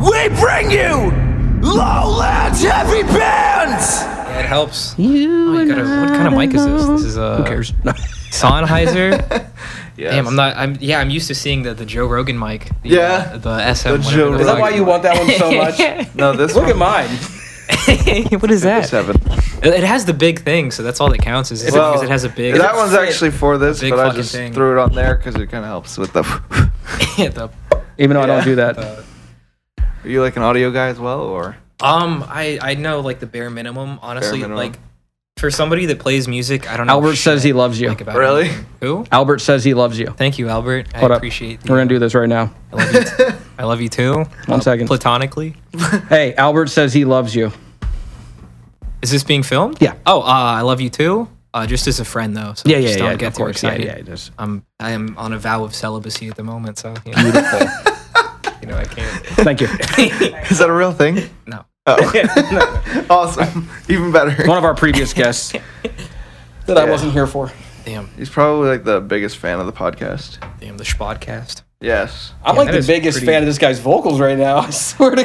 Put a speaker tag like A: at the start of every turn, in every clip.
A: we bring you Lowlands Heavy Bands!
B: Yeah, it helps. Oh,
C: You
B: you
C: and
B: gotta- what kind of
C: I
B: mic is this? This
C: alone.
B: is a
C: Who cares?
B: Sennheiser.
D: Yes.
B: Damn, I'm not. I'm yeah. I'm used to seeing the, the Joe Rogan mic. The,
D: Yeah.
B: uh, the SM.
D: The
B: whatever
D: Joe
B: the
D: Is that
B: fuck
D: why
B: it's
D: you
B: called.
D: want that one so much? No, this
A: Look
D: one-
A: at mine.
B: what is that?
D: It's heaven.
B: It it has the big thing, so that's all that counts. Is
D: Well,
B: because it has a big.
D: That one's actually for this,
B: Big
D: but I
B: fucking
D: just
B: thing.
D: threw it on there because it kind of helps with the.
B: the,
C: Even though I don't
D: Yeah.
C: do that.
B: Uh,
D: Are you like an audio guy as well, or?
B: um, I I know like the bare minimum. Honestly,
D: minimum.
B: like for somebody that plays music, I don't know.
C: Albert says
B: shit,
C: he loves you.
B: like, about
D: Really?
B: anything. Who?
C: Albert says he loves you.
B: Thank you, Albert.
C: Hold
B: I
C: up.
B: appreciate. The, uh,
C: We're gonna do this right now.
B: I love you. T- I love you too.
C: One second.
B: Platonically.
C: Hey, Albert says he loves you.
B: Is this being filmed?
C: Yeah.
B: Oh, uh, I love you too. Uh, just as a friend though. So
C: Yeah, yeah,
B: just
C: yeah.
B: Don't get
C: of
B: too
C: course. Yeah,
B: excited.
C: yeah. it is.
B: I'm I am on a vow of celibacy at the moment, so you know, you know I can't.
C: Thank you.
D: Is that a real thing?
B: No.
D: awesome. Even better.
C: One of our previous guests that I wasn't here for.
B: Damn.
D: He's probably like the biggest fan of the podcast.
B: Damn the Spodcast.
D: Yes.
C: I'm
B: Yeah, that is pretty-
C: this guy's vocals right now. I swear to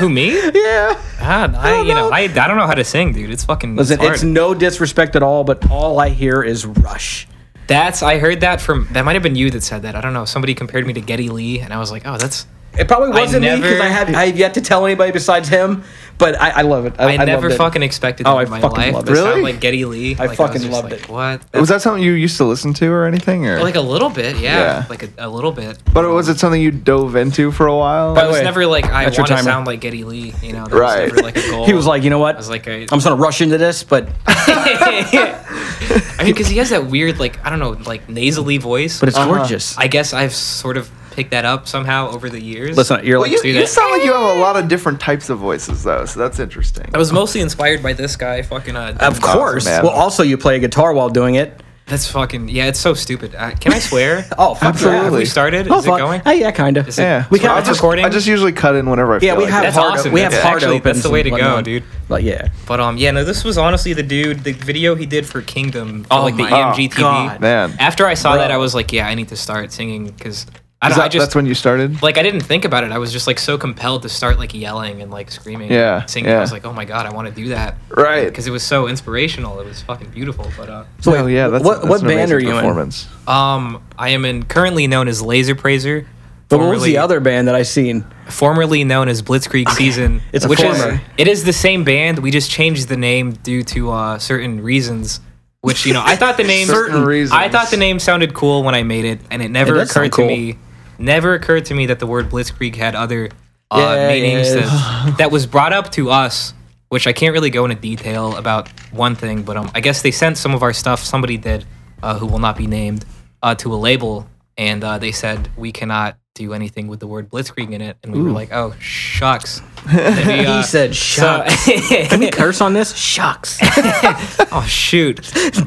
B: Who me?
C: yeah.
B: God, I, you know I, I don't know how to sing, dude. It's fucking.
C: Listen,
B: hard.
C: it's no disrespect at all, but all I hear is Rush.
B: that's I heard that from that might have been you that said that. I don't know. Somebody compared me to Getty Lee, and I was like, oh, that's.
C: It probably wasn't me because
B: never-
C: I had I have yet to tell anybody besides him, but I, I love it. I,
B: I,
C: I
B: never
C: loved it.
B: fucking expected that
C: Oh, I
B: in my
C: fucking
B: life.
C: love
B: to
C: it.
B: sound
D: Really?
B: like Getty Lee.
C: I
B: Like,
C: fucking
B: just
C: loved
B: like,
C: it.
B: What?
D: was that something you used to listen to or anything? Or
B: like a little bit, yeah.
D: Yeah.
B: Like a, a little bit.
D: but was it something you dove into for a while?
B: I was
C: way,
B: never like I
C: that's your
B: want to
C: timer.
B: sound like Getty Lee. You know, that was
D: Right.
B: never like a goal.
C: He was like, you know what?
B: I was like, I,
C: I'm just gonna rush into this, but
B: I mean, because he has that weird, like I don't know, like nasally voice.
C: but it's
D: Uh-huh.
C: gorgeous.
B: I guess I've sort of picked that up somehow over the years.
C: Listen, you're
D: Well,
C: like
D: you,
B: do
D: you
B: that.
D: sound like you have a lot of different types of voices though, so that's interesting.
B: I was mostly inspired by this guy. Fucking, uh,
C: Of
B: Denzel.
C: course.
D: man.
C: Well, also you play a guitar while doing it.
B: That's fucking. Yeah, it's so stupid. Uh, can I swear?
C: Oh, fuck
D: Absolutely.
C: yeah.
B: Have we started?
C: Oh,
B: Is it
C: fuck.
B: going?
C: Uh, yeah, kind of.
B: it-
D: yeah.
C: We
D: So
C: can-
D: I
C: it's
D: just,
B: recording?
D: I just usually cut in whenever I feel
C: Yeah, we
D: like
C: have
D: it.
B: That's
C: hard.
B: awesome.
C: We have
B: That's
C: hard
B: actually- that's
C: opens
B: the way
C: and
B: to go,
C: whatnot.
B: dude.
C: Like yeah.
B: But um, yeah, no, this was honestly the dude, the video he did for Kingdom, for,
C: Oh
B: like the
C: my
B: EMG
C: God.
B: TV.
D: Man.
B: After I saw
C: Bro.
B: that, I was like, yeah, I need to start singing because I,
D: Is
B: don't- I
D: that,
B: just
D: that's when you started.
B: like I didn't think about it. I was just like so compelled to start like yelling and like screaming,
D: Yeah,
B: and singing.
D: yeah.
B: I was like, oh my god, I want to do that,
D: Right.
B: Because it was so inspirational. It was fucking beautiful. But uh,
C: So
D: oh
C: wait,
D: yeah. That's,
C: what
D: that's
C: what
D: an
C: band
D: amazing
C: are you in?
D: performance.
B: um, I am in currently known as Laser Praiser.
C: But what was the other band that I seen?
B: Formerly known as Blitzkrieg Season.
C: It's a
B: which Is,
C: former.
B: it is the same band. We just changed the name due to uh, certain reasons. Which you know, I thought the name.
D: Certain
B: I
D: reasons.
B: thought the name sounded cool when I made it, and it never
C: It does
B: occurred
C: sound
B: to
C: cool.
B: me. Never occurred to me that the word Blitzkrieg had other uh,
C: Yeah,
B: meanings
C: yeah.
B: that, that was brought up to us. Which I can't really go into detail about one thing, but um, I guess they sent some of our stuff. Somebody did, uh, who will not be named, uh, to a label, and uh, they said we cannot do anything with the word Blitzkrieg in it, and we were like, "Oh, shucks." And we, uh,
C: He said,
B: so-
C: "Shucks." Can we curse on this? Shucks.
B: oh shoot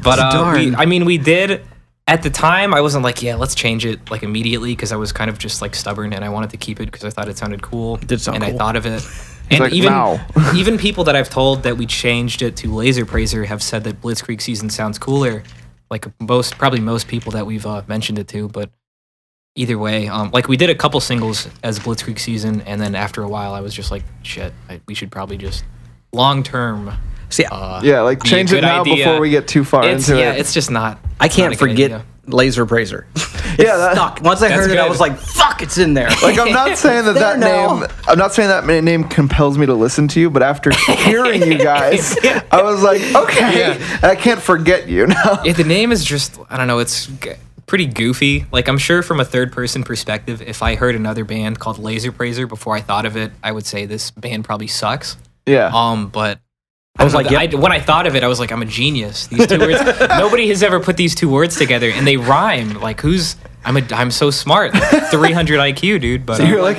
B: but uh, we,
C: Darn.
B: i mean we did at the time i wasn't like yeah let's change it like immediately because i was kind of just like stubborn and i wanted to keep it because i thought it sounded cool
C: did sound
B: and i
C: cool.
B: thought of it and
D: like,
B: even
D: "Now."
B: even people that i've told that we changed it to laser praiser have said that blitzkrieg season sounds cooler like most probably most people that we've uh, mentioned it to but either way um, like we did a couple singles as blitzkrieg season and then after a while i was just like shit I, we should probably just long term
C: See,
B: uh,
D: Yeah, like
B: be a
D: change it
B: good
D: now
B: idea.
D: before we get too far
B: It's,
D: into
B: yeah,
D: it.
B: it's just not.
C: I
B: it's not
C: can't
B: a good
C: forget
B: idea.
C: Laser Praiser.
D: yeah, that-
C: Fuck. Once I
B: That's
C: heard it, I
B: good.
C: was like, "Fuck, it's in there."
D: Like I'm not saying that that
C: It's there now.
D: name. I'm not saying that ma- name compels me to listen to you, but after hearing you guys, I was like, okay, I can't forget you now.
B: Yeah, the name is just I don't know. It's g- pretty goofy. Like I'm sure from a third person perspective, if I heard another band called Laser Praiser before I thought of it, I would say this band probably sucks.
D: Yeah,
B: Um, but. I
C: was
B: was like,
C: like, yep.
B: I, when I thought of it, I was like, I'm a genius. These two words, nobody has ever put these two words together, and they rhyme. Like, who's? I'm a, I'm so smart. Like, 300 IQ, dude. But uh,
D: you're like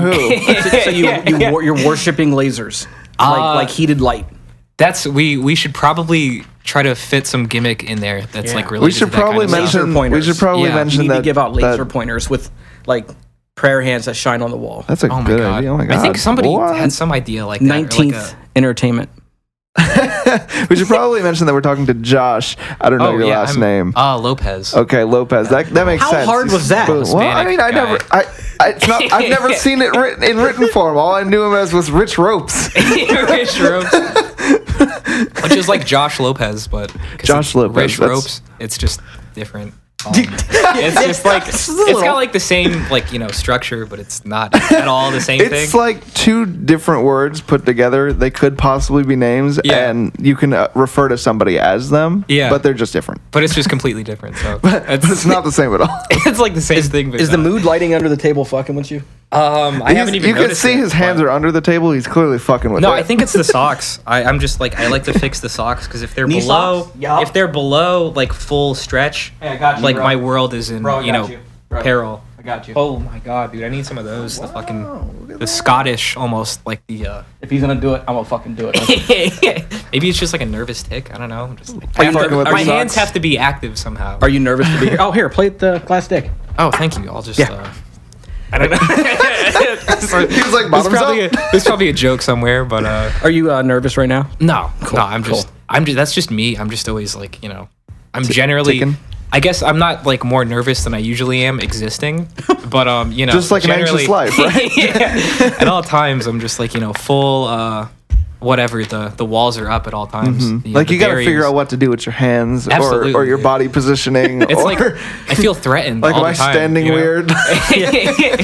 D: Who?
C: so, so you, you wor- you're worshiping lasers, like
B: Uh,
C: like heated light.
B: that's we we should probably try to fit some gimmick in there. That's like related.
D: We should
B: to that kind
D: probably
B: of stuff.
C: Laser
D: mention. We
C: pointers.
D: should probably
B: Yeah.
C: You
D: mention
C: need
D: that.
C: to give out laser
D: that-
C: pointers with like prayer hands that shine on the wall.
D: That's a
B: Oh my
D: good
B: god.
D: idea. Oh my god.
B: I think somebody
D: What?
B: had some idea like that, or like
C: Nineteenth
B: a-
C: entertainment.
D: We should probably mention that we're talking to Josh. I don't know Oh, your last
B: Oh, I'm-
D: name.
B: Uh, Lopez.
D: okay, Lopez. That that makes
C: How
D: sense.
C: hard
D: He's-
C: was that?
D: Well, I
B: Hispanic
D: mean, I never.
B: guy.
D: I I, it's not, I've never seen it written, in written form. All I knew him as was Rich Ropes.
B: Rich Ropes. Which is like Josh Lopez, but 'cause
D: Josh
B: it's
D: Lopez,
B: Rich
D: that's-
B: Ropes. It's just different. Um, it's just like it's got like the same like you know structure, but it's not at all the same
D: It's
B: thing.
D: like two different words put together. They could possibly be names,
B: Yeah.
D: and you can uh, refer to somebody as them.
B: Yeah.
D: but they're just different.
B: but it's just completely different. So
D: But it's not the same at all.
B: it's like the same thing. But
E: Is the
B: not.
E: mood lighting under the table fucking with you?
B: Um, I haven't even.
D: He's- you can
B: noticed
D: see
B: it,
D: his hands
B: but-
D: are under the table. He's clearly fucking with
B: No,
D: it.
B: I think it's the socks. I, I'm just like I like to fix the socks because if they're
E: Knee
B: below,
E: socks? Yup.
B: if they're below like full stretch,
C: Hey, I got you,
B: like
C: bro.
B: my world is in
C: Bro, I
B: you
C: got
B: know
C: you, bro.
B: peril.
C: I got you.
B: Oh my god, dude! I need some of those. The fucking the Scottish almost like the. uh
C: If he's gonna do it, I'm gonna fucking do it.
B: Maybe it's just like a nervous tick. I don't know. I'm Just like,
D: you
B: I have to-
D: fucking with
B: my
D: the
B: hands
D: socks?
B: have to be active somehow.
E: Are you nervous to be here? Oh, here, play the glass dick.
B: oh, thank you. I'll just.
E: Yeah.
B: Uh, I don't know.
D: he was like
B: There's
D: bottoms
B: probably, a,
D: up.
B: there's probably a joke somewhere, but uh,
E: Are you uh, nervous right now?
B: No, no, I'm
E: cool.
B: just, I'm just, that's just me. I'm just always like, you know, I'm generally,
D: ticking?
B: I guess I'm not like more nervous than I usually am existing, but um, you know,
D: Just like an anxious
B: generally-
D: life, right?
B: yeah, at all times, I'm just like, you know, full, uh, whatever. The the walls are up at all times. The-
D: Mm-hmm. like
B: the
D: you got to
B: barriers.
D: figure out what to do with your hands or,
B: Absolutely,
D: or your
B: dude.
D: body positioning.
B: It's
D: or,
B: like I feel threatened.
D: like
B: all
D: am I
B: the time,
D: standing
B: you know?
D: weird?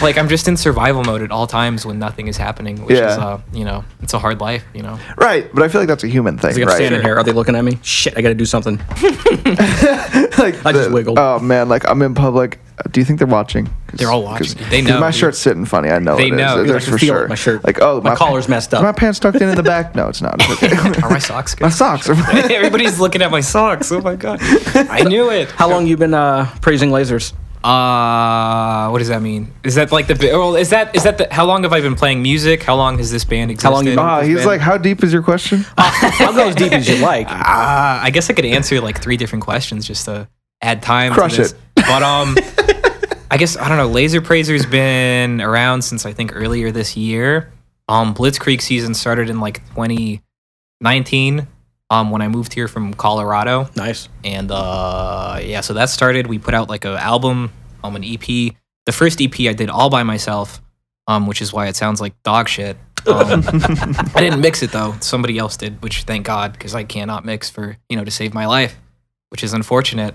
B: like I'm just in survival mode at all times when nothing is happening, which
D: Yeah.
B: is uh, you know, it's a hard life, you know.
D: right, but I feel like that's a human thing,
E: Like, I'm
D: right?
E: standing here. Are they looking at me? Shit, I gotta do something.
D: like
E: I just
D: the-
E: wiggled.
D: Oh man, like I'm in public. Do you think they're watching? 'Cause-
B: They're all watching,
D: 'cause-
B: dude. They
D: 'cause
B: know,
D: My
B: dude.
D: shirt's sitting funny. I know
B: They
D: it is.
B: know, dude.
D: There's
B: I
E: can
D: for
E: feel it in
D: sure.
E: my shirt.
D: Like oh,
E: My
D: pa-
E: collar's messed up.
D: My pants tucked in in the back. No, it's not. It's okay.
B: Are my socks good?
D: my socks. Are
B: Hey, Everybody's looking at my socks. Oh my god, I knew it.
E: How long you been uh, praising lasers?
B: Uh, what does that mean? Is that like the bi- well? Is that is that the? How long have I been playing music? How long has this band existed?
E: long you-
D: Ah, he's
E: Man.
D: like, how deep is your question?
E: I'll go as deep as you like.
D: Ah.
B: Uh, I guess I could answer like three different questions just to add time.
D: Crush
B: to this.
D: it.
B: But um, I guess I don't know. Laser Praiser's been around since I think earlier this year. Um, Blitzkrieg season started in like 2019. Um, when I moved here from Colorado.
E: Nice.
B: and uh yeah so that started we put out like a album um an ep the first ep i did all by myself um which is why it sounds like dog shit um, i didn't mix it though somebody else did which thank god because i cannot mix for you know to save my life which is unfortunate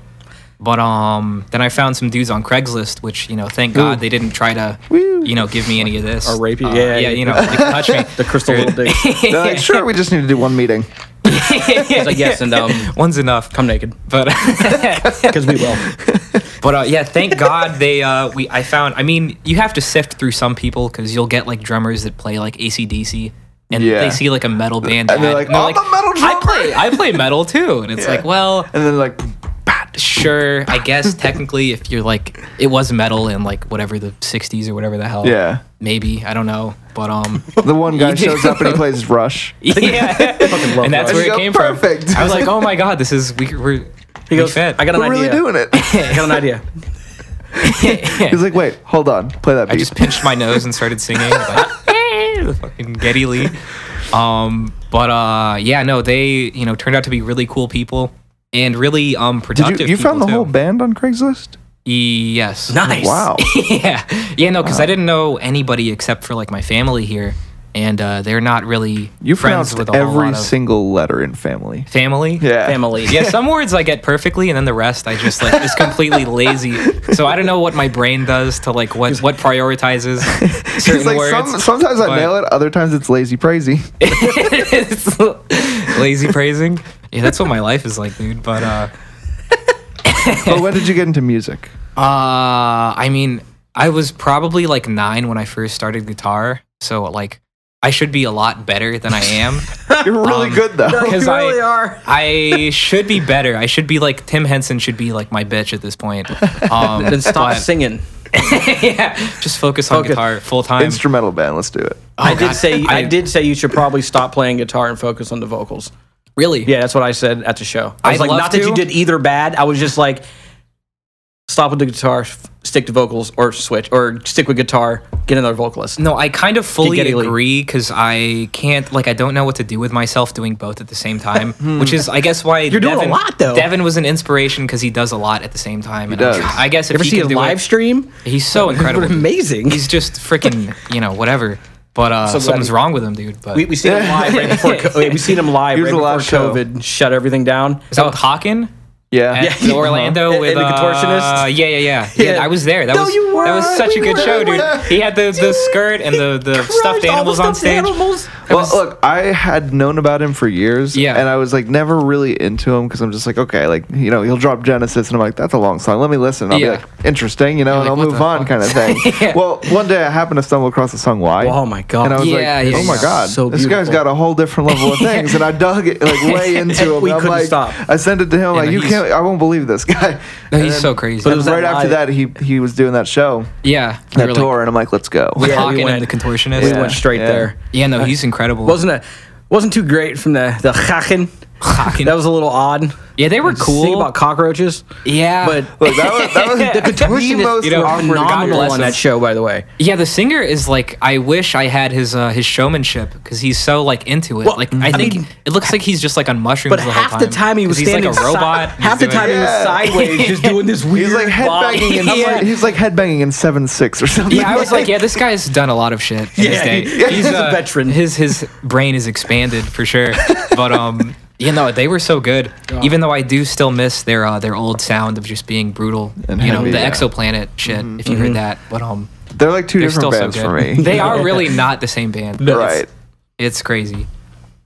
B: but um then i found some dudes on craigslist which you know thank god they didn't try to you know give me any of this
E: Or rape you.
B: Uh,
E: Yeah,
B: yeah
E: yeah.
B: you know like, touch me
E: The crystal little dick.
D: They're like, sure, we just need to do one meeting.
E: He's like, yes, and um,
B: one's enough
E: come naked
B: but
E: because we will.
B: But uh, yeah, thank God they uh, we I found. I mean, you have to sift through some people because you'll get like drummers that play like ACDC, and
D: Yeah.
B: they see like a metal band,
D: And they're
B: ad,
D: like, "I'm a metal
B: I
D: drummer."
B: play, I play metal too, and it's like, well,
D: And then like,
B: sure, I guess technically, if you're like, it was metal in like whatever the '60s or whatever the hell,
D: yeah,
B: maybe I don't know, but um,
D: the one guy shows up and he plays Rush.
B: yeah, and that's
D: that.
B: where
D: You
B: it
D: go,
B: came
D: "Perfect."
B: from. I was like, oh my God, this is we, we're
E: He goes,
B: fit.
E: I got an
D: We're
E: idea.
D: really doing it.
E: I got an idea.
D: He's like, wait, hold on, play that beat.
B: I just pinched my nose and started singing like the fucking Getty Lee. Um, but uh, yeah, no, they you know turned out to be really cool people and really um productive.
D: Did you, you
B: people
D: found the
B: too.
D: whole band on Craigslist?
B: Yes.
E: Nice.
D: Wow.
B: yeah. Yeah. No, because I didn't know anybody except for like my family here, and uh, they're not really
D: You
B: friends
D: pronounced
B: with a whole
D: every
B: lot of
D: single letter in family.
B: family.
D: Yeah.
E: Family.
B: Yeah, some words I get perfectly, and then the rest I just like is completely lazy. So I don't know what my brain does to like what what prioritizes certain
D: It's like
B: words.
D: some, sometimes I
B: but-
D: nail it, other times it's lazy praisy.
B: It's lazy praising. Yeah, that's what my life is like, dude. But uh,
D: but when did you get into music?
B: uh, I mean, I was probably like nine when I first started guitar, so like I should be a lot better than I am.
D: You're really
B: Um,
D: good though.
B: Because
E: You
B: I
E: really are.
B: I should be better. I should be like Tim Henson should be like my bitch at this point. Um,
E: Then stop
B: but-
E: singing.
B: yeah, just focus on
E: Focus.
B: guitar full time.
D: Instrumental band, let's do it.
E: I did
B: Oh, God.
E: say I,
B: I-
E: did say you should probably stop playing guitar and focus on the vocals.
B: Really?
E: Yeah, that's what I said at the show. I was
B: I'd
E: like,
B: love
E: not that you
B: to.
E: did either bad. I was just like, stop with the guitar, f- stick to vocals or switch or stick with guitar, get another vocalist.
B: No, I kind of fully
E: Giggity.
B: agree because I can't like I don't know what to do with myself doing both at the same time, which is I guess why you're
E: Hmm. doing a lot, though.
B: Devin was an inspiration because he does a lot at the same time. He
D: does.
B: I guess if
E: You ever
B: he
E: see
B: can
E: a
B: do
E: live
B: it,
E: stream?
B: he's so incredible. dude.
E: Amazing.
B: He's just freaking you know whatever. But uh,
E: glad
B: something's
E: he-
B: wrong with him, dude. But
E: We, we seen him live right before. Co- we seen him live
D: He was
E: right
D: the
E: before
D: last show.
E: COVID shut everything down.
B: is that with Hawken?
D: Yeah.
B: At the Orlando
E: And-
B: with
E: and the contortionist.
B: Uh, yeah, yeah, yeah, yeah.
E: Yeah.
B: I was there. That
E: No,
B: was
E: you were.
B: that was such
E: We
B: a good
E: were.
B: show,
E: We
B: dude.
E: were.
B: He had the, the skirt and the, the stuffed animals on stage.
D: Well, look, I had known about him for years,
B: Yeah.
D: and I was like never really into him because I'm just like, okay, like you know, he'll drop Genesis, and I'm like, that's a long song. Let me listen. and I'll
B: Yeah.
D: be like, interesting, you know,
B: like,
D: and I'll
B: what
D: move
B: the
D: on,
B: fuck?
D: kind of thing.
B: Yeah.
D: Well, one day I happened to stumble across the song Why.
E: Oh my God.
D: And I was
B: Yeah,
D: like,
B: yeah,
D: oh my
B: yeah.
D: God,
E: So
D: this guy's
E: beautiful.
D: got a whole different level of things, and I dug it like way into him.
E: We
D: I'm
E: couldn't
D: like,
E: stop.
D: I sent it to him like,
B: no,
D: you
B: he's-
D: can't, I won't believe this guy.
B: No,
D: And
B: Oh, he's
D: then-
B: so crazy.
E: But it
D: and
E: was
D: right
E: that
D: after
E: live-
D: that, he he was doing that show,
B: yeah, we
D: that
B: were like-
D: tour, and I'm like, let's go.
B: with
E: Yeah, we
B: Hawken
E: went-
B: and the contortionist.
E: we
B: Yeah.
E: went straight
D: yeah.
E: there.
B: no, he's incredible.
E: Wasn't it? Wasn't too great from the the Haken.
B: Hawken.
E: That was a little odd.
B: yeah, they were
E: Just think
B: cool.
E: about cockroaches.
B: yeah,
E: But
D: Look, that was, that was the,
E: contortionist,
D: most
B: you know,
D: awkward
B: God
E: phenomenal
B: bless
E: on
B: him.
E: that show, by the way.
B: yeah, the singer is like I wish I had his uh, his showmanship because he's so like into it.
E: Well,
B: like I
E: I
B: think
E: mean-
B: it looks like he's just like on mushrooms.
E: But
B: the whole
E: half
B: time.
E: the time he
B: 'Cause
E: was
B: he's like
E: standing
B: a robot.
E: si- half the time he was
D: Yeah.
E: sideways, just doing this weird.
D: He's like
E: bob.
D: headbanging in
E: I'm
D: yeah.
E: like,
D: he's like headbanging in seven six or something.
B: Yeah, I was like, yeah, this guy's done a lot of shit. In his
E: Yeah,
B: day.
E: he- yeah, he's a veteran.
B: uh, His his brain is expanded for sure. But um, you know, they were so good.
D: Oh.
B: Even though I do still miss their uh, their old sound of just being brutal.
D: And
B: you know,
D: heavy,
B: the
D: yeah.
B: exoplanet shit. If you heard that, but um,
D: they're like two
B: they're
D: different
B: still so
D: bands
B: good.
D: for me.
B: They are really not the same band.
D: right.
B: It's crazy.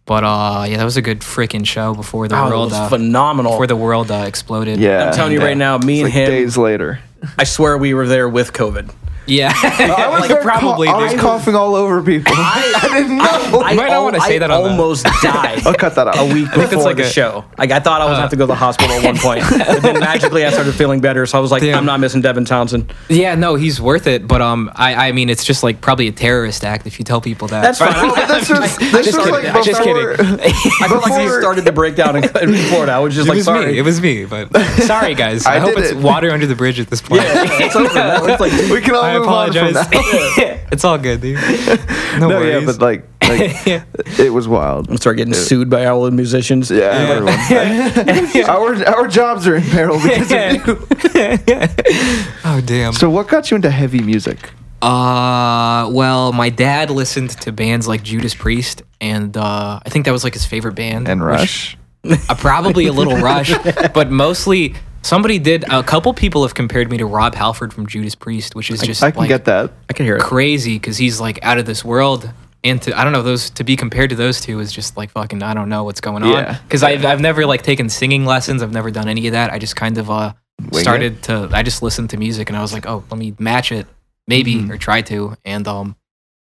B: But uh, yeah, that was a good freaking show before the
E: Oh, it
B: world
E: was
B: uh,
E: phenomenal.
B: before the world uh, exploded.
D: Yeah,
E: I'm telling you
D: Yeah.
E: right now, me
D: It's
E: and
D: like
E: him-
D: Days later,
E: I swear we were there with COVID.
B: yeah.
D: I was,
B: like, probably.
D: I was
B: dude.
D: coughing all over people. I, didn't know.
B: might not wanna say that
E: I
B: on the-
E: almost died.
D: I'll cut that out.
E: A week
D: I
E: before
D: think
B: that's like
E: the
B: a-
E: show, like I thought I was gonna have to go to the hospital at one point. but then magically, I started feeling better, so I was like,
B: Damn.
E: "I'm not missing Devin Townsend."
B: Yeah, no, he's worth it. But um, I, I mean, it's just like probably a terrorist act if you tell people that.
E: That's fine.
D: Well, but this was this
B: just
D: was
B: kidding.
D: like
B: I'm just
D: before.
E: I felt like he started the breakdown in, in Florida. I was just
B: it
E: like,
B: was
E: "Sorry,
B: me. It was me. But sorry, guys. I,
D: I
B: hope
D: did
B: it's
D: it.
B: water under the bridge at this point.
E: it's over." now. It's like,
D: we can all
B: I
D: move
B: apologize.
D: on from that.
B: it's all good, dude. No,
D: No, yeah,
B: worries.
D: but like, like
B: Yeah.
D: it was wild.
E: start getting sued by all the musicians.
D: Yeah, everyone. our our jobs are in peril because of you.
B: oh damn.
D: So, what got you into heavy music?
B: Uh, well, my dad listened to bands like Judas Priest, and uh, I think that was like his favorite band.
D: And
B: which-
D: Rush.
B: uh, probably a little rush, but mostly somebody did. A couple people have compared me to Rob Halford from Judas Priest, which is just
D: I can
B: like,
D: get that.
E: I can hear it.
B: crazy because he's like out of this world. And to, I don't know those to be compared to those two is just like fucking I don't know what's going on
D: Yeah.
B: because I've I've never like taken singing lessons. I've never done any of that. I just kind of uh
D: it?
B: started to I just listened to music and I was like oh let me match it maybe
D: Mm-hmm.
B: or try to and um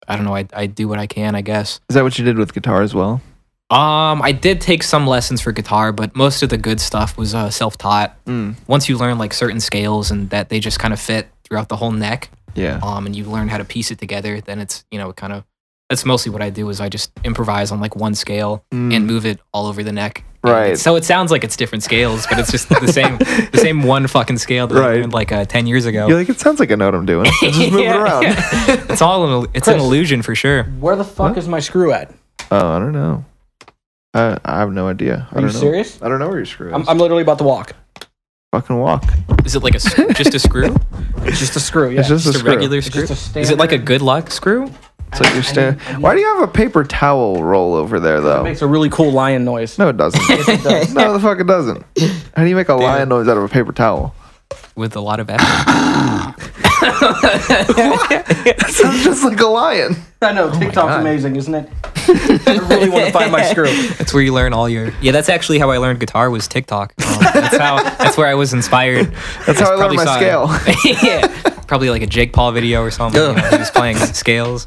B: I don't know I I do what I can I guess.
D: Is that what you did with guitar as well?
B: Um, I did take some lessons for guitar, but most of the good stuff was uh, self-taught.
D: Mm.
B: Once you learn like certain scales and that they just kind of fit throughout the whole neck,
D: Yeah.
B: um, and you learn how to piece it together, then it's you know it kind of that's mostly what I do is I just improvise on like one scale
D: Mm.
B: and move it all over the neck. And
D: Right.
B: it's- So it sounds like it's different scales, but it's just the same the same one fucking scale that I
D: Right.
B: learned like uh, ten years ago.
D: You're like, it sounds like I know what I'm doing. I just move it around.
B: it's all an, ill- it's an
C: Chris.
B: illusion for sure.
C: Where the fuck is my screw at?
D: Oh, I don't know. I, I have no idea. I
C: Are
D: don't
C: you
D: know.
C: serious?
D: I don't know where your screw is.
C: I'm, I'm literally about to walk.
D: Fucking walk.
B: Is it like a sc- just a screw?
C: It's just a screw. Yeah.
D: It's just,
B: Just
D: a
B: a
D: screw.
B: regular screw?
C: just a
B: Is it like a
C: standard-
B: good luck screw?
D: It's like your stand. Why do you have a paper towel roll over there though?
C: makes a really cool lion noise.
D: No, it doesn't. no, the fuck it doesn't. How do you make a lion noise out of a paper towel?
B: with a lot of effort.
D: It sounds just like a lion.
C: I know. TikTok's
B: God.
C: amazing, isn't it?
E: Oh I really want to find my screw.
B: That's where you learn all your. Yeah, that's actually how I learned guitar was TikTok. Um, that's how. That's where I was inspired.
D: That's how I
B: Probably
D: learned my
B: saw-
D: scale. Oh.
B: yeah, probably like a Jake Paul video or something. You know, he was playing scales.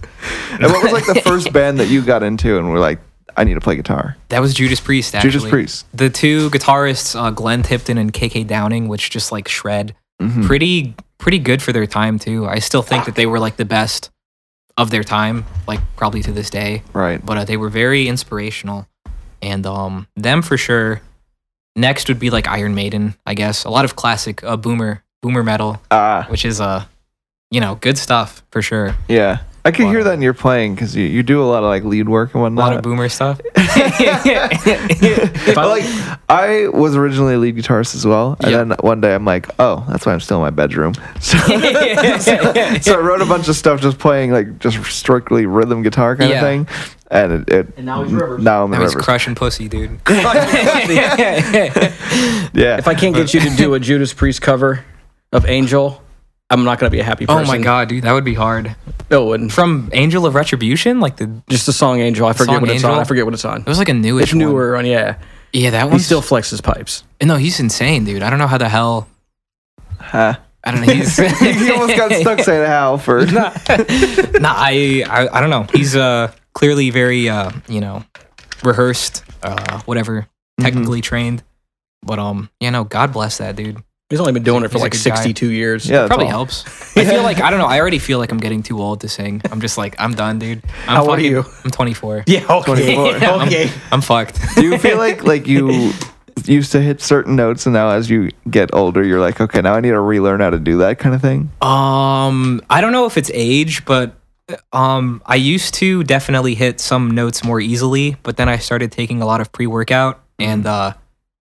D: and what was like the first band that you got into and were like, I need to play guitar?
B: That was Judas Priest. Actually.
D: Judas Priest.
B: The two guitarists, uh, Glenn Tipton and KK Downing, which just like shred.
D: Mm-hmm.
B: Pretty pretty good for their time too. I still think that they were like the best of their time, like probably to this day.
D: Right.
B: but uh, they were very inspirational and um them for sure next would be like iron maiden i guess a lot of classic uh, boomer boomer metal,
D: Ah,
B: which is uh, you know, good stuff for sure.
D: yeah. I could hear that in your playing because you, you do a lot of like lead work
B: A
D: and whatnot.
B: lot of boomer stuff.
D: But, like I was originally a lead guitarist as well, and
B: Yep.
D: then one day I'm like, oh, that's why I'm still in my bedroom. So, so I wrote a bunch of stuff just playing like just strictly rhythm guitar kind
B: Yeah.
D: of thing, and it. it and now he's rivers. Now I'm in
B: I was
D: rivers.
B: crushing pussy, dude.
D: yeah.
C: If I can't get you to do a Judas Priest cover of Angel, I'm not gonna be a happy person.
B: oh my god, dude, that would be hard.
C: no, it wouldn't.
B: From Angel of Retribution, like the it
C: Just the song Angel. I forget
B: Song
C: what it's
B: Angel?
C: on. I forget what it's on.
B: was like a newish,
C: It's newer on yeah.
B: One. Yeah, that
C: He
B: one
C: still flexes pipes.
B: No, he's insane, dude. I don't know how the hell.
D: Huh.
B: I don't know. He's
D: he almost got stuck saying how for
B: nah, I, I I don't know. He's uh clearly very uh you know rehearsed, uh whatever,
C: Mm-hmm.
B: technically trained. But um, yeah, no, God bless that dude.
C: He's only been doing it for
B: He's a
C: like
B: good guy.
C: 62 years.
D: yeah. that's
B: Probably
D: all.
B: helps. I feel like I don't know. I already feel like I'm getting too old to sing. I'm just like I'm done, dude. I'm
C: How old are you?
B: I'm 24.
C: Yeah. Okay.
D: 24.
B: I'm-
C: okay.
B: I'm, fucked.
D: Do you feel like like you used to hit certain notes, and now as you get older, you're like, okay, now I need to relearn how to do that kind of thing?
B: um, I don't know if it's age, but um, I used to definitely hit some notes more easily, but then I started taking a lot of pre-workout and uh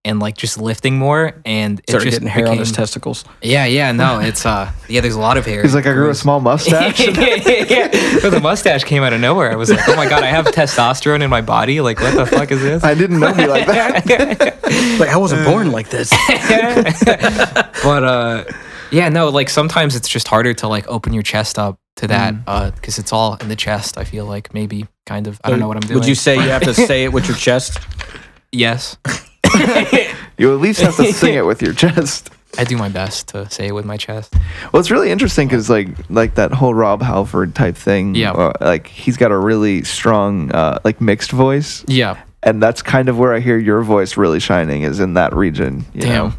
B: and like just lifting more, and it
C: Mm-hmm. Started
B: just
C: getting hair on his
B: became-
C: testicles.
B: Yeah, yeah, no, it's uh, yeah, there's a lot of hair.
D: He's like, I grew a small mustache.
B: yeah, the mustache came out of nowhere. I was like, oh my god, I have testosterone in my body. Like, what the fuck is this?
D: I didn't know me like that.
C: Like I wasn't born like this.
B: but uh, yeah, no, like sometimes it's just harder to like open your chest up to that uh, because it's all in the chest. I feel like maybe kind of. I don't know what I'm doing.
C: Would you say you have to say it with your chest?
B: yes?
D: You at least have to sing it with your chest.
B: I do my best to say it with my chest.
D: Well, it's really interesting because like like that whole Rob Halford type thing.
B: Yeah.
D: uh, like he's got a really strong uh, like mixed voice,
B: Yeah.
D: and that's kind of where I hear your voice really shining is in that region. You
B: Damn.
D: Know?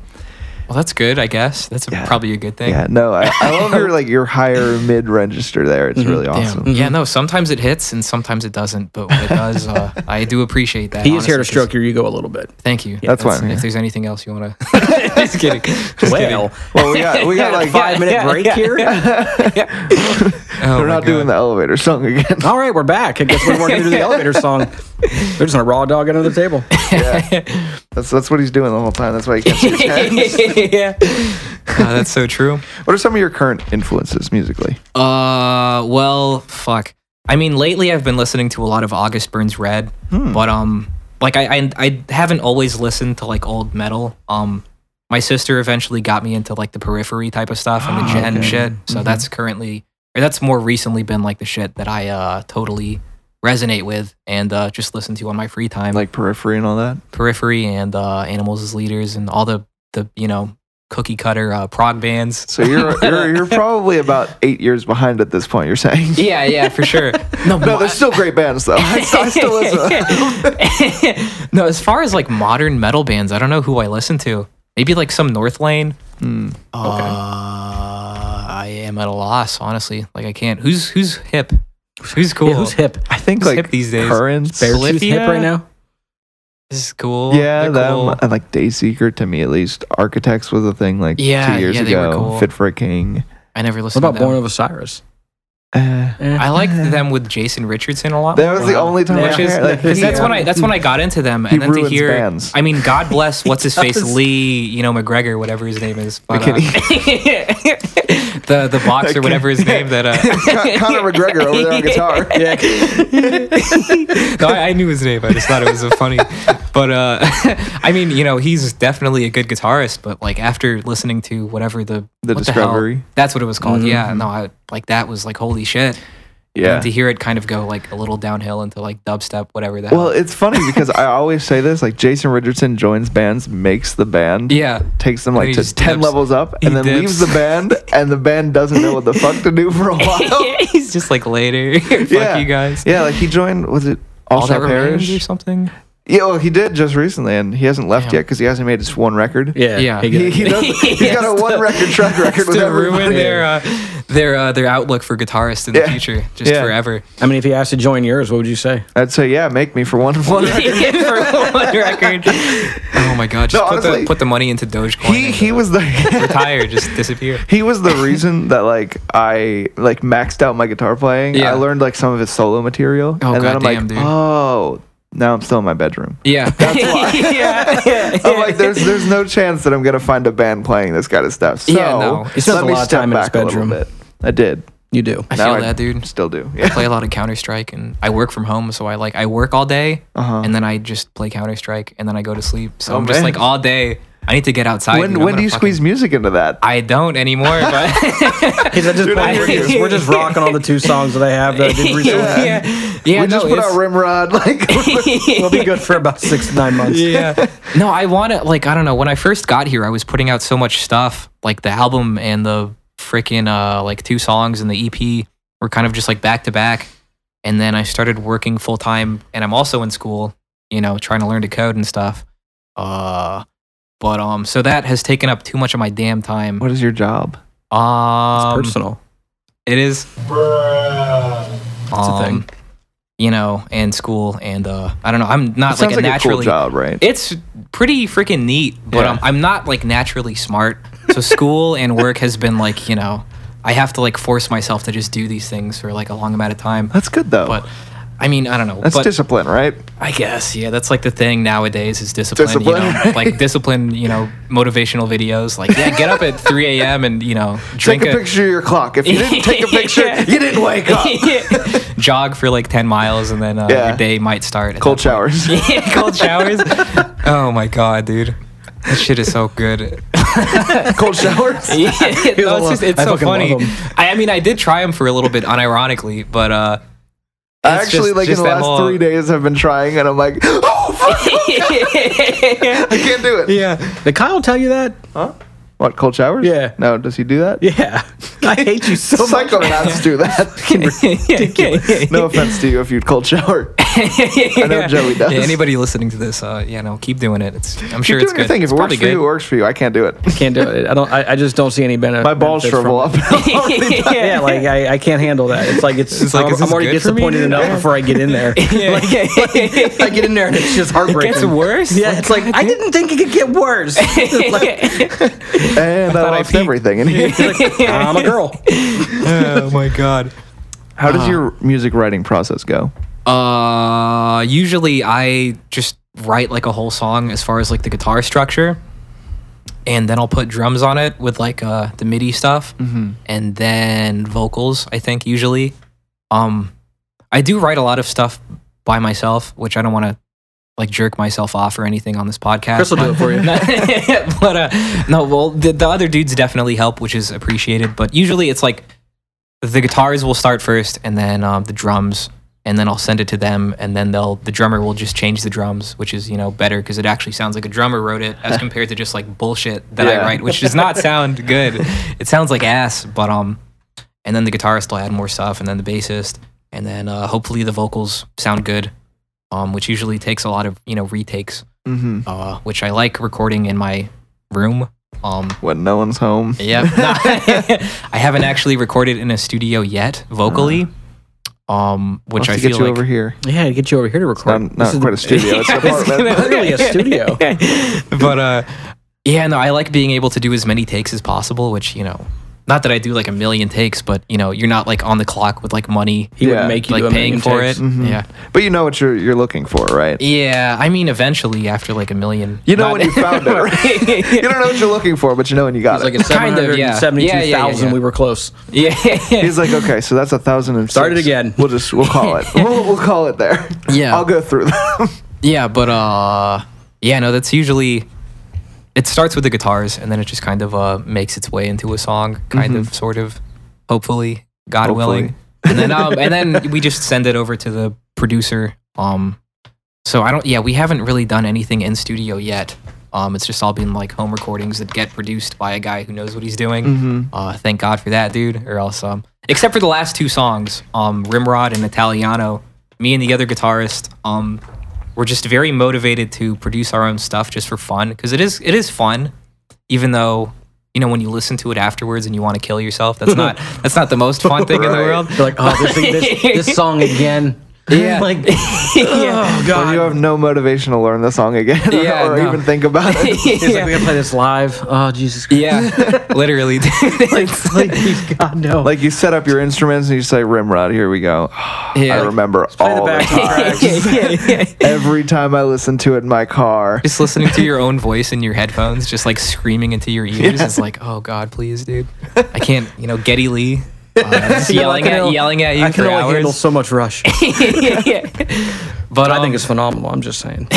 B: Well, that's good. I guess that's a,
D: Yeah.
B: probably a good thing.
D: Yeah. No, I, I love your like your higher mid register there. It's really
B: Mm-hmm. Damn.
D: awesome.
B: Yeah, no, sometimes it hits and sometimes it doesn't, but when it does, uh, I do appreciate that.
C: He is here to
B: honestly, 'cause-
C: stroke your ego a little bit.
B: Thank you.
D: That's why I'm
B: If
D: here.
B: there's anything else you want to. just kidding. Just
C: Well,
D: Well, we got we got like
C: five minute break here.
B: kidding. Oh
D: We're
B: my
D: not doing the
B: God.
D: elevator song again.
C: All right, we're back. I guess we're working through the elevator song. They're just gonna raw dog under the table.
D: That's that's what he's doing the whole time. That's why he can't see his hands.
B: yeah. Uh, that's so true.
D: What are some of your current influences musically?
B: Uh, well, fuck. I mean, lately I've been listening to a lot of August Burns Red, but um, like I, I I haven't always listened to like old metal. Um, my sister eventually got me into like the Periphery type of stuff and the Gen shit. So that's currently or that's more recently been like the shit that I uh totally resonate with and uh just listen to on my free time, like
D: Like Periphery and all that.
B: Periphery and uh Animals as Leaders and all the the you know cookie cutter uh, prog bands.
D: So you're you're, you're probably about eight years behind at this point. You're saying.
B: Yeah, yeah, for sure. No,
D: No, there's still great bands though. I, still- I still listen. to them.
B: no, as far as like modern metal bands, I don't know who I listen to. Maybe like some North Lane.
D: Hmm.
B: Uh, I am at a loss, honestly. Like I can't. Who's who's hip? Who's cool?
C: Yeah, who's hip?
D: I think
B: Who's
D: like
B: hip these days?
D: currents.
B: Barely.
C: Who's hip
B: Bolivia?
C: right now?
B: This is cool.
D: Yeah,
B: They're
D: them
B: cool.
D: and like Dayseeker to me at least. Architects was a thing like
B: Yeah,
D: two years
B: yeah, they were
D: ago.
B: cool.
D: Fit for a King.
B: I never
C: What
B: listened.
C: about
B: to them.
C: Born of Osiris?
D: Uh,
B: I liked them with Jason Richardson a lot.
D: that was the only time
B: Which
D: I
B: is
D: heard. Like,
B: because
D: he-
B: that's when I that's when I got into them, and
D: He
B: then to
D: ruins
B: hear,
D: bands.
B: I mean, God bless what's his face
D: does.
B: Lee, you know McGregor, whatever his name is, but, uh, the the
D: Okay.
B: boxer, whatever his name that uh,
D: Con- Conor McGregor over there on guitar.
B: no, I, I knew his name, I just thought it was a funny, but uh, I mean, you know, he's definitely a good guitarist, but like after listening to whatever the
D: The
B: what hell-
D: Discovery. Mm-hmm.
B: that's what it was called, yeah, no, I like that was like holy shit,
D: Yeah.
B: and to hear it kind of go like a little downhill into like dubstep, whatever that.
D: Well, it's funny because I always say this: like Jason Richardson joins bands, makes the band,
B: Yeah.
D: takes them
B: And he
D: like to
B: just
D: ten
B: dips.
D: levels up,
B: He
D: and then
B: dips.
D: leaves the band, and the band doesn't know what the fuck to do for a while.
B: he's just like later, fuck you guys.
D: Oh. Yeah, like he joined. Was it All,
B: all that
D: Star
B: remains or
D: Parish?
B: something.
D: Yeah, well, he did just recently, and he hasn't left yet because he hasn't made his one record.
C: Yeah.
B: Yeah.
C: He,
D: he, he does, he's
B: Yeah,
D: got a
B: still-
D: one record track record with
B: to ruin
D: everybody.
B: their uh, their uh, their outlook for guitarists in the
D: Yeah.
B: future, just
D: Yeah.
B: forever.
C: I mean, if he asked to join yours, what would you say?
D: I'd say, yeah, make me for one one. record.
B: for one record. Oh my god! Just
D: No,
B: put,
D: honestly,
B: the, put the money into Dogecoin.
D: he
B: and
D: he was the
B: retire, just disappear.
D: he was the reason that like I like maxed out my guitar playing.
B: Yeah.
D: I learned like some of his solo material,
B: Oh,
D: and then I'm
B: goddamn,
D: like,
B: dude.
D: oh, now I'm still in my bedroom.
B: Yeah, that's why. yeah, yeah,
D: I'm like, there's there's no chance that I'm gonna find a band playing this kind of stuff. So
B: Yeah, no. He
C: spends
D: let
C: a
D: me
C: lot of
D: step
C: time in his
D: back a little
C: bedroom.
D: bit. I did.
C: You do.
B: I
D: Now
B: feel that, dude.
D: Still do. Yeah.
B: play a lot of Counter Strike, and I work from home, so I like I work all day, and then I just play Counter Strike, and then I go to sleep. So
D: Uh-huh. Oh,
B: I'm just
D: man.
B: like all day. I need to get outside.
D: When
B: dude. I'm
D: when do
B: gonna
D: you
B: fucking-
D: squeeze music into that?
B: I don't anymore, but
C: He's like, just
D: Dude, I
C: we're,
D: hear
C: just,
B: you.
C: we're just rocking all the two songs that I have that I did recently.
B: yeah, yeah.
D: we
B: no,
D: just put
B: it's-
D: out Rimrod. Like
C: We'll be good for about six to nine months.
B: yeah. No, I want to like I don't know. When I first got here, I was putting out so much stuff, like the album and the freaking uh like two songs and the EP were kind of just like back to back. And then I started working full time, and I'm also in school, you know, trying to learn to code and stuff. Uh, but um, so that has taken up too much of my damn time.
D: what is your job?
B: Um,
C: Personal.
B: it is.
C: a thing.
B: Um, You know, and school, and uh, I don't know. I'm not like a
D: Sounds like a cool
B: naturally
D: job, right?
B: it's pretty freaking neat, but
D: Yeah.
B: um, I'm not like naturally smart. So school and work has been like, you know, I have to like force myself to just do these things for like a long amount of time.
D: That's good though.
B: But I mean, I don't know.
D: That's
B: but
D: discipline, right?
B: I guess, yeah, that's like the thing nowadays is discipline.
D: Discipline,
B: you know,
D: right?
B: like discipline, you know, motivational videos. Like, yeah, get up at 3 a.m. and, you know, drink
D: Take a picture of your clock. If you didn't take a picture,
B: Yeah.
D: you didn't wake up.
B: jog for like 10 miles and then uh,
D: Yeah.
B: your day might start. at
D: Cold
B: that point.
D: showers.
B: Yeah, cold showers. oh my god, dude. That shit is so good.
D: Cold showers.
B: Yeah, no, it's just, it's
C: I
B: so
C: fucking love
B: funny.
C: 'em.
B: I, I mean, I did try them for a little bit, unironically, but uh,
D: I
B: it's
D: actually
B: just-
D: like
B: just
D: in the
B: that
D: last
B: whole-
D: three days I've been trying and I'm like, oh fuck, I can't do it.
B: yeah,
C: Did Kyle tell you that?
D: What cold showers?
C: Yeah.
D: No, does he do that?
C: Yeah. I hate you so much.
D: Psychonauts do that. no offense to you if you'd cold shower. I know Joey does.
B: Yeah, anybody listening to this, uh, yeah, no, keep doing it. It's, I'm sure
D: You're
B: it's
D: doing
B: good.
D: your thing. If
B: it's
D: it works
B: probably
D: for you, it
B: good.
D: works for you. I can't do it.
C: Can't do it. I don't. I, I just don't see any benefit.
D: My balls
C: benefits from
D: shrivel
C: it.
D: up.
C: yeah, like I, I can't handle that. It's like it's,
B: It's like,
C: like I'm,
B: is this
C: I'm already
B: good for me,
C: disappointed
B: dude?
C: enough before I get in there. I get in there and it's just heartbreaking.
B: It's worse.
C: Yeah, it's like I didn't think it could get worse. It's like,
D: and I,
B: thought I
D: lost
B: peaked.
D: everything. And
C: I'm a girl.
B: oh my god.
D: how
B: Ah.
D: does your music writing process go?
B: Uh, usually I just write like a whole song as far as like the guitar structure, and then I'll put drums on it with like uh the MIDI stuff, and then vocals. I think usually, um, I do write a lot of stuff by myself, which I don't want to like jerk myself off or anything on this podcast.
C: Chris will do it for you.
B: but uh, no, well, the, the other dudes definitely help, which is appreciated. But usually it's like the guitars will start first, and then um, the drums, and then I'll send it to them, and then they'll the drummer will just change the drums, which is you know better because it actually sounds like a drummer wrote it as compared to just like bullshit that I
D: Yeah.
B: write, which does not sound good. It sounds like ass, but um, and then the guitarist will add more stuff, and then the bassist, and then uh, hopefully the vocals sound good, um, which usually takes a lot of you know retakes
D: Mm-hmm.
B: uh, which I like recording in my room. Um,
D: When no one's home.
B: yeah, I haven't actually recorded in a studio yet vocally, um, which
D: Ah.
B: I
D: I'll have to get
B: feel
D: you
B: like
D: over here.
C: Yeah, get you over here to record.
D: Not, not quite a studio. It's an
B: It's
D: apartment.
B: gonna-
C: Literally a studio.
B: but uh, yeah, no, I like being able to do as many takes as possible, which you know. Not that I do like a million takes, but you know, you're not like on the clock with like money,
C: He
D: Yeah.
C: would make you do
B: like
C: a
B: paying
C: million
B: for
C: takes.
B: it.
D: Mm-hmm.
B: Yeah,
D: But you know what you're you're looking for, right?
B: yeah. I mean, eventually, after like a million,
D: You know
B: not-
D: when you found it. Right? you don't know what you're looking for, but you know when you got it.
C: Like at
B: Kind of, yeah.
C: 772,000,
B: Yeah, yeah, yeah, yeah.
C: we were close.
B: yeah,
D: He's like, okay, so that's a thousand and
C: Start it again.
D: We'll just we'll call it. We'll, we'll call it there.
B: Yeah.
D: I'll go through them.
B: Yeah, but uh yeah, no, that's usually it starts with the guitars and then it just kind of uh makes its way into a song, kind of sort of hopefully, God
D: Hopefully.
B: willing. And then um and then we just send it over to the producer. Um so I don't yeah, we haven't really done anything in studio yet. Um it's just all been like home recordings that get produced by a guy who knows what he's doing.
C: Mm-hmm.
B: Uh thank God for that, dude, or else um except for the last two songs, um Rimrod and Italiano, me and the other guitarist, um we're just very motivated to produce our own stuff just for fun because it is it is fun, even though you know when you listen to it afterwards and you want to kill yourself. That's not that's not the most fun thing in the
D: Right.
B: world.
C: You're like, oh, this, thing, this, this song again.
B: Yeah.
C: like, oh
D: Well,
C: god.
D: you have no motivation to learn the song again
B: Yeah,
D: or
B: no.
D: even think about it.
C: He's like, we gotta play this live. Oh Jesus. Christ.
B: yeah, literally. It's-
C: God no.
D: like you set up your instruments and you say rim rod, here we go. I remember
C: play the
D: all the
C: back
D: time. Every time I listen to it in my car.
B: just listening to your own voice in your headphones, just like screaming into your ears. It's like, oh God, please, dude. I can't, you know, Getty Lee uh, just
C: Yeah, I
B: yelling
C: can
B: at
C: only-
B: yelling at you
C: I can
B: for
C: only handle
B: hours.
C: so much rush.
B: But
C: I
B: um,
C: think it's phenomenal. I'm just saying.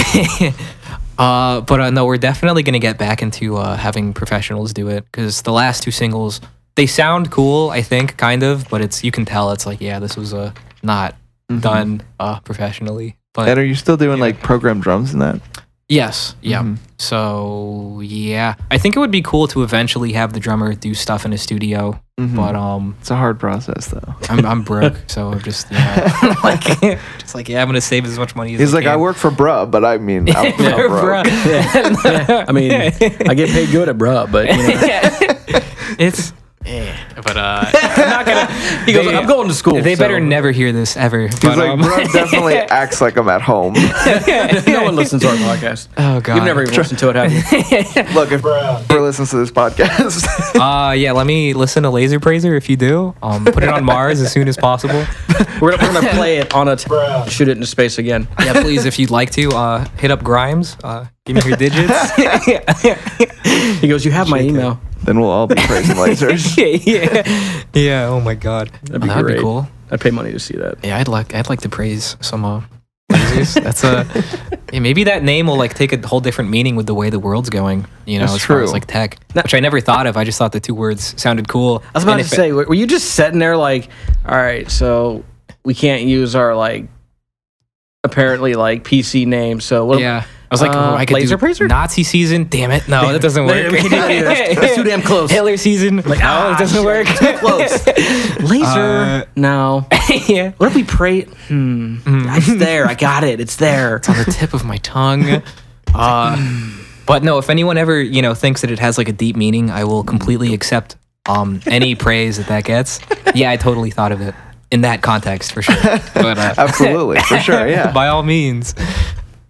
B: Uh, but uh, no, we're definitely gonna get back into uh, having professionals do it because the last two singles they sound cool, I think, kind of, but it's you can tell it's like, yeah, this was uh, not
C: Mm-hmm.
B: done uh, professionally. But
D: And are you still doing like programmed drums in that?
B: Yes. Yeah. So yeah, I think it would be cool to eventually have the drummer do stuff in a studio, but um,
D: It's a hard process though.
B: I'm, I'm broke, so I'm just yeah, like just like yeah, I'm gonna save as much money as
D: He's
B: I
D: like,
B: can.
D: I work for bruh, but I mean, I'm, I'm broke.
B: Bruh.
C: I mean, I get paid good at bruh, but you know,
B: It's but uh,
C: he goes, I'm going to school.
B: they
C: so
B: better never hear this ever.
D: He's
B: but,
D: like,
B: um,
D: bruh definitely acts like I'm at home.
C: no one listens to our podcast.
B: oh god,
C: You've never even listened to it, have you?
D: Look, if bruh ever listens to this podcast,
B: Uh, yeah, let me listen to Laser Praiser if you do. Um, put it on Mars as soon as possible.
C: We're gonna, we're gonna play it on a t- shoot it into space again.
B: Yeah, please, if you'd like to, uh, hit up Grimes. Uh, give me your digits.
C: He goes, you have my email.
D: then we'll all be praising lasers.
B: yeah, yeah, yeah. Oh my god, that'd be,
C: be
B: that'd be
C: great.
B: cool.
C: I'd pay money to see that.
B: Yeah, I'd like I'd like to praise some uh, lasers. That's a yeah, maybe that name will like take a whole different meaning with the way the world's going. You know,
D: That's
B: as far as
D: true.
B: like tech, which I never thought of. I just thought the two words sounded cool.
C: I was about to say, were were you just sitting there like, all right, so we can't use our like apparently like PC name, so what?
B: yeah. I was like,
C: Uh,
B: oh, I could
C: laser
B: do
C: praiser?
B: Nazi season. Damn it! No, that doesn't work.
C: we can't do it. That's too damn close.
B: Hitler season. Like, no,
C: ah,
B: it doesn't
C: shit,
B: work.
C: Too close. Laser.
B: Uh,
C: no.
B: yeah.
C: What if we pray? Hmm.
B: Mm.
C: It's there. I got it. It's there.
B: the tip of my tongue. Uh, but no, if anyone ever you know thinks that it has like a deep meaning, I will completely accept um, any praise that that gets. Yeah, I totally thought of it in that context for sure. But uh,
D: Absolutely, for sure. Yeah.
B: by all means,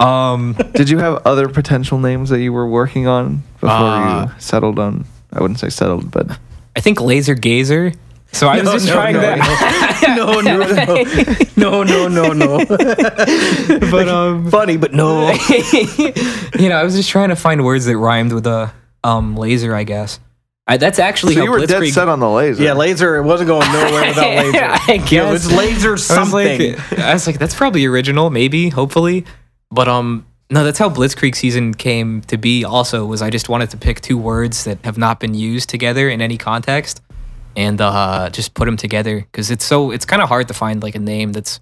B: um,
D: Did you have other potential names that you were working on before
B: Uh,
D: you settled on? I wouldn't say settled, but
B: I think laser gazer. So I was just
C: no,
B: trying
C: no,
B: that.
C: no, no, no, no, no, no, no.
B: But um,
C: Funny, but no.
B: you know, I was just trying to find words that rhymed with uh, um, laser. I guess I, that's actually
D: so
B: how
D: you were dead
B: Blitzkrieg-
D: set on the laser.
C: Yeah, laser. It wasn't going nowhere without laser.
B: I guess.
C: It was laser
B: I was
C: something.
B: Like, I was like, that's probably original, maybe, hopefully. But um, no, that's how Blitzkrieg season came to be. Also, was I just wanted to pick two words that have not been used together in any context, and uh, just put them together because it's so it's kind of hard to find like a name that's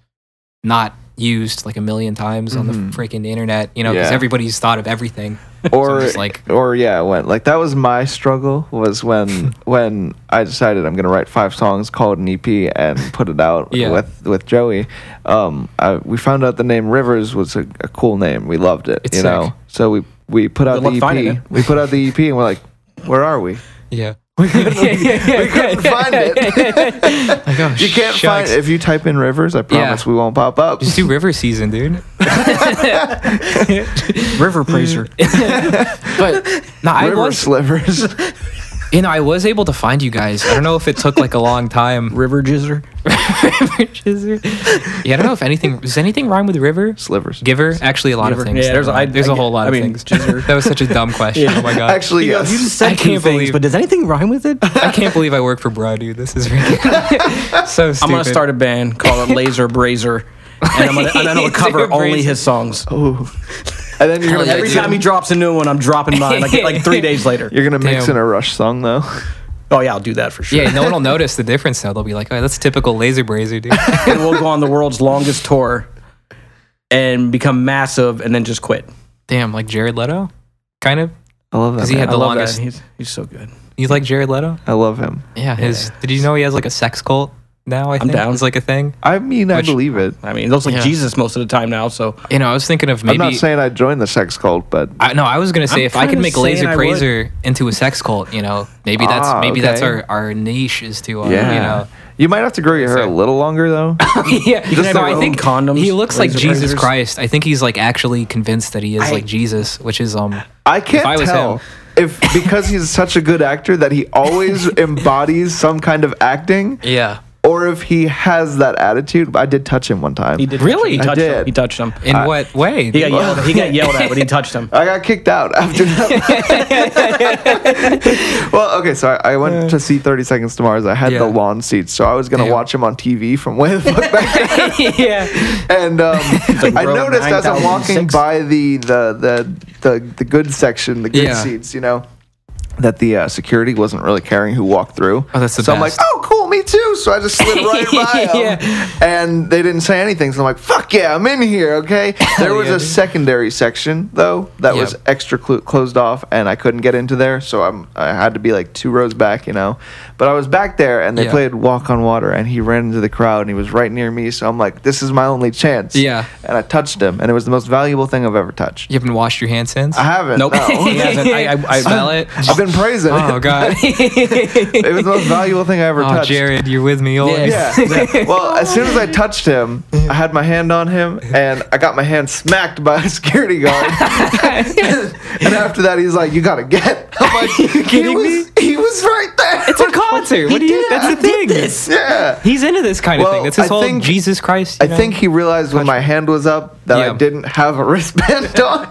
B: not used like a million times on the freaking internet. You know, because
D: Mm-hmm. Yeah.
B: everybody's thought of everything.
D: or
B: just like-
D: or yeah, when like that was my struggle was when when I decided I'm gonna write five songs, call it an EP, and put it out
B: Yeah.
D: with with Joey. Um, I, we found out the name Rivers was a, a cool name. We loved it.
B: It's
D: you know,
B: sick.
D: so we we put out
C: Good luck
D: the
C: finding
D: EP.
C: it.
D: We put out the EP, and we're like, where are we?
B: Yeah. we couldn't
D: find it. You can't find if you type in Rivers. I promise we won't pop up.
B: Just do river season, dude.
C: River praiser.
B: But no, I
D: River
B: was
D: slivers.
B: You know, I was able to find you guys. I don't know if it took like a long time.
C: River jizzer.
B: yeah, I don't know if anything does anything rhyme with river?
D: slivers.
B: Giver? Actually, a lot
C: Giver.
B: of things.
C: Yeah, there's-
B: that rhyme.
C: I-
B: there's a
C: I-
B: whole lot
C: I
B: of
C: mean,
B: things.
C: jizzer.
B: That was such a dumb question. Oh my god.
D: Actually, yes.
C: You just said
B: I
C: two
B: can't
C: things,
B: believe-
C: but does anything rhyme with it?
B: I can't believe I work for Bra, dude. This is ridiculous. so stupid.
C: I'm gonna start a band, call it Laser Brazer, and I'm gonna, and I'm gonna cover
B: Laser
C: only
B: Brazer.
C: his songs.
D: and then you're gonna
C: Every
D: mix in-
C: time he drops a new one, I'm dropping mine. Like like three days later.
D: You're gonna mix
B: Damn.
D: in a Rush song though.
C: Oh yeah, I'll do that for sure.
B: Yeah, no one will notice the difference though. They'll be like, "Oh, that's typical laser brazier, dude."
C: and we'll go on the world's longest tour and become massive, and then just quit.
B: Damn, like Jared Leto, kind of.
D: I love that.
B: Because he had
D: man.
B: the
C: I love
B: longest.
C: that. He's, he's so good.
B: You like Jared Leto?
D: I love him.
B: Yeah. His. Did you know he has like a sex cult? now. I think
C: down.
B: is like a thing.
D: I mean, I
B: Which-
D: believe it.
C: I mean, it looks like
B: Yeah.
C: Jesus most of the time now. So
B: You know, I was thinking of
D: I'm
B: maybe.
D: not saying I joined the sex cult, but
B: I, no, I was gonna say
C: I'm
B: if I could
C: kinda
B: make
C: saying
B: laser
C: I would.
B: praiser into a sex cult, you know, maybe that's
D: Ah,
B: maybe that's
D: okay.
B: our our niche is to uh,
D: yeah,
B: you know.
D: you might have to grow your hair
B: So-
D: a little longer though.
B: yeah,
D: Just
B: no,
D: the
B: I
D: own
B: think
C: condoms,
B: he looks like
C: laser
B: Jesus
C: pointers.
B: Christ. I think he's like actually convinced that he is like Jesus, which is um.
D: I can't
B: I was
D: tell
B: him.
D: if because he's such a good actor that he always embodies some kind of acting,
B: Yeah.
D: or if he has that attitude. I did touch him one time.
C: he did really he
D: I
C: touched him.
D: did.
C: He touched him.
B: In what way?
C: He got yelled. At, he got yelled at, but he touched him.
D: I got kicked out after that. well, okay, so I, I went to see 30 Seconds to Mars. I had
B: Yeah.
D: the lawn seats, so I was going to
B: Damn.
D: watch him on TV from way the fuck back then.
B: yeah.
D: And um, I
C: row
D: noticed as I'm walking
C: 9006.
D: by the the, the the the good section, the good
B: Yeah.
D: seats, you know, that the uh, security wasn't really caring who walked through.
B: Oh, that's the
D: so I'm like,
B: best.
D: oh, cool, me too. So I just slid right by
B: Yeah.
D: them, and they didn't say anything. So I'm like, fuck yeah, I'm in here. Okay. There was
B: yeah,
D: a
B: dude.
D: secondary section though that
B: Yeah.
D: was extra clo- closed off, and I couldn't get into there. So I'm I had to be like two rows back, you know. But I was back there, and they
B: Yeah.
D: played Walk on Water, and he ran into the crowd, and he was right near me. So I'm like, this is my only chance.
B: Yeah.
D: And I touched him, and it was the most valuable thing I've ever touched.
B: You haven't washed your hands since.
D: I haven't.
C: Nope.
D: no.
C: He hasn't. I, I, I
B: Smell it.
D: I've been praising.
B: Oh
D: it.
B: God.
D: it was the most valuable thing I ever
B: Oh
D: touched.
B: Jared, you're with me always.
D: Yeah. Well, as soon as I touched him, I had my hand on him, and I got my hand smacked by a security guard. and after that, he's like, "You gotta get." I'm like, "You
B: kidding
D: he was, me?" He was right there.
B: It's a concert. What do you? That's the thing.
D: yeah.
B: He's into this kind of
D: Well,
B: thing. That's his
D: I
B: whole
D: think-
B: Jesus Christ.
D: I
B: you know?
D: think he realized when my hand was up that
B: Yeah.
D: I didn't have a wristband on.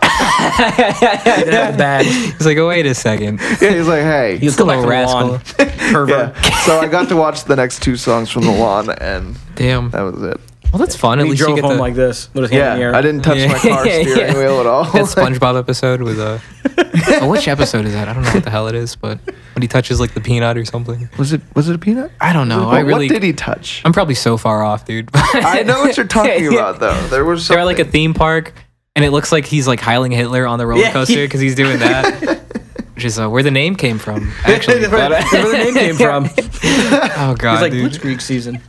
C: the badge.
B: he's like, oh wait a second.
D: yeah, he's like, "Hey."
C: He's still
B: Little
C: back rascal.
B: rascal.
C: Pervert.
D: yeah. so I got to watch the next two songs from the lawn, and
B: Damn.
D: that was it.
B: Well, that's fun. At
C: He
B: least you
C: drove
B: get
C: home
B: the
C: like this with his hand in the air.
D: Yeah, I didn't touch my car
B: Yeah,
D: steering
B: yeah.
D: wheel at all.
B: that SpongeBob episode with uh, oh, which episode is that? I don't know what the hell it is, but when he touches like the peanut or something.
D: was it was it a peanut?
B: I don't know.
D: What-
B: Oh, I really.
D: what did he touch?
B: I'm probably so far off, dude.
D: I know what you're talking
B: Yeah.
D: about though. There was
B: They're at like a
D: something.
B: theme park, and it looks like he's like Heiling Hitler on the roller
C: Yeah.
B: coaster because he's doing that. Which is uh, where the name came from, actually.
C: That's where the name came from. It's
B: Oh god,
C: like
B: dude!
C: Blitzkrieg season.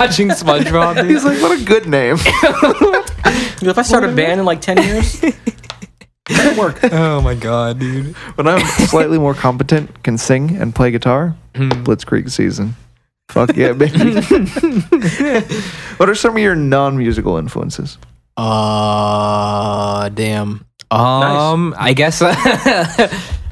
B: Watching SpongeBob, dude.
D: He's like, what a good name.
C: If I start a band in like ten years, that'll work.
B: oh my god, dude.
D: when I'm slightly more competent, can sing and play guitar.
C: Hmm.
D: Blitzkrieg season. Fuck yeah, baby. what are some of your non-musical influences?
B: Uh, damn. Um, I guess I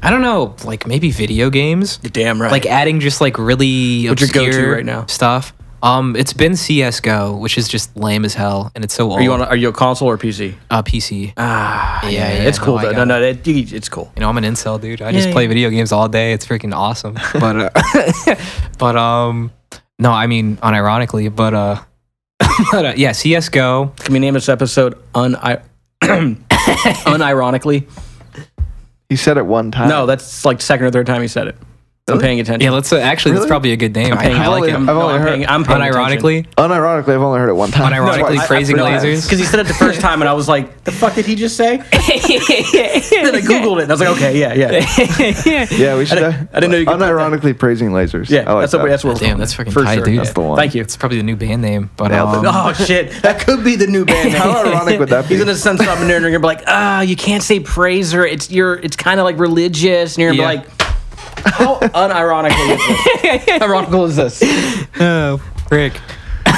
B: don't know. Like maybe video games.
C: You're damn right.
B: Like adding just like really
C: What's your
B: obscure
C: go-to right now?
B: stuff. Um, it's been CS:GO, which is just lame as hell, and it's so old.
C: are you on? A, are you a console or PC?
B: uh, PC?
C: Ah,
B: yeah, yeah,
C: it's cool
B: no, I
C: though.
B: got
C: No,
B: it.
C: no, that, you- it's cool.
B: You know, I'm an incel dude. I just
C: yeah.
B: play video games all day. It's freaking awesome. But uh, but um, no, I mean, unironically, but uh, but uh, yeah, CS:GO.
C: Can we name this episode un- unironically?
D: He said it one time.
C: No, that's like second or third time he said it. I'm paying attention.
B: Yeah, let's uh, actually. That's
D: Really?
B: probably a good name. I,
C: paying-
B: I like it.
D: I've
C: no,
D: only
C: I'm
D: heard-
C: paying, I'm paying
B: Unironically.
D: Unironically, I've only heard it one time.
B: Unironically
D: Twice.
B: praising lasers.
C: because he said it the first time and I was like, "The fuck did he just say?" then I googled it and I was like, "Okay, yeah, yeah."
D: Yeah, we should.
C: didn't-
D: uh,
C: I didn't know you could put
D: Unironically praising lasers.
C: Yeah,
D: I like
C: that's what
D: that.
C: that's what we're
B: Damn,
C: going
B: that's
C: with,
B: freaking tight, dude. That's
D: the one.
C: Thank you.
B: It's probably the new band name, but
D: Nailed
B: um,
D: it.
C: Oh shit, that could be the new band. name.
D: How ironic would that be?
C: He's gonna send something there and you're gonna be like, ah, you can't say praiser. It's you're it's kind of like religious, and you're gonna
B: Yeah.
C: be like, how unironically is this? ironical is this? He
B: oh, frick.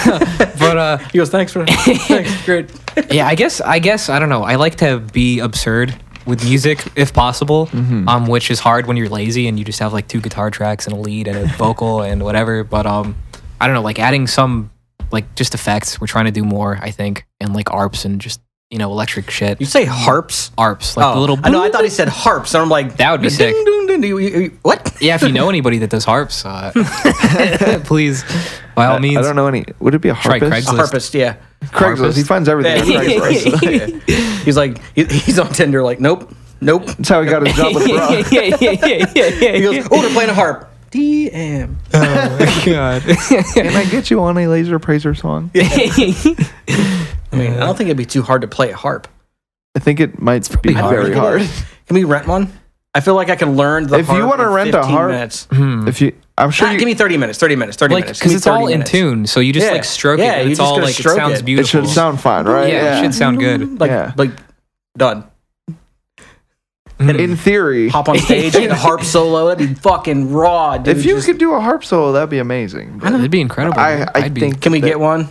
B: but uh,
C: goes, thanks for thanks, great.
B: yeah, I guess I guess I don't know. I like to be absurd with music if possible, um, which is hard when you're lazy and you just have like two guitar tracks and a lead and a vocal and whatever. But um, I don't know, like adding some like just effects. We're trying to do more, I think, and like arps and just you know electric shit.
C: You say harps?
B: arps, like the little.
C: Oh. I know. I thought he said harps, and I'm like,
B: That would be
C: ding,
B: sick.
C: ding, ding, ding, ding, ding. What?
B: yeah, if you know anybody that does harps, uh, please, by all
D: I,
B: means.
D: I don't know any. Would it be a
B: Try
D: harpist?
C: A
B: Craigslist.
C: harpist, yeah.
D: Craigslist. He finds everything. on Craigslist.
C: Yeah. He's like, he- he's on Tinder, like, nope, nope.
D: That's how he got his job with Brock.
B: yeah, yeah, yeah, yeah, yeah.
C: He goes, oh, they're playing a harp. DM.
B: God.
D: Can I get you on a Laser Praiser song?
C: I mean, I don't think it'd be too hard to play a harp.
D: I think it might be
B: hard.
D: very hard.
C: Can we rent one? I feel like I can learn the
D: If you
C: harp
D: wanna
C: in
D: rent a
C: 15
D: harp-
C: minutes.
D: If you, I'm sure
C: Ah,
D: you,
C: give me 30 minutes, 30 minutes, 30
B: Like,
C: minutes.
B: because
C: Give me
B: it's all
C: 30
B: in
C: minutes.
B: tune, so you just
C: Yeah.
B: like stroke
C: Yeah,
B: it.
C: you're
B: and It's
C: just
B: all
C: gonna
B: like it
C: stroke
B: sounds
C: it. It
D: it
B: beautiful.
D: should sound fine, right?
B: yeah, it should sound good.
C: Like,
D: Yeah.
C: like done.
D: In theory,
C: Hop on stage, hit a harp solo. That'd be fucking raw, dude.
D: if you
C: Just-
D: could do a harp solo, that'd be amazing. but
B: It'd be incredible.
D: I- I
B: I'd be-
D: think-
C: can we get one?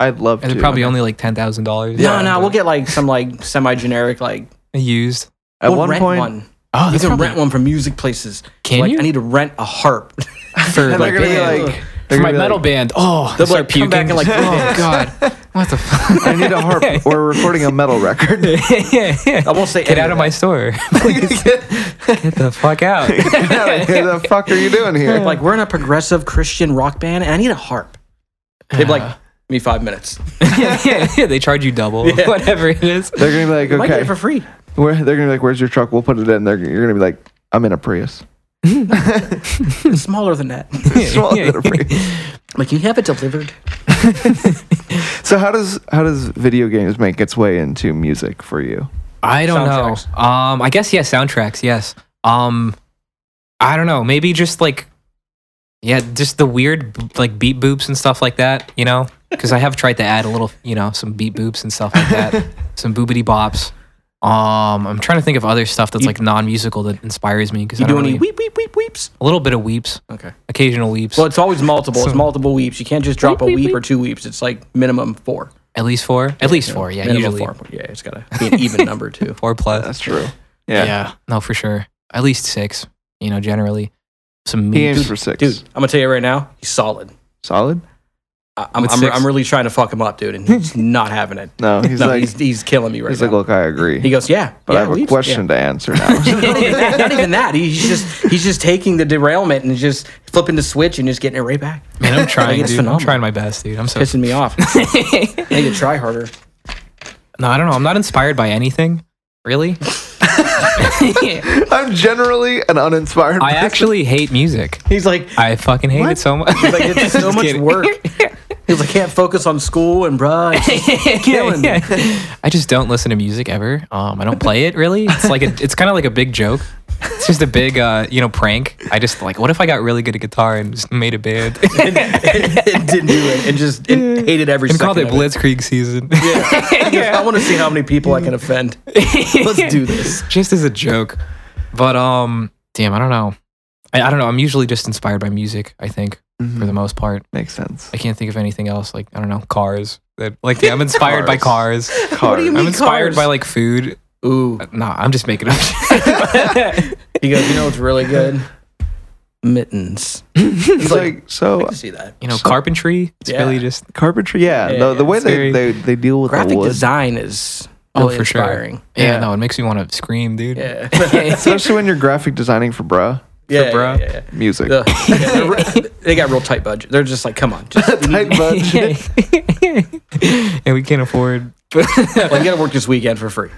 D: I'd love
B: and
D: to.
B: they're probably only like ten thousand dollars.
C: no, no, we'll get like some like semi-generic like.
B: used.
D: At
C: we'll
D: one
C: rent
D: point,
C: one.
B: Oh,
C: you can rent one from music places.
B: Can
C: like,
B: you?
C: I need to rent a harp.
B: for
D: and
B: like,
D: they're gonna be
B: band.
D: like,
B: for
D: they're
B: my
D: gonna be
B: metal
D: like,
B: band. Oh,
C: They'll be
B: start
C: like, come back
B: puking.
C: in, like, three
B: oh
C: days.
B: god, what the fuck?
D: I need a harp. We're recording a metal record.
B: yeah, yeah.
C: I won't say
B: Get
C: any
B: out of
C: of
B: my
C: that.
B: store. Please. Get the fuck out.
D: the fuck are you doing here?
C: Like we're in a progressive Christian rock band, and I need a harp. They'd be like, give me five minutes.
B: yeah, yeah, yeah. They charge you double, whatever it is.
D: They're gonna be
C: Might
D: like,
C: get
D: okay,
C: it for free.
D: where, they're gonna be like, where's your truck? We'll put it in. They're, you're gonna be like, I'm in a Prius.
C: It's smaller than that.
D: Smaller than a Prius.
C: like, can you have it delivered?
D: So how does how does video games make its way into music for you?
B: I don't
C: Soundtracks.
B: know. Um, I guess yeah, soundtracks. Yes. Um, I don't know. Maybe just like, yeah, just the weird b- like beat boops and stuff like that. You know, because I have tried to add a little, you know, some beat boops and stuff like that, some boobity bops. Um, I'm trying to think of other stuff that's like non-musical that inspires me because I
C: You
B: don't
C: do any
B: really-
C: weep weep weep weeps?
B: a little bit of weeps,
C: Okay.
B: occasional weeps,
C: Well, it's always multiple. It's
B: So-
C: multiple weeps. You can't just drop a weep or two weeps. It's like minimum four.
B: at least four, at least four, yeah,
C: minimum
B: usually
C: four. Yeah, it's gotta be an even number too.
B: four plus.
D: That's true.
B: Yeah.
D: Yeah,
B: no, for sure, at least six. You know, generally some
D: he aims
B: memes.
D: for six.
C: Dude, I'm gonna tell you right now, he's solid.
D: Solid?
C: I- I'm,
B: With
C: I'm,
B: six?
C: I'm really trying to fuck him up, dude, and he's not having it.
D: No, he's
C: no,
D: like
C: he's,
D: he's,
C: he's killing me right now.
D: like, look, I agree,
C: he goes, yeah,
D: but
C: yeah,
D: I have a
C: weeps,
D: question to answer now.
C: yeah. not, even that, not even that. He's just he's just taking the derailment and just flipping the switch and just getting it right back,
B: Man, I'm trying,
C: it's
B: dude. I'm
C: phenomenal.
B: trying my best, dude. I'm so
C: pissing me off. I need to try harder.
B: no, I don't know. I'm not inspired by anything, really.
D: I'm generally an uninspired.
B: I
D: person.
B: actually hate music.
C: He's like,
B: I fucking hate it so much.
C: like it's so
B: Just
C: much
B: kidding.
C: work. He's like, can't focus on school and bruh. it's just killing me.
B: I just don't listen to music ever. Um, I don't play it really. It's like a, it's kind of like a big joke. It's just a big, uh, you know, prank. I just like, what if I got really good at guitar and just made a band
C: it didn't do it. It just it hated every
B: and
C: second.
B: called it
C: of
B: Blitzkrieg season,
C: He goes, I want to see how many people I can offend. Let's do this.
B: just as a joke. But um, damn, I don't know. I, I don't know. I'm usually just inspired by music. I think
C: Mm-hmm.
B: for the most part.
D: makes sense.
B: I can't think of anything else. Like I don't know, cars. That like yeah, I'm inspired by cars.
D: What do you
B: I'm inspired
C: cars?
B: by like food.
C: Ooh.
B: Nah, I'm just making up. shit.
C: He goes, you know what's really good? Mittens.
D: It's like so
C: I see that.
B: you know, carpentry. It's
C: Yeah.
B: really just
D: carpentry. Yeah,
C: Yeah,
D: the, the
C: yeah,
D: way
B: it's
D: they,
B: very-
D: they they deal with the
C: Graphic
D: wood,
C: design is
B: oh
C: really
B: for
C: inspiring.
B: sure. Yeah,
D: Yeah.
B: no, it makes me want to scream, dude.
C: Yeah.
D: especially when you're graphic designing for bruh
C: yeah,
B: bra.
C: yeah, yeah,
D: music.
C: yeah. Ugh. Yeah, they're re- they got real tight budget. They're just like, come on, just like,
D: Tight budget.
B: and we can't afford.
C: you gotta work this weekend for free.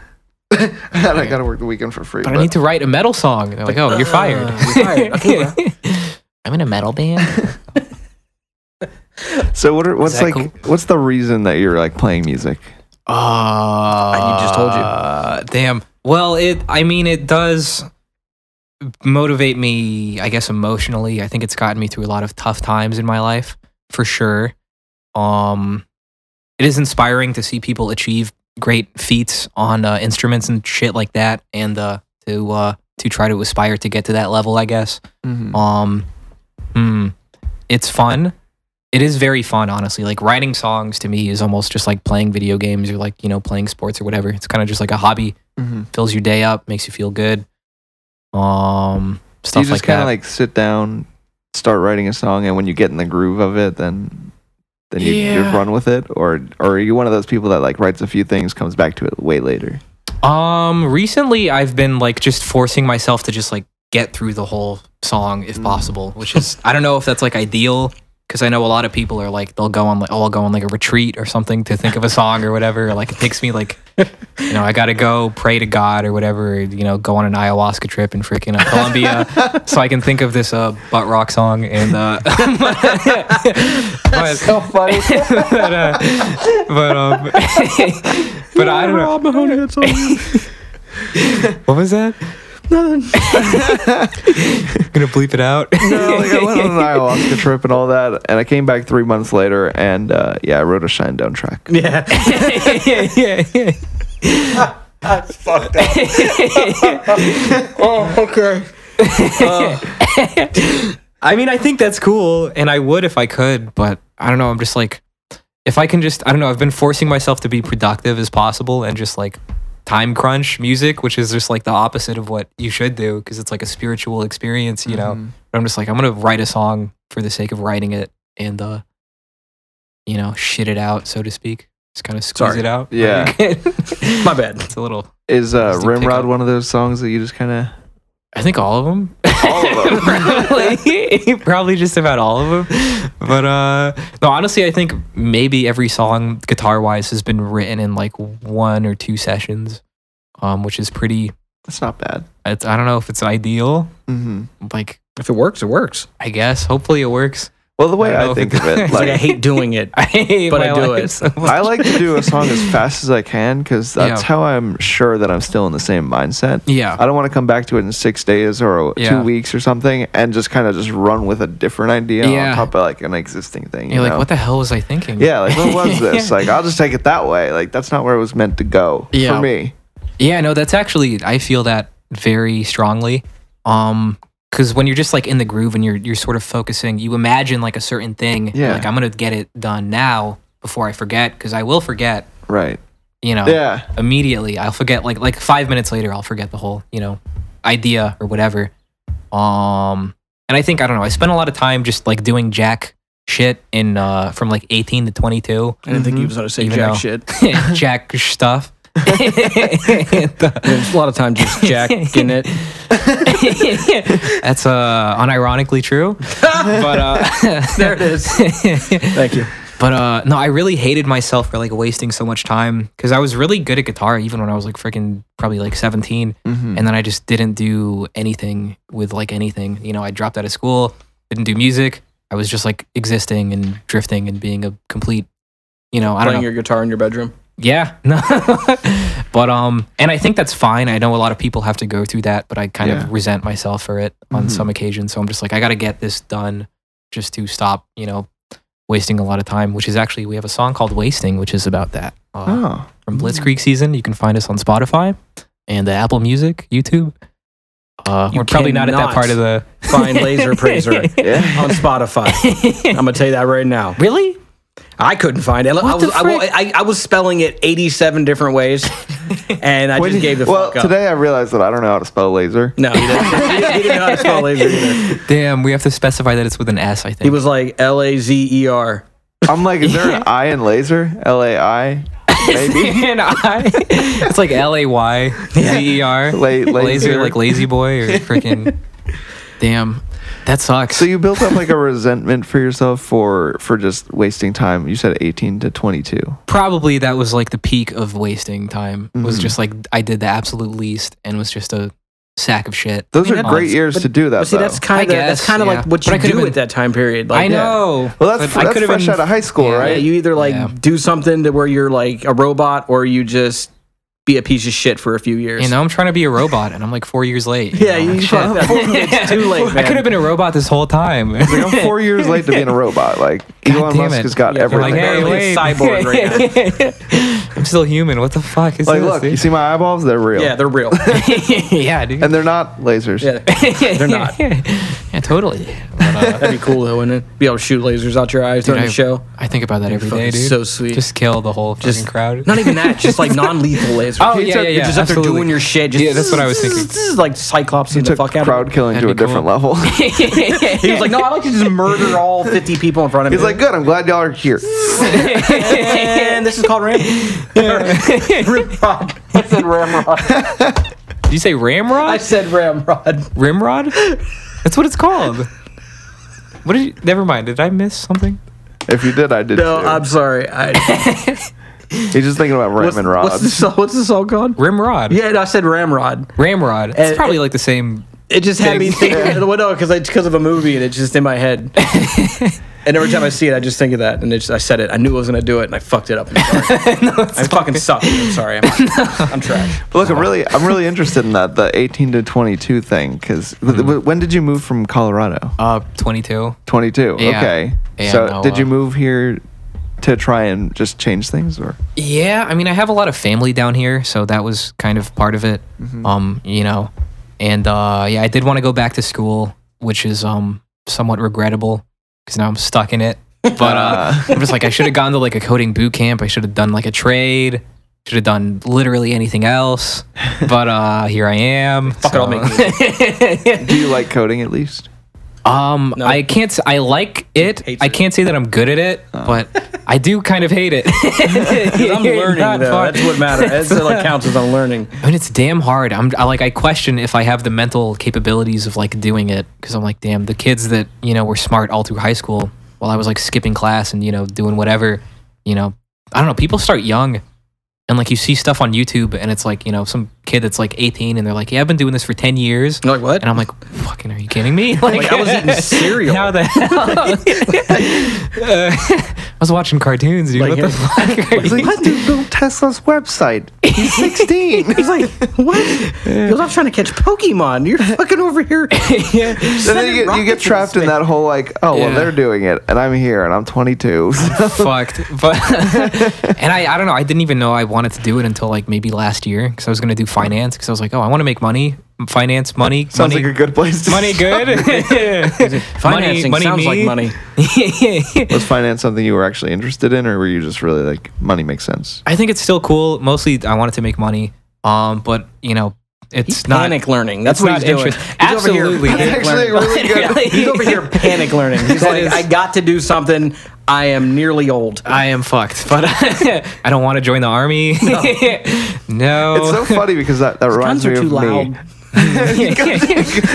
D: and I gotta work the weekend for free.
B: But I
D: but-
B: need to write a metal song. They're like, oh, you're fired.
C: All right, okay, bro.
B: I'm in a metal band.
D: so what are, what's
B: that
D: like
B: cool?
D: what's the reason that you're like playing music?
B: Oh, I
C: just told you.
B: Uh, Damn. Well, it. I mean, it does motivate me. I guess emotionally. I think it's gotten me through a lot of tough times in my life, for sure. Um, it is inspiring to see people achieve great feats on uh, instruments and shit like that, and uh, to uh, to try to aspire to get to that level. I guess. Um, hmm. it's fun. It is very fun, honestly. Like writing songs to me is almost just like playing video games or like you know playing sports or whatever. It's kind of just like a hobby.
D: Mhm.
B: Fills your day up, makes you feel good. Um,
D: Do you
B: stuff
D: just
B: like
D: kind
B: that.
D: of like sit down, start writing a song, and when you get in the groove of it, then then you, you
B: Yeah.
D: run with it, or or are you one of those people that like writes a few things, comes back to it way later?
B: um, recently I've been like just forcing myself to just like get through the whole song if possible, which is I don't know if that's like ideal because I know a lot of people are like they'll go on like oh I'll go on like a retreat or something to think of a song or whatever. Or, like it takes me like you know, I gotta go pray to God or whatever, or, you know, go on an ayahuasca trip in freaking uh, Colombia so I can think of this uh, butt rock song. And, uh, but, so funny. but, uh, but, um, but I don't know.
C: Mahoney, that's all.
B: What was that? Gonna bleep it out.
D: No, like, I went on an ayahuasca trip and all that, and I came back three months later, and uh, yeah, I wrote a Shine Down track.
C: Yeah.
B: yeah, yeah, yeah.
C: oh, okay.
B: I mean, I think that's cool, and I would if I could, but I don't know. I'm just like, if I can just, I don't know. I've been forcing myself to be productive as possible, and just like time crunch music, which is just like the opposite of what you should do, because it's like a spiritual experience, you know. But I'm just like, I'm gonna write a song for the sake of writing it, and uh, you know, shit it out, so to speak. Just kind of squeeze
C: Sorry.
B: it out.
D: Yeah.
B: it's
C: My bad.
B: a little.
D: Is uh,
B: Just to pick
D: Rimrod
B: up-
D: one of those songs that you just kind of
B: I think all of them.
D: all of them?
B: probably, probably just about all of them. But uh, no, honestly, I think maybe every song, guitar wise, has been written in like one or two sessions, um, which is pretty.
D: That's not bad.
B: It's, I don't know if it's ideal.
D: hmm
B: Like,
C: If it works, it works.
B: I guess hopefully it works.
D: Well, the way
B: I don't
D: I,
B: know if
D: think
B: it-
D: of it,
B: It's
C: Like, I
D: like
C: hate doing it.
B: I hate
C: But
B: my
C: I do
B: life
C: it.
B: so much.
D: I like to do a song as fast as I can because that's
B: Yeah.
D: how I'm sure that I'm still in the same mindset.
B: Yeah.
D: I don't want to come back to it in six days or
B: Yeah.
D: two weeks or something, and just kind of just run with a different idea
B: Yeah.
D: on top of like an existing thing. You
B: You're
D: know?
B: like, what the hell was I thinking?
D: Yeah, like what was this? Like I'll just take it that way. Like that's not where it was meant to go
B: Yeah.
D: for me.
B: Yeah, no, that's actually I feel that very strongly. Um because when you're just like in the groove and you're you're sort of focusing, you imagine like a certain thing. you're
D: Yeah.
B: Like I'm gonna get it done now before I forget, because I will forget,
D: Right.
B: you know.
D: Yeah.
B: Immediately. I'll forget like like five minutes later I'll forget the whole, you know, idea or whatever. Um and I think I don't know, I spent a lot of time just like doing jack shit in uh from like eighteen to twenty two.
C: I didn't think he was going to say
B: Even
C: jack
B: though-
C: shit.
B: jack stuff. And, uh,
C: There's a lot of times just jack in it.
B: That's uh, unironically true. but uh,
C: There it is. Thank you.
B: but uh, no, I really hated myself for like wasting so much time because I was really good at guitar even when I was like freaking probably like 17,
D: Mm-hmm. Hmm.
B: and then I just didn't do anything with like anything. You know, I dropped out of school, didn't do music. I was just like existing and drifting and being a complete, you know, I don't know.
C: Playing your guitar in your bedroom.
B: Yeah, no. but um, and I think that's fine. I know a lot of people have to go through that, but I kind
D: Yeah.
B: of resent myself for it on
D: Mhm.
B: some occasions. So I'm just like, I got to get this done just to stop, you know, wasting a lot of time. Which is actually we have a song called "Wasting," which is about that uh,
D: Oh.
B: from Blitzkrieg season. You can find us on Spotify and uh, Apple Music, YouTube. Uh,
C: You
B: we're probably not at that
C: cannot
B: part of the
C: Find Laser Praiser
D: Yeah.
C: on Spotify. I'm going to tell you that right now.
B: really.
C: I couldn't find it. I,
B: What the
C: was, I, wa-
B: frick?
C: I, I was spelling it 87 different ways, and I
D: When
C: just
D: did-
C: gave the
D: well,
C: fuck up.
D: today I realized that I don't know how to spell laser.
C: no, he didn't, he didn't- he didn't know how to spell laser either.
B: Damn, we have to specify that it's with an S. I think
C: He was like L A Z E R.
D: I'm like, is there an I in laser? L A I. Maybe.
B: and I. It's like L A Y Z E R.
D: La- laser.
B: Laser, like lazy boy or freaking. Damn, that sucks.
D: So you built up like a resentment for yourself for for just wasting time. You said 18 to 22.
B: Probably that was like the peak of wasting time. Was
D: Mm-hmm.
B: just like I did the absolute least and was just a sack of shit.
D: Those
C: mean,
D: are
C: that-
D: great years to do that.
C: But see,
D: though.
C: that's kind of that's
B: guess,
C: kind of
B: yeah.
C: like what
B: But
C: you
B: I could've
C: do
B: been-
C: at that time period. Like,
B: I know.
D: Well, that's-
B: but I
D: that's
B: could've
D: fresh out of high school,
B: yeah.
C: Yeah,
D: right?
C: you either like
B: Yeah.
C: do something to where you're like a robot, or you just be a piece of shit for a few years.
B: You know, I'm trying to be a robot, and I'm like four years late.
C: Yeah,
B: know,
C: you
B: shit.
C: fucked up. It's too late,
B: I
C: man.
B: could have been a robot this whole time.
D: Like, I'm four years late to being a robot. Like Elon
B: damn
D: Musk
B: it.
D: has got
C: Yeah,
D: everything.
B: like, hey,
C: Barely a
B: wait.
C: cyborg
B: I'm still human. What the fuck is
D: like
B: this?
D: look,
B: dude?
D: you see my eyeballs? They're real.
C: Yeah, they're real.
B: yeah, dude.
D: and they're not lasers.
C: Yeah, they're not.
B: yeah, totally. But, uh,
C: That'd be cool though, wouldn't it? Be able to shoot lasers out your eyes during
B: I,
C: the show.
B: I think about that every
C: fucking
B: day, dude.
C: so sweet.
B: Just kill the whole fucking crowd.
C: Not even that, just like non-lethal lasers.
B: Oh,
C: You're
B: yeah,
C: just-
B: yeah,
C: You're
B: yeah,
C: just up there
B: absolutely.
C: doing your shit. Just
B: Yeah, that's what I was thinking.
C: This is like Cyclops
D: He
C: and the
D: took
C: fuck out
D: crowd
C: of
D: killing to a
B: That'd be
D: different
B: cool.
D: level.
C: him. He was like, no, I like to just murder all 50 people in front of me.
D: He's like, good. I'm glad y'all are here.
C: and this is called Ram. Ramrod. I said Ramrod.
B: Did you say
C: I
B: Ramrod?
C: said Ramrod.
B: Rimrod? That's what it's called. What did you? Never mind. Did I miss something?
D: If you did, I did.
C: No,
D: too.
C: I'm sorry. I,
D: He's just thinking about
C: what's,
D: Ram and Rod.
C: what's, the song, what's the song called?
B: Rimrod.
C: Yeah, no, I said Ramrod.
B: Ramrod. It's
C: Uh,
B: probably like the same.
C: It just had me thinking, well, no, because of a movie and it's just in my head. And every time I see it, I just think of that. And it's, I said it. I knew I was going to do it, and I fucked it up. I'm sorry. I fucking suck. I'm sorry. I'm, I'm trash.
D: But look, I'm really, I'm really interested in that the 18 to 22 thing because
B: Mm-hmm.
D: when did you move from Colorado?
B: Uh, 22.
D: 22.
B: Yeah.
D: Okay.
B: Yeah,
D: so
B: no,
D: did you
B: uh,
D: move here to try and just change things, or
B: Yeah, I mean, I have a lot of family down here, so that was kind of part of it.
C: Mm-hmm.
B: Um, you know, and uh, yeah, I did want to go back to school, which is um somewhat regrettable because now I'm stuck in it. But uh, I'm just like, I should have gone to like a coding boot camp. I should have done like a trade. Should have done literally anything else. But uh, here I am. Fuck
C: it, I'll
B: make
D: do you like coding at least?
B: Um, I can't. s- I like it.
C: Hates
B: I
C: it. Oh.
B: can't say that I'm good at it, but I do kind of hate it.
C: I'm learning, though. That's what matters. That's what like, counts as I'm learning.
B: I mean, it's damn hard. I'm I, like, I question if I have the mental capabilities of like doing it because I'm like, damn, the kids that you know were smart all through high school, while I was like skipping class and you know doing whatever, you know, I don't know. People start young, and like you see stuff on YouTube, and it's like you know some kid that's like 18, and they're like, yeah, I've been doing this for 10 years,
C: You're like, what?
B: and I'm like, fucking, are you kidding me? Like,
C: I was eating cereal.
B: How the hell? Uh, I was watching cartoons, dude.
C: Like,
B: what the fuck? are
D: He's like,
B: you-
D: let's do Bill Tesla's website. He's 16.
C: He's like, what? You're not trying to catch Pokemon. You're fucking over here.
B: Yeah.
D: And then you get, you get trapped in that whole like, oh well,
B: Yeah.
D: they're doing it, and I'm here, and I'm 22.
B: fucked. But and I, I don't know. I didn't even know I wanted to do it until like maybe last year because I was gonna do finance because I was like, oh, I want to make money, finance, money,
D: Sounds
B: money,
D: like a good place. To
B: money, good.
C: Financing sounds like
B: money.
C: money.
B: me.
D: Was finance something you were actually interested in, or were you just really like money makes sense?
B: I think it's still cool. Mostly, I wanted to make money. Um, but you know, it's
C: He's
B: not
C: panic learning. That's
B: it's
C: what
B: not
C: he's doing.
B: interest-
C: He's over here
B: Absolutely.
C: panic
D: That's actually
C: learning.
D: really good.
B: Really?
C: He's over here panic learning. He's
B: That
C: like,
B: is-
C: I got to do something. I am nearly old.
B: I am fucked, but I don't want to join the army. No.
D: It's
B: Oh.
D: so funny because that, that reminds
C: Guns are
D: me
C: too
D: of
C: loud.
D: me.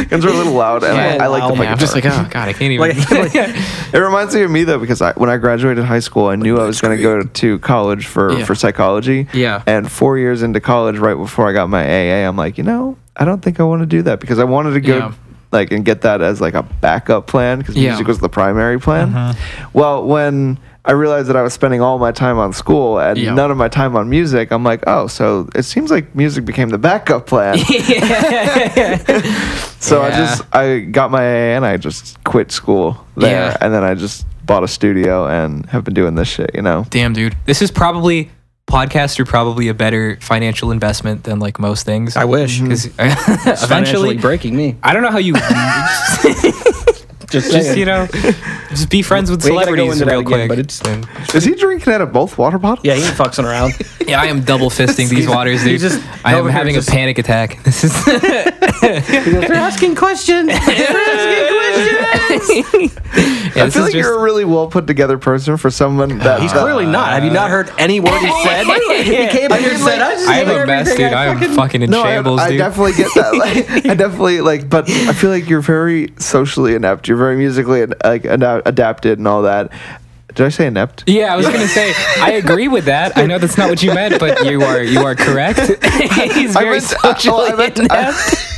D: Guns are a little loud, and
C: Yeah,
D: I, I like
C: loud.
D: to play
B: Yeah, I'm just
D: guitar.
B: like, oh god, I can't even.
C: Like-
D: It reminds me of me though because I, when I graduated high school, I knew I was going to go to college for
B: Yeah.
D: for psychology.
B: Yeah.
D: And four years into college, right before I got my AA, I'm like, you know, I don't think I want to do that because I wanted to go.
B: Yeah.
D: Like and get that as like a backup plan because
B: Yeah. Uh-huh.
D: music was the primary plan. Well, when I realized that I was spending all my time on school and
B: Yeah.
D: none of my time on music, I'm like, oh, so it seems like music became the backup plan. So I
B: Yeah.
D: just I got my AA and I just quit school there,
B: Yeah.
D: and then I just bought a studio and have been doing this shit. You know,
B: Damn, dude, this is probably podcasts are probably a better financial investment than like most things.
C: I wish.
B: because
C: Financially
B: eventually,
C: breaking me.
B: I don't know how you
C: Just,
B: just you know just be friends with
C: We ain't gotta go
B: celebrities
C: into that
B: real
C: again,
B: quick.
C: but it's-
B: And-
D: is he drinking out of both water bottles?
C: Yeah, he ain't fucking around.
B: yeah, I am double fisting these waters, dude.
C: he's just
B: I am
C: over here
B: having
C: just-
B: a panic attack. This is
C: They're asking questions. They're asking questions.
B: yeah,
D: I
B: this
D: feel
B: is
D: like
B: just
D: you're a really well put together person for someone that
C: He's
D: that-
C: clearly not. Have you not heard any word he said? He came in here and said, I just
B: Oh, I am
C: did
B: a mess,
C: everything
B: dude. I am
C: fucking-
B: fucking in
D: No, I-
B: shambles,
D: I,
B: dude.
D: definitely get that. Like, I definitely like, but I feel like you're very socially inept. You're very musically ad- like ad- adapted and all that. Did I say inept?
B: Yeah, I was gonna say I agree with that. I know that's not what you meant, but you are you are correct. He's
D: I
B: very
D: meant to- oh, I
B: socially
D: meant to-
B: inept.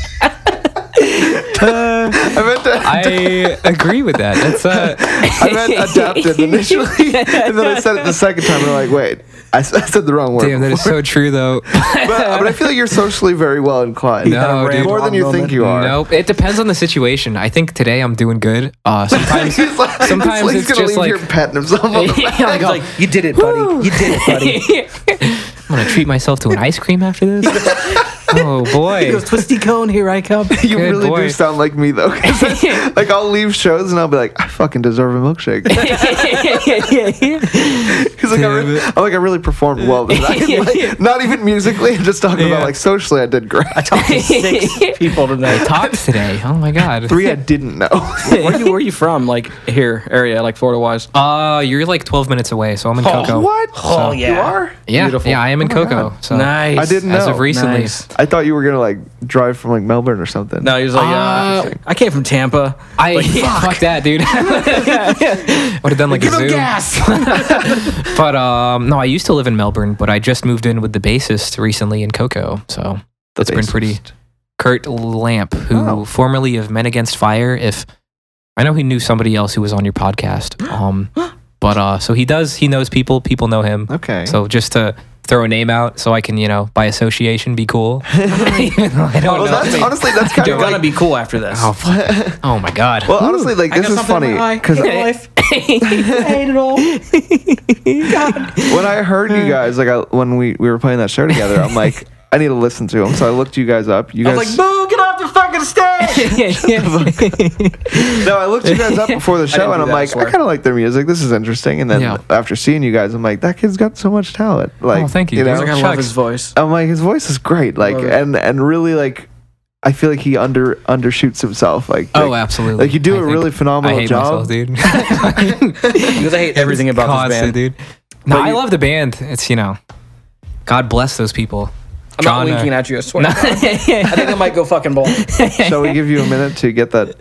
D: I meant to.
B: I agree with that. That's uh,
D: I meant adapted initially, and then I said it the second time, and I'm like, wait, I, s- I said the wrong word.
B: damn, that is so true though.
D: but, but I feel like you're socially very well inclined.
B: No,
D: More
B: dude.
D: more than you think you are.
B: Nope. It depends on the situation. I think today I'm doing good. Uh, sometimes
D: He's like,
B: Sometimes
D: he's
B: it's
D: gonna
B: just
D: leave
B: like-
D: here petting himself on the back.
B: Yeah, like,
C: He's
B: oh,
C: like, you did it, buddy. You did it, buddy.
B: I'm gonna treat myself to an ice cream after this. oh
C: He
B: boy.
C: goes, twisty cone, here I come.
D: You
B: Good
D: really
B: boy.
D: do sound like me though. 'cause I- like I'll leave shows and I'll be like, I fucking deserve a milkshake. Because like, I
B: Damn
D: re-
B: it.
D: I'm like, I really performed well. Tonight. Like, not even musically. I'm just talking
B: Yeah.
D: about like socially, I did great.
C: I talked to six people tonight.
B: Talks today. Oh my god.
D: Three, I didn't know.
C: Where you, where you from? Like here, area, like Florida wise.
B: Uh, you're like 12 minutes away, so I'm in Coco.
D: what?
C: Oh,
D: You
C: yeah.
D: are?
B: Yeah,
C: Beautiful.
B: yeah, I am in Coco.
D: God.
B: So
C: nice.
D: I didn't
B: as
D: know.
B: of Uh, recently,
C: Nice.
D: I thought you were gonna like drive from like Melbourne or something.
C: No, he was like, uh,
B: Uh,
C: I came from Tampa.
B: I fuck. that, dude. Would have done like a Zoom. But um, no, I used to live in Melbourne, but I just moved in with the bassist recently in Coco. So that's been pretty.
D: bassist.
B: Kurt Lamp, who
D: Oh.
B: formerly of Men Against Fire, if I know he knew somebody else who was on your podcast. Um, but uh, so he does. He knows people. People know him.
D: Okay.
B: So just to throw a name out, so I can you know by association be cool. Even though I don't know.
D: Well, that's, honestly, that's kind of
C: You're gonna
D: like,
C: be cool after this.
B: Oh, fuck. oh my god.
D: well, honestly, like this is funny because
C: hate it all.
D: when I heard
B: Hmm.
D: you guys, like I, when we, we were playing that show together, I'm like, I need to listen to them. So I looked you guys up. You
C: I
D: guys,
C: was like, boo, get off the fucking stage.
D: no, I looked you guys up before the show,
C: didn't
D: and
C: do
D: I'm
C: that,
D: like,
C: I swear.
D: I kind of like their music. This is interesting. And then
B: Yeah.
D: after seeing you guys, I'm like, that kid's got so much talent. Like,
B: Oh, thank you.
D: know?
B: Those
C: Like, I love his voice.
D: I'm like, his voice is great. Like,
C: Love it.
D: and and really like, I feel like he under undershoots himself. Like,
B: Oh,
D: like,
B: absolutely.
D: Like you do
B: I
D: a
B: think
D: really phenomenal
B: I hate myself,
D: job.
B: dude.
C: Because I hate everything about this
B: Constantly,
C: band.
B: dude. No,
D: But
B: I
D: you-
B: love the band. It's you know, God bless those people.
C: I'm
B: John,
C: not winking
B: uh,
C: at you. I swear. to God. I think I might go fucking bald.
D: Shall we give you a minute to get that?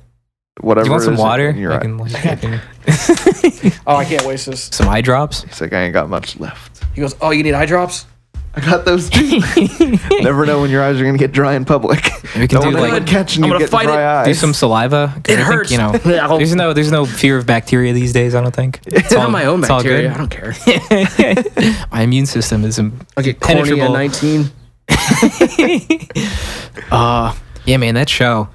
D: Whatever.
B: Do you want
D: it
B: some
D: is
B: water?
D: In your
B: I
D: eye.
B: can, like, I can-
C: Oh, I can't waste this.
B: some eye drops.
D: He's like, I ain't got much left.
C: He goes, oh, you need eye drops?
D: I got those. Two. Never know when your eyes are gonna get dry in public.
B: We can
D: no
B: do,
D: one
B: like-
D: ever catching
C: I'm
D: you
C: gonna
D: getting
C: fight
D: dry
C: it.
D: eyes.
B: Do some saliva. 'cause
C: It
B: I
C: hurts.
B: Think, you know,
C: Yeah, I'll-
B: there's no there's no fear of bacteria these days. I don't think. It's
C: It's on my own
B: Um, it's all
C: bacteria.
B: good.
C: I don't care.
B: my immune system is im-
C: I get corny at
B: impenetrable.
C: 19.
B: Uh, yeah, man, that show.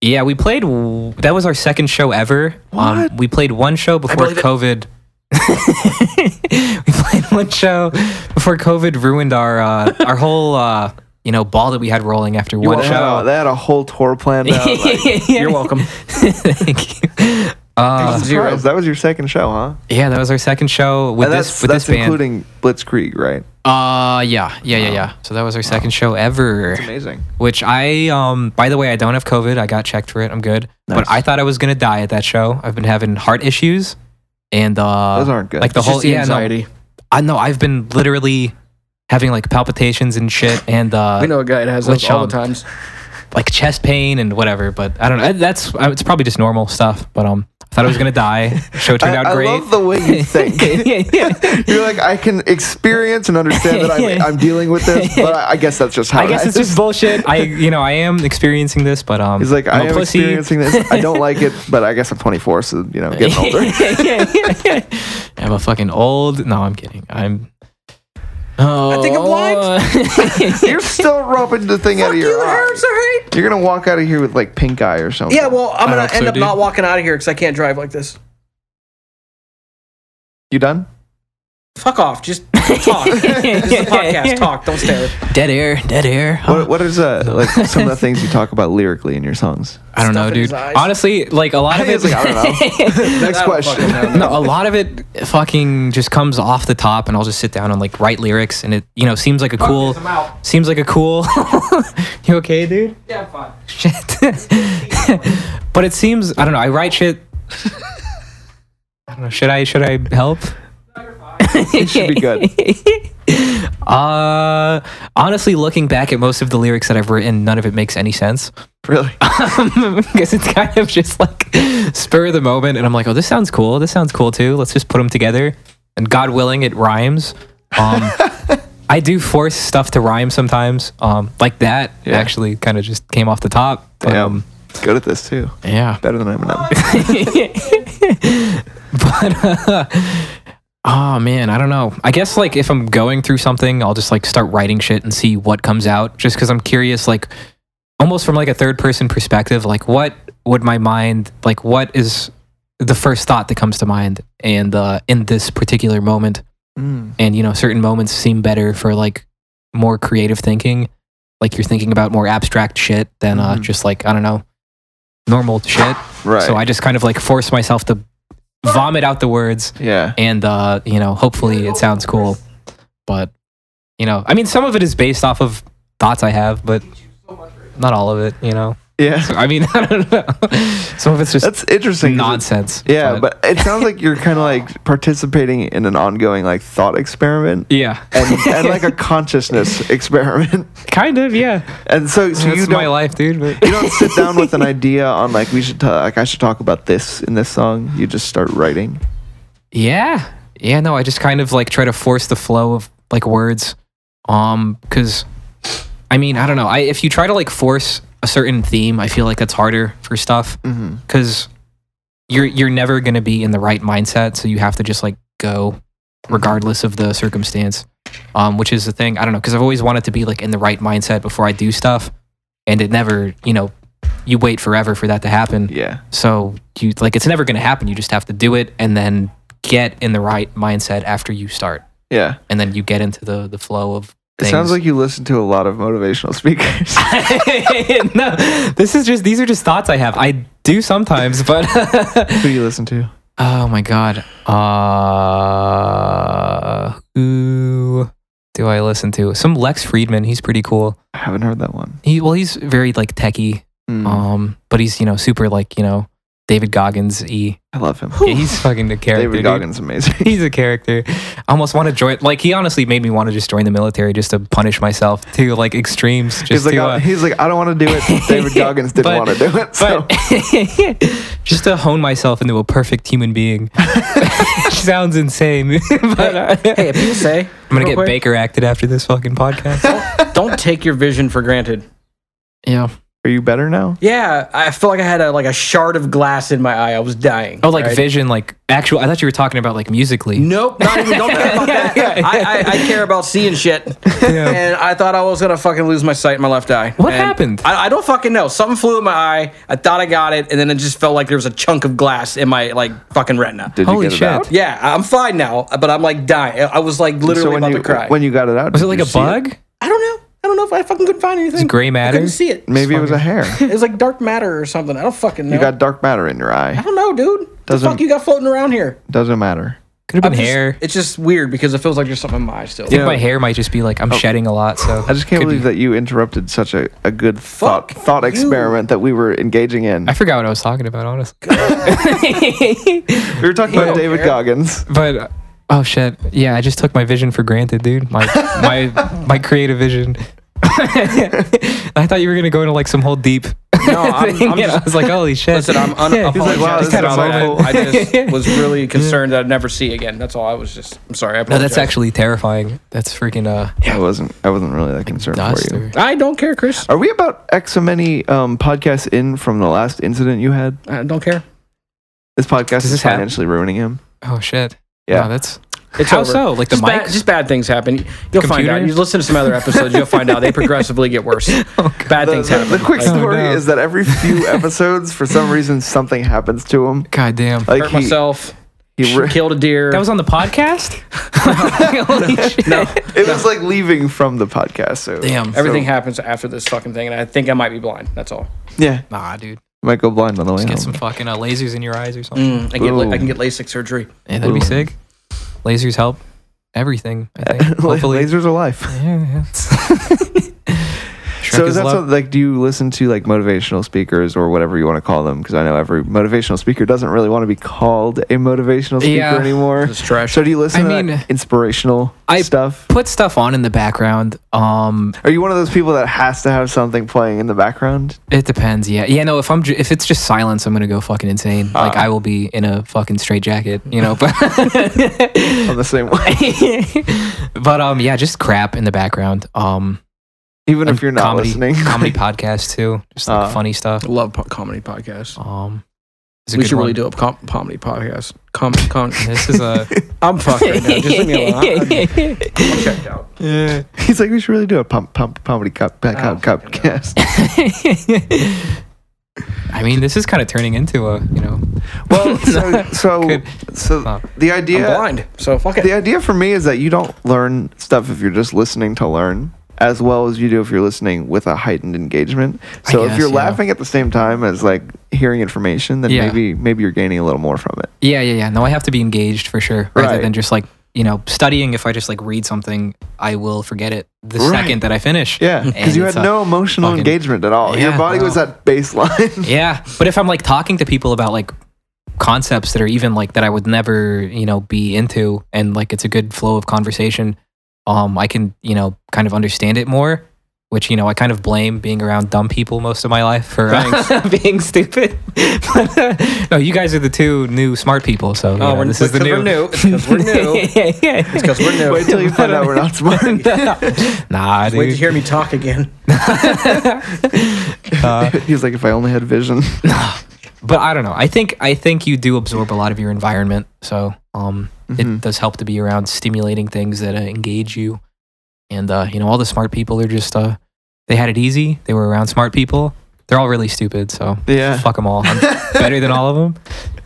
B: Yeah, we played. w- That was our second show ever. Um,
D: What?
B: we played one show before
C: believe it.
B: COVID. we played one show before COVID ruined our uh, our whole uh, you know ball that we had rolling after one
D: Wow,
B: show.
D: They had a whole tour planned out. Like,
C: You're welcome.
B: Thank you. Uh,
C: Zero.
D: Christ, that was your second show, huh?
B: yeah, that was our second show with
D: And that's
B: this with
D: that's
B: this band.
D: including Blitzkrieg, right?
B: Uh, yeah, yeah, yeah, yeah. So that was our second show ever.
D: Amazing.
B: which I um by the way I don't have COVID. I got checked for it. I'm good.
D: Nice.
B: But I thought I was gonna die at that show. I've been having heart issues, and uh,
D: Those aren't good.
B: Like the
D: It's
B: whole
C: Just the
B: yeah, no.
C: anxiety.
B: I know I've been literally having like palpitations and shit, and uh,
C: I know a guy that has
B: Which,
C: those all
B: um,
C: the times.
B: like chest pain and whatever. But I don't know. That's uh, it's probably just normal stuff. But um, I thought I was gonna die. Show turned
D: I,
B: out
D: I
B: great.
D: love the way you think.
B: yeah, yeah.
D: You're like, I can experience and understand that I'm, I'm dealing with this, but I, I guess that's just how
B: I guess
D: it
B: it's just bullshit. I, you know, I am experiencing this, but um,
D: He's like,
B: I'm
D: i
B: a
D: am
B: pussy.
D: experiencing this. I don't like it, but I guess I'm 24, so you know, getting older.
B: I'm a fucking old. No, I'm kidding. I'm. Oh, I think I'm blind.
D: You're still rubbing the thing out of your
C: You
D: eye.
C: hurts, all right?
D: You're gonna walk out of here with like pink eye or something.
C: Yeah, well, I'm
B: I
C: gonna
B: hope
C: end
B: so,
C: up
B: dude.
C: not walking out of here because I can't drive like this.
D: you done?
C: Fuck off. Just talk. this is a podcast. Talk. Don't stare.
B: dead air, dead air.
D: What, what is uh, like some of the things you talk about lyrically in your songs?
B: I don't know,
C: Stuff in his
B: dude.
C: eyes.
B: Honestly, like a lot of
D: It's
B: it.
D: like, I don't know. Next question.
B: no, a lot of it fucking just comes off the top, and I'll just sit down and like write lyrics, and it you know seems like a cool seems like a cool. you okay, dude? Yeah, I'm fine. Shit. but it seems I don't know. I write shit. I don't know. Should I should I help?
D: It should be good.
B: Uh, honestly, looking back at most of the lyrics that I've written, none of it makes any sense
D: Really?
B: because it's kind of just like spur of the moment, and I'm like, oh, this sounds cool. This sounds cool too. Let's just put them together, and God willing, it rhymes. Um, I do force stuff to rhyme sometimes. Um, like that
D: Yeah.
B: actually kind of just came off the top. But,
D: Damn.
B: um,
D: Good at this too.
B: yeah.
D: Better than Eminem.
B: but uh, oh man i don't know i guess like if i'm going through something i'll just like start writing shit and see what comes out just because i'm curious like almost from like a third person perspective like what would my mind like what is the first thought that comes to mind and uh in this particular moment
D: Mm.
B: and you know certain moments seem better for like more creative thinking like you're thinking about more abstract shit than uh
D: Mhm.
B: just like i don't know normal shit
D: Right.
B: so I just kind of like force myself to vomit out the words,
D: yeah.
B: and uh, you know, hopefully it sounds cool. But you know, I mean, some of it is based off of thoughts I have, but not all of it. You know,
D: Yeah.
B: I mean, I don't know. Some of it's just
D: That's interesting. 'cause it's-
B: nonsense.
D: Yeah, but it sounds like you're kind of like participating in an ongoing like thought experiment.
B: yeah,
D: And, and like a consciousness experiment,
B: kind of yeah.
D: and so so
B: That's
D: you
B: my
D: don't
B: life, dude. But
D: you don't sit down with an idea on like we should ta- like I should talk about this in this song. You just start writing.
B: Yeah. Yeah, no, I just kind of like try to force the flow of like words. Um, cause I mean, I don't know. I if Mm-hmm. you try to like force a certain theme, I feel like that's harder for stuff. Cause you're you're never gonna be in the right mindset, so you have to just like go regardless of the circumstance. Um, which is the thing I don't know because I've always wanted to be like in the right mindset before I do stuff, and it never you know you wait forever for that to happen.
D: Yeah.
B: So you like it's never gonna happen. You just have to do it and then get in the right mindset after you start,
D: Yeah.
B: and then you get into the the flow of.
D: It
B: Things.
D: sounds like you listen to a lot of motivational speakers.
B: no, this is just these are just thoughts I have. I do sometimes, but
D: Who do you listen to?
B: oh my god, uh, who do I listen to? Some Lex Friedman. He's pretty cool.
D: I haven't heard that one.
B: He well, he's very like techie,
D: Mm,
B: um, but he's you know super like you know David Goggins e.
D: I love him.
B: Yeah, he's fucking a character.
D: David
B: dude.
D: Goggins amazing.
B: He's a character. I almost want to join. Like he honestly made me want to just join the military just to punish myself to like extremes. Just
D: He's like,
B: to,
D: I,
B: uh,
D: he's like, I don't want to do it. David Goggins didn't
B: But-
D: want to do it. So
B: but just to hone myself into a perfect human being sounds insane but uh,
C: Hey, a PSA. I'm
B: i'm gonna get baker acted after this fucking podcast
C: Don't take your vision for granted.
B: yeah
D: are you better now?
C: Yeah, I feel like I had a, like a shard of glass in my eye. I was dying.
B: oh like
C: right?
B: vision like actual i thought you were talking about like musically
C: Nope, not even. Don't care about that.
B: Yeah, yeah,
C: I, I, I care about seeing shit.
B: Yeah.
C: And I thought I was gonna fucking lose my sight in my left eye.
B: What
C: And
B: happened?
C: I, I don't fucking know. Something flew in my eye. I thought I got it, and then it just felt like there was a chunk of glass in my like fucking retina.
D: Did
B: Holy
D: you get
B: shit.
D: it out?
C: Yeah, I'm fine now, but I'm like dying. I was like literally
D: so when
C: about
D: you
C: to cry.
D: when you got it out,
B: was
D: did
B: it like
D: you
B: a
D: see
B: bug
C: I don't know. I don't know if I fucking could find anything.
B: gray
C: I
B: matter?
C: couldn't see it.
D: Maybe it was a hair.
C: It was like dark matter or something. I don't fucking know.
D: You got dark matter in your
C: I
D: eye.
C: don't know, dude.
D: Doesn't-
C: the fuck you got floating around here?
D: Doesn't matter.
B: could have
C: I'm
B: been
C: just-
B: hair
C: It's just weird because it feels like there's something in my eye still.
B: i think my hair might just be like i'm shedding a lot so
D: Oh. I just can't
B: could
D: believe
B: be-
D: that you interrupted such a, a good thought
C: Fuck
D: thought
C: you.
D: experiment that we were engaging in.
B: i forgot what i was talking about honestly
D: We were talking about
C: don't
D: David
C: care.
D: Goggins.
B: but uh, oh shit yeah i just took my vision for granted dude my my my creative vision i thought you were gonna go into like some whole deep
C: No, I'm,
B: thing
C: I'm
B: and i
C: just.
B: was like holy shit
C: Listen, I'm
D: like, wow, this
C: unapologetic
D: is
C: about
D: awful.
C: that. I just was really concerned that I'd never see again. That's all. I was just. I'm sorry. I
B: no that's
C: apologize.
B: actually terrifying that's freaking uh
D: I wasn't I wasn't really that concerned
B: dust
D: for you.
B: or-
C: I don't care, Chris.
D: Are we about X so many um, podcasts in from the last incident you had?
C: I don't care.
D: This podcast
B: Does
D: is
B: this happen?
D: financially ruining him.
B: oh shit
D: Yeah.
B: No, that's
C: It's
B: How
C: over.
B: so? Like the
C: just bad,
B: mics?
C: just bad things happen. You'll find out.
B: computer? Oh,
C: You listen to some other episodes. You'll find out they progressively get worse. bad
D: The,
C: things
D: the,
C: happen.
D: the quick
C: Like,
D: story
B: no.
D: is that every few episodes, for some reason, something happens to him.
B: god damn
D: Like
C: hurt
D: he,
C: myself.
D: he re-
C: killed a deer.
B: that was on the podcast holy shit
D: it was like leaving from the podcast. So
B: damn
C: Everything
D: So-
C: happens after this fucking thing, and I think I might be blind. That's all.
D: yeah,
B: nah dude
D: might go blind on the way
B: get some
D: home.
B: fucking uh, lasers in your eyes or something
C: Mm, I, get,
D: Ooh.
C: I can get LASIK surgery.
B: yeah that'd be
D: Ooh.
B: sick lasers help everything i think hopefully
D: Lasers are life.
B: yeah, yeah.
D: So is that so, like, do you listen to like motivational speakers or whatever you want to call them? Because I know every motivational speaker doesn't really want to be called a motivational speaker
B: Yeah.
D: anymore.
C: It's trash.
D: So do you listen
B: I
D: to
B: mean,
D: that inspirational
B: I-
D: stuff?
B: put stuff on in the background. Um,
D: Are you one of those people that has to have something playing in the background?
B: it depends. Yeah, yeah. No, if I'm ju- if it's just silence, I'm gonna go fucking insane.
D: Ah.
B: Like I will be in a fucking straight jacket, you know. But
D: I'm the same way.
B: but um, yeah, just crap in the background. Um,
D: Even if you're not
B: comedy,
D: listening.
B: comedy podcasts too, just like
D: Uh.
B: funny stuff.
C: I love po- comedy podcasts.
B: Um, it's a
C: We
B: good
C: should really
B: one.
C: do a com- comedy podcast. Com- com-
B: This is a
C: I'm fucked right now. Just leave me alone. I'm, I'm checked out.
D: He's like, we should really do a pump, pump, comedy cup, cup,
C: Oh,
D: cup, cast.
B: I mean, this is kind of turning into a you know.
D: well, so, so,
B: Good.
D: so
B: Uh,
D: the
C: I'm
D: idea.
C: blind, so fuck it.
D: the idea for me is that you don't learn stuff if you're just listening to learn as well as you do if you're listening with a heightened engagement. So if
B: guess,
D: you're
B: yeah.
D: laughing at the same time as like hearing information, then
B: Yeah.
D: maybe maybe you're gaining a little more from it.
B: Yeah, yeah, yeah. No, I have to be engaged for sure, rather
D: Right.
B: than just like you know studying. If I just like read something, I will forget it the
D: Right.
B: second that I finish.
D: Yeah, because
B: And
D: you
B: it's
D: had
B: a
D: no emotional
B: fucking-
D: engagement at all. Your
B: Yeah,
D: body was
B: no.
D: at baseline.
B: Yeah, but if I'm like talking to people about like concepts that are even like that I would never you know be into, and like it's a good flow of conversation, um, I can you know kind of understand it more. Which you know, I kind of blame being around dumb people most of my life for uh, being stupid. but, uh, no, you guys are the two new smart people, so you
D: Oh,
B: know,
C: Oh, we're-
B: this is the
C: because
B: new.
C: we're new. It's 'cause we're new.
B: yeah, yeah.
C: It's because we're new.
D: Wait till you find out we're not smart.
B: nah,
C: Wait to
B: dude.
C: hear me talk again. Uh,
D: He's like, if I only had vision.
B: But I don't know. I think I think you do absorb a lot of your environment, so um,
C: Mm-hmm.
B: it does help to be around stimulating things that uh, engage you. And uh, you know, all the smart people are just uh, they had it easy. They were around smart people. They're all really stupid, so
D: Yeah.
B: fuck them all. I'm better than all of them.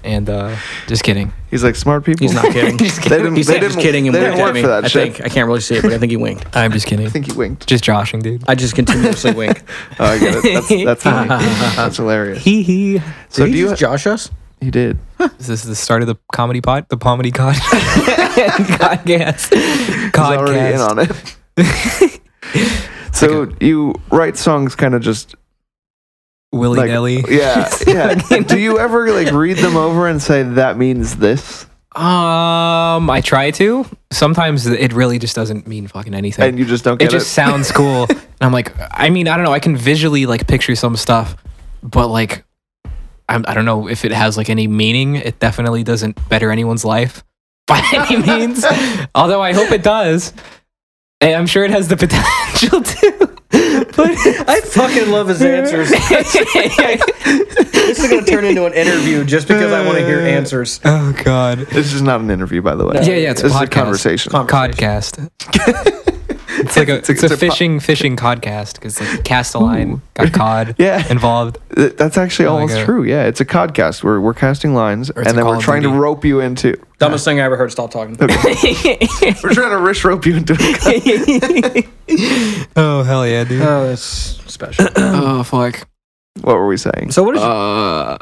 B: And uh, just kidding.
D: He's like smart people.
C: He's not kidding.
B: Just
D: They
B: kidding.
D: didn't,
C: He's
D: they
C: saying-
D: didn't,
C: just kidding. He
D: They
C: winked
D: didn't
C: at
D: work
C: me.
D: for that
C: I
D: shit.
C: think I can't really see it, but I think he winked.
B: I'm just kidding.
D: I think he winked.
B: Just joshing, dude.
C: I just continuously wink.
D: Oh, I get it. That's, that's funny. That's hilarious.
B: Hee hee.
D: So
C: Did
D: do
C: he
D: you?
C: just josh us?
D: He did.
B: Is this the start of the comedy pod? The comedy pod? podcast.
D: He's already in
B: Podcast.
D: on it. so you write songs kind of just
B: Willy
D: like
B: nilly.
D: yeah yeah. Do you ever like read them over and say that means this,
B: Um, I try to. Sometimes it really just doesn't mean fucking anything.
D: and you just don't
B: it
D: get it?
B: just sounds cool, and I'm like, I mean, I don't know. I can visually like picture some stuff, but like, I'm, I don't know if it has like any meaning. It definitely doesn't better anyone's life by any means. Although I hope it does. And I'm sure it has the potential to. But
C: I fucking love his answers. this is gonna turn into an interview just because I want to hear answers.
B: oh god.
D: This is not an interview, by the way.
B: Yeah, yeah, it's a
D: this is a
B: podcast.
D: conversation.
B: Codcast. it's like a it's,
D: it's
B: a,
D: a po-
B: fishing fishing codcast because like cast a line got cod
D: Yeah.
B: involved.
D: Th- That's actually
B: Oh my
D: almost
B: God.
D: true. Yeah, it's a podcast. We're we're casting lines,
B: it's
D: and
B: a
D: then
B: Call
D: we're
B: of
D: trying to
B: Duty.
D: rope you into.
C: Dumbest thing I ever heard. Stop talking.
D: We're trying to wrist rope you into. A
B: Oh hell yeah, dude.
C: Oh, that's special.
B: oh fuck.
D: what were we saying?
C: So what is?
B: Uh,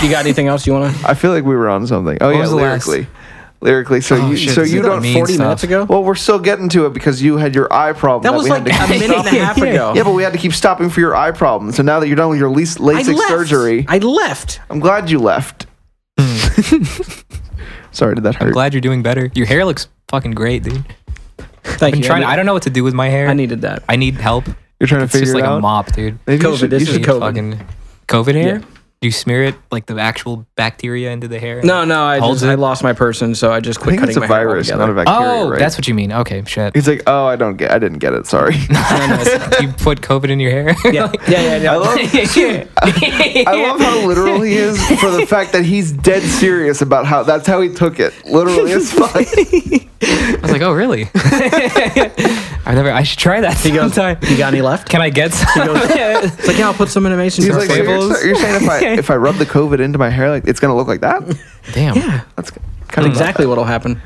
C: you got anything else you want to?
D: I feel like we were on something. Oh yeah,
B: was the last-
D: lyrically, lyrically. So
B: Oh,
D: you
B: shit,
D: so
B: is
D: you
B: it the
D: don't.
B: mean
D: Forty
B: stuff?
C: Minutes ago?
D: Well, we're still getting to it because you had your eye problem.
C: That was
D: we
C: like
D: had to
C: a
D: keep-
C: minute and a half ago.
D: Yeah, but we had to keep stopping for your eye problem. So now that you're done with your least
C: I
D: LASIK
C: left.
D: surgery,
C: I Hmm. left.
D: I'm glad you left. Sorry, did that hurt?
B: glad you're doing better. Your hair looks fucking great, dude.
C: Thank
B: Been
C: you.
B: trying.
C: I,
B: I don't know what to do with my hair.
C: I needed that.
B: I need help.
D: You're trying to
B: It's just
D: figure
B: like
D: it out.
B: a mop, dude.
D: Maybe you
C: COVID,
D: should-
C: this
D: you
C: is
D: should-
C: COVID.
B: Fucking COVID hair.
C: Yeah.
B: Do you smear it like the actual bacteria into the hair?
C: No, no. I
B: Holds
C: just, I
B: it?
C: lost my person, so I just
D: I
C: quit
D: think it's
C: cutting
D: a
C: my hair
D: virus, not a
C: altogether.
D: bacteria.
B: Oh,
D: right?
B: that's what you mean. Okay, shit.
D: He's like, oh, I don't get, I didn't get it. Sorry.
B: you put COVID in your hair.
C: Yeah, yeah, yeah. yeah.
D: I love, I love how literal he is for the fact that he's dead serious about how that's how he took it. Literally as fuck.
B: I was like, oh, really? I never. I should try that
C: He goes.
B: sometime.
C: You got any left?
B: Can I get some?
C: It's like yeah, I'll put some animation.
D: He's
C: for
D: like, so
C: it.
D: you're, so you're saying if I if I rub the COVID into my hair, like it's gonna look like that?
B: Damn.
D: That's kind of
C: exactly what'll happen.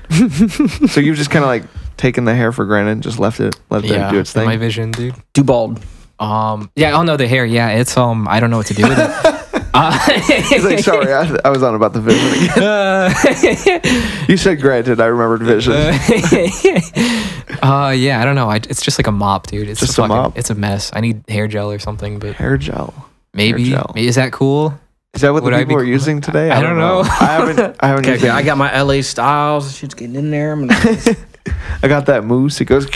D: So you've just kind of like taken the hair for granted, and just left it, let it do its
B: in my
D: thing.
B: vision, dude.
C: Do bald.
B: Um. Yeah. Oh no, the hair. Yeah. It's um. I don't know what to do with it.
D: He's like, sorry, I, I was on about the vision again.
B: Uh,
D: You said granted, I remembered vision.
B: uh, yeah. I don't know. I, it's just like a mop, dude. It's
D: Just a
B: fucking,
D: mop.
B: It's a mess. I need hair gel or something. But
D: hair gel.
B: maybe,
D: gel.
B: maybe- is that cool?
D: Is that what
B: Would
D: the
B: I
D: people
B: be
D: are
B: cool-
D: using today?
B: I don't know.
D: I haven't. I haven't. used
C: Okay,
D: it.
C: I got my LA styles. Shit's getting in there. I'm gonna,
D: I got that moose. It goes.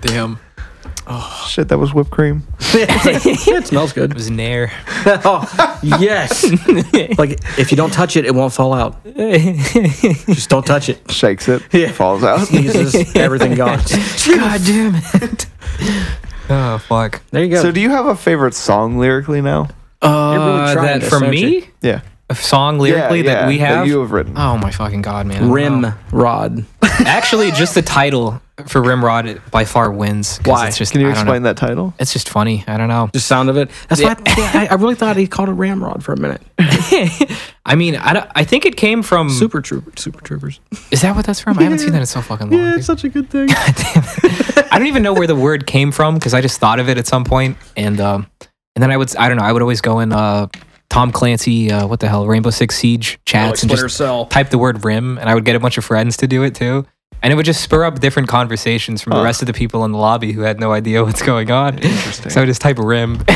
B: Damn.
D: Shit, that was whipped cream.
C: it smells
B: It
C: good.
B: was nair.
C: oh, yes. like if you don't touch it, it won't fall out. Just don't touch it.
D: Shakes it.
C: Yeah.
D: Falls out.
C: Sneezes, everything gone.
B: God damn it. oh fuck.
C: There you go.
D: So, do you have a favorite song lyrically now?
B: Uh,
C: trying
B: that
C: this,
B: for
C: aren't you?
B: me,
D: Yeah.
B: a song lyrically
D: yeah,
B: that we have.
D: That you have written.
B: oh my fucking god, man! I don't
C: Rim
B: know.
C: rod.
B: Actually, just the title for Rimrod by far wins. 'cause
C: Why?
B: It's just,
D: Can you
B: I don't know.
D: explain that title?
B: It's just funny. I don't know.
C: Just sound of it. That's why I, yeah, Hmm. I, I really thought he called it ramrod for a minute.
B: I mean, I, don't, I think it came from.
C: Super troopers. Super troopers.
B: Is that what that's from? I haven't seen that in so fucking long. dude.
C: such a good thing.
B: I don't even know where the word came from because I just thought of it at some point, and um, and then I would I don't know I would always go in uh, Tom Clancy uh, what the hell Rainbow Six Siege chats and
C: Oh, Splinter
B: just
C: Cell.
B: type the word rim, and I would get a bunch of friends to do it too, and it would just spur up different conversations from the rest of the people in the lobby who had no idea what's going on. Interesting. So I would just type rim.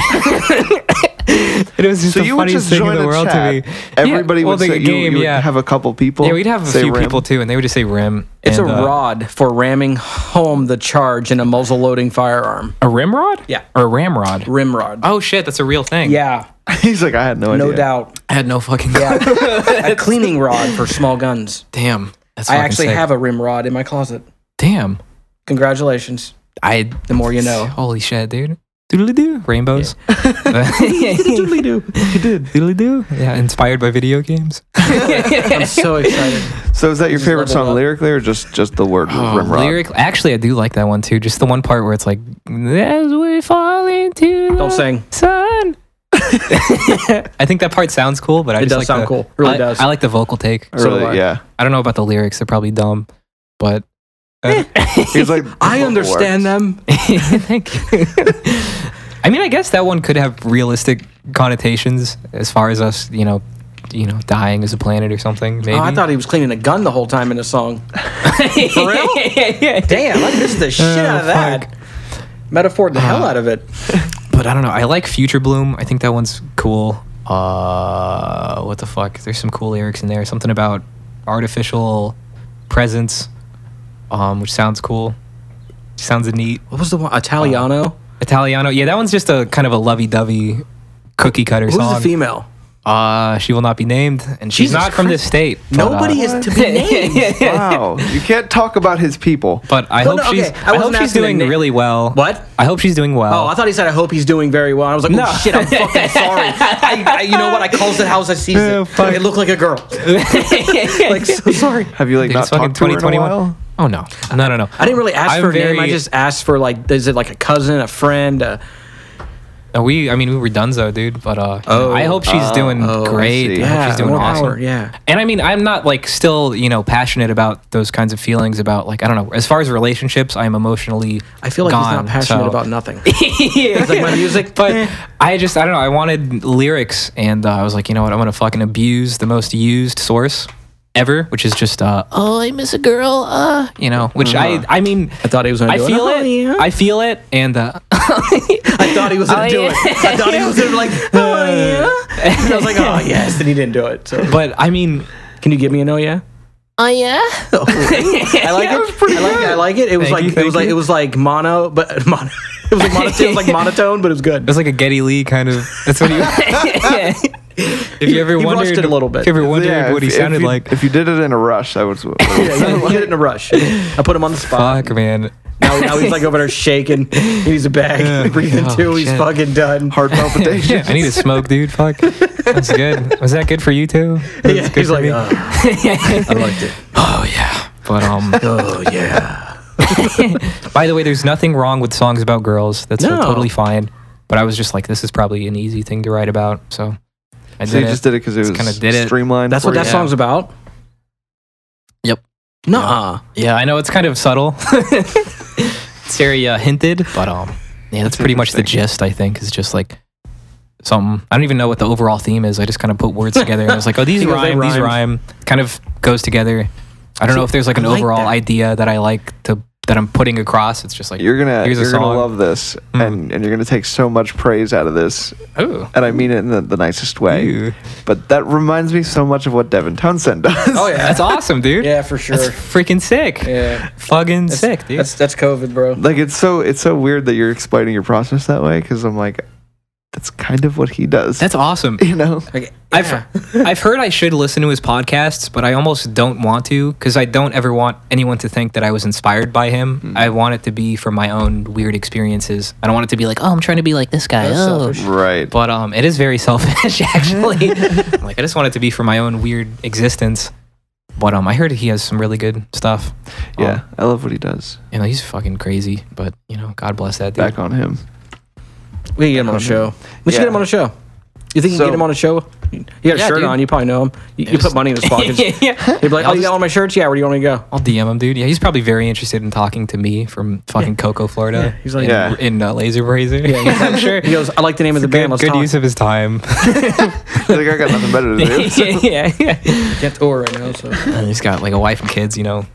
B: And it was just
D: So
B: the
D: you would
B: funniest
D: just
B: thing
D: join
B: in the
D: a
B: world
D: chat.
B: to me.
D: Everybody
B: yeah,
D: would
B: well,
D: say
B: the
D: you,
B: game,
D: you would
B: yeah.
D: have a couple people.
B: yeah, we'd have a
D: say
B: few
D: Ram.
B: people too, and they would just say rim.
C: It's
B: and,
C: a
B: uh,
C: rod for ramming home the charge in a muzzle loading firearm.
B: a rim rod?
C: Yeah.
B: Or a ramrod.
C: Rim rod.
B: Oh shit, that's a real thing.
C: yeah,
D: He's like, I had no, idea.
C: no doubt.
B: I had no fucking
C: Yeah. a cleaning rod for small guns.
B: Damn. That's
C: I
B: fucking
C: actually
B: sick.
C: have a rim rod in my closet.
B: Damn.
C: Congratulations.
B: I
C: The more you know.
B: holy shit, dude. doodly doo rainbows. doodly doo. You did doodly doo. Yeah, inspired by video games.
C: I'm so excited.
D: So is that your favorite
C: leveled
D: song
C: up.
D: lyrically or just just the word rim rock?
B: Oh, Lyric, actually, I do like that one too. Just the one part where it's like, as we fall into the
C: Don't sing.
B: sun. I think that part sounds cool, but I
C: It
B: just
C: does
B: like
C: sound
B: the,
C: cool. Really
B: I,
C: does.
B: I like the vocal take.
D: Or really-
C: do I.
D: yeah.
B: I don't know about the lyrics; they're probably dumb, but uh,
D: He's like
C: I understand them. Oh,
B: Thank you. I mean, I guess that one could have realistic connotations as far as us, you know, you know, dying as a planet or something. Maybe.
C: Oh, I thought he was cleaning a gun the whole time in the song. For real? Damn, I missed the shit
B: Uh,
C: out of that. Metaphor the hell out of it.
B: but I don't know. I like Future Bloom. I think that one's cool. Uh, what the fuck? There's some cool lyrics in there. Something about artificial presence, um, which sounds cool. Sounds neat.
C: What was the one? Italiano?
B: Italiano. Yeah, that one's just a kind of a lovey-dovey cookie cutter
C: Who's
B: song.
C: the female?
B: Uh, she will not be named, and she's
C: Jesus
B: not from this state. but, uh,
C: Nobody is to be named.
D: Wow. You can't talk about his people.
B: But I
C: Well,
B: hope
C: Oh, no,
B: she's.
C: okay, I
B: I, hope
C: wasn't
B: she's
C: asking
B: doing
C: the na-
B: really well.
C: What?
B: I hope she's doing well.
C: Oh, I thought he said, I hope he's doing very well. I was like,
B: No.
C: oh shit, I'm fucking sorry. I, I, you know what? I calls it house I sees it.
B: Oh, fuck.
C: It looked like a girl. like, so sorry.
D: Have you like
B: Dude,
D: not
B: it's fucking
D: talked to her in a
B: 2021.
D: while?
B: Oh no, no, no, no.
C: I didn't really ask
B: I'm
C: for a
B: very-
C: name. I just asked for, like, is it like a cousin, a friend? A,
B: Uh, we, I mean, we were Dunzo, dude. But uh,
C: Oh.
B: I hope she's doing
C: I
B: great.
D: see.
B: I hope she's doing
C: more
B: awesome.
C: power, yeah.
B: And I mean, I'm not like still, you know, passionate about those kinds of feelings about like I don't know. As far as relationships, I'm emotionally.
C: I feel like he's
B: gone,
C: not passionate
B: so-
C: about nothing. He's like, my music,
B: But
C: eh.
B: I just, I don't know. I wanted lyrics, and uh, I was like, you know what? I'm gonna fucking abuse the most used source ever, which is just, uh, oh, I miss a girl, uh, you know. Which I, I mean,
C: I thought he was gonna
B: I
C: do it.
B: feel
C: Oh,
B: it.
C: yeah.
B: I feel it, and uh,
C: I thought he was gonna
B: Oh,
C: do
B: yeah.
C: it. I thought he was gonna like, oh yeah. And I was like, oh yes, and he didn't do it. So,
B: but I mean,
C: can you give me an oh yeah?
B: oh yeah.
C: Oh. I like it. I like it. I like it. It was
B: Thank
C: like
B: you,
C: it was
B: thank
C: like
B: you.
C: it was like mono, but mono. It was like monotone. It was like monotone, but it was good.
B: It was like a Getty Lee kind of. That's what he. If you ever
C: He rushed
B: wondered
C: it a little bit.
B: if you ever wondered
D: Yeah,
B: what he
D: if- if
B: sounded
D: you-
B: like,
D: If you did it in a rush, that was what
C: Yeah, you did it in a rush. I put him on the spot.
B: fuck, man.
C: Now, now he's like over there shaking. He needs a bag.
B: Yeah.
C: breathing
B: Oh,
C: too. He's
B: shit.
C: fucking done.
D: hard palpitation.
B: I need to smoke, dude. Fuck. That's good. Was that good for you too? That
C: Yeah,
B: was good
C: he's
B: for
C: like,
B: me?
C: oh, I liked it.
B: oh yeah. But um.
C: Oh yeah.
B: By the way, there's nothing wrong with songs about girls. That's uh,
C: No.
B: totally fine. But I was just like, this is probably an easy thing to write about. So I
D: So
B: did
D: you
B: it.
D: just did it because it was
B: kinda did it.
D: streamlined.
C: That's
D: for
C: what that
D: you.
C: song's about.
B: Yep.
C: Nuh-uh.
B: yeah, I know it's kind of subtle. it's very uh, hinted, but um, yeah, that's pretty much the gist. I think is just like something. I don't even know what the overall theme is. I just kind of put words together, and I was like, oh, these
C: Because they
B: rhyme, these rhyme,
C: rhymed.
B: kind of goes together. I don't know if there's like an
C: I like
B: overall
C: that.
B: idea that I like to that I'm putting across. It's just like
D: You're gonna
B: Here's a
D: you're
B: song. Mm.
D: gonna love this, and and you're gonna take so much praise out of this,
B: oh.
D: and I mean it in the, the nicest way.
B: Ew.
D: But that reminds me so much of what Devin Townsend does.
C: Oh yeah.
B: That's awesome, dude.
C: Yeah, for sure.
B: That's freaking sick.
C: Yeah.
B: Fucking sick, dude.
C: That's that's COVID, bro.
D: like it's so it's so weird that you're explaining your process that way because I'm like, that's kind of what he does.
B: That's awesome.
D: you know.
C: Like,
B: I've I've heard I should listen to his podcasts, but I almost don't want to because I don't ever want anyone to think that I was inspired by him. I want it to be from my own weird experiences. I don't want it to be like, oh, I'm trying to be like this guy.
C: That's
B: oh.
C: selfish.
D: Right.
B: But um, it is very selfish actually. I'm like I just want it to be for my own weird existence. But um, I heard he has some really good stuff. Um,
D: yeah, I love what he does.
B: you know he's fucking crazy, but you know God bless that dude.
D: Back on him.
C: we can get him on a show. We should
D: Yeah.
C: get him on a show. You think you
D: So-
C: can get him on a show? You got a
B: Yeah,
C: shirt
B: dude.
C: on. You probably know him. You, you
B: Just-
C: put money in his pockets. He'd
B: yeah.
C: be like,
B: I'll
C: "Oh, you
B: just-
C: got all my shirts? Yeah. Where do you want me to go?"
B: I'll DM him, dude. Yeah, he's probably very interested in talking to me from fucking Cocoa, Florida.
C: Yeah, he's like-
B: in,
D: Yeah.
B: in uh, Laser Razor. I'm sure.
C: He goes, "I like the name of the band.
B: Good,
C: Let's
B: good
C: talk."
B: use of his time.
D: like I got nothing better to do.
B: yeah, yeah, yeah.
C: Can't tour right now. So
B: And he's got like a wife and kids. You know,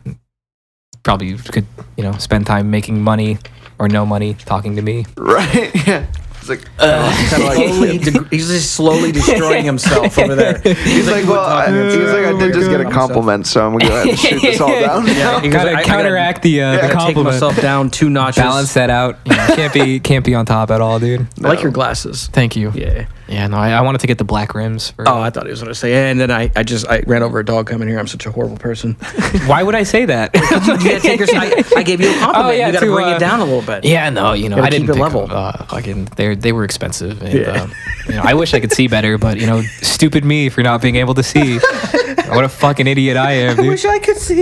B: probably could you know spend time making money or no money talking to me.
D: Right. Yeah. It's like
B: Uh,
C: Kinda like slowly de- he's just slowly destroying himself over there.
D: he's like, well, I,
C: talking
D: he's
C: about
D: like, I did just get a
C: himself.
D: compliment, so I'm gonna go ahead and shoot this all down.
C: Yeah, he goes,
B: Gotta
C: "I- I
B: counteract the uh,
C: I
B: the
C: gotta take
B: compliment.
C: myself down two notches.
B: Balance that out. You know, can't be can't be on top at all, dude.
C: I like your glasses.
B: Thank you.
C: Yeah.
B: Yeah, no, I, I wanted to get the black rims. For,
C: Oh, I thought he was gonna say, and then I, I just I ran over a dog coming here. I'm such a horrible person.
B: Why would I say that?
C: I, I gave you a compliment.
B: Oh, yeah,
C: you gotta
B: to,
C: bring
B: uh,
C: it down a little bit.
B: Yeah, no, you know,
C: Gotta
B: I didn't
C: keep it
B: pick
C: level.
B: Up, uh, fucking, they they were expensive, and um, you know, I wish I could see better, but you know, stupid me for not being able to see. what a fucking idiot I am, dude.
C: I could see.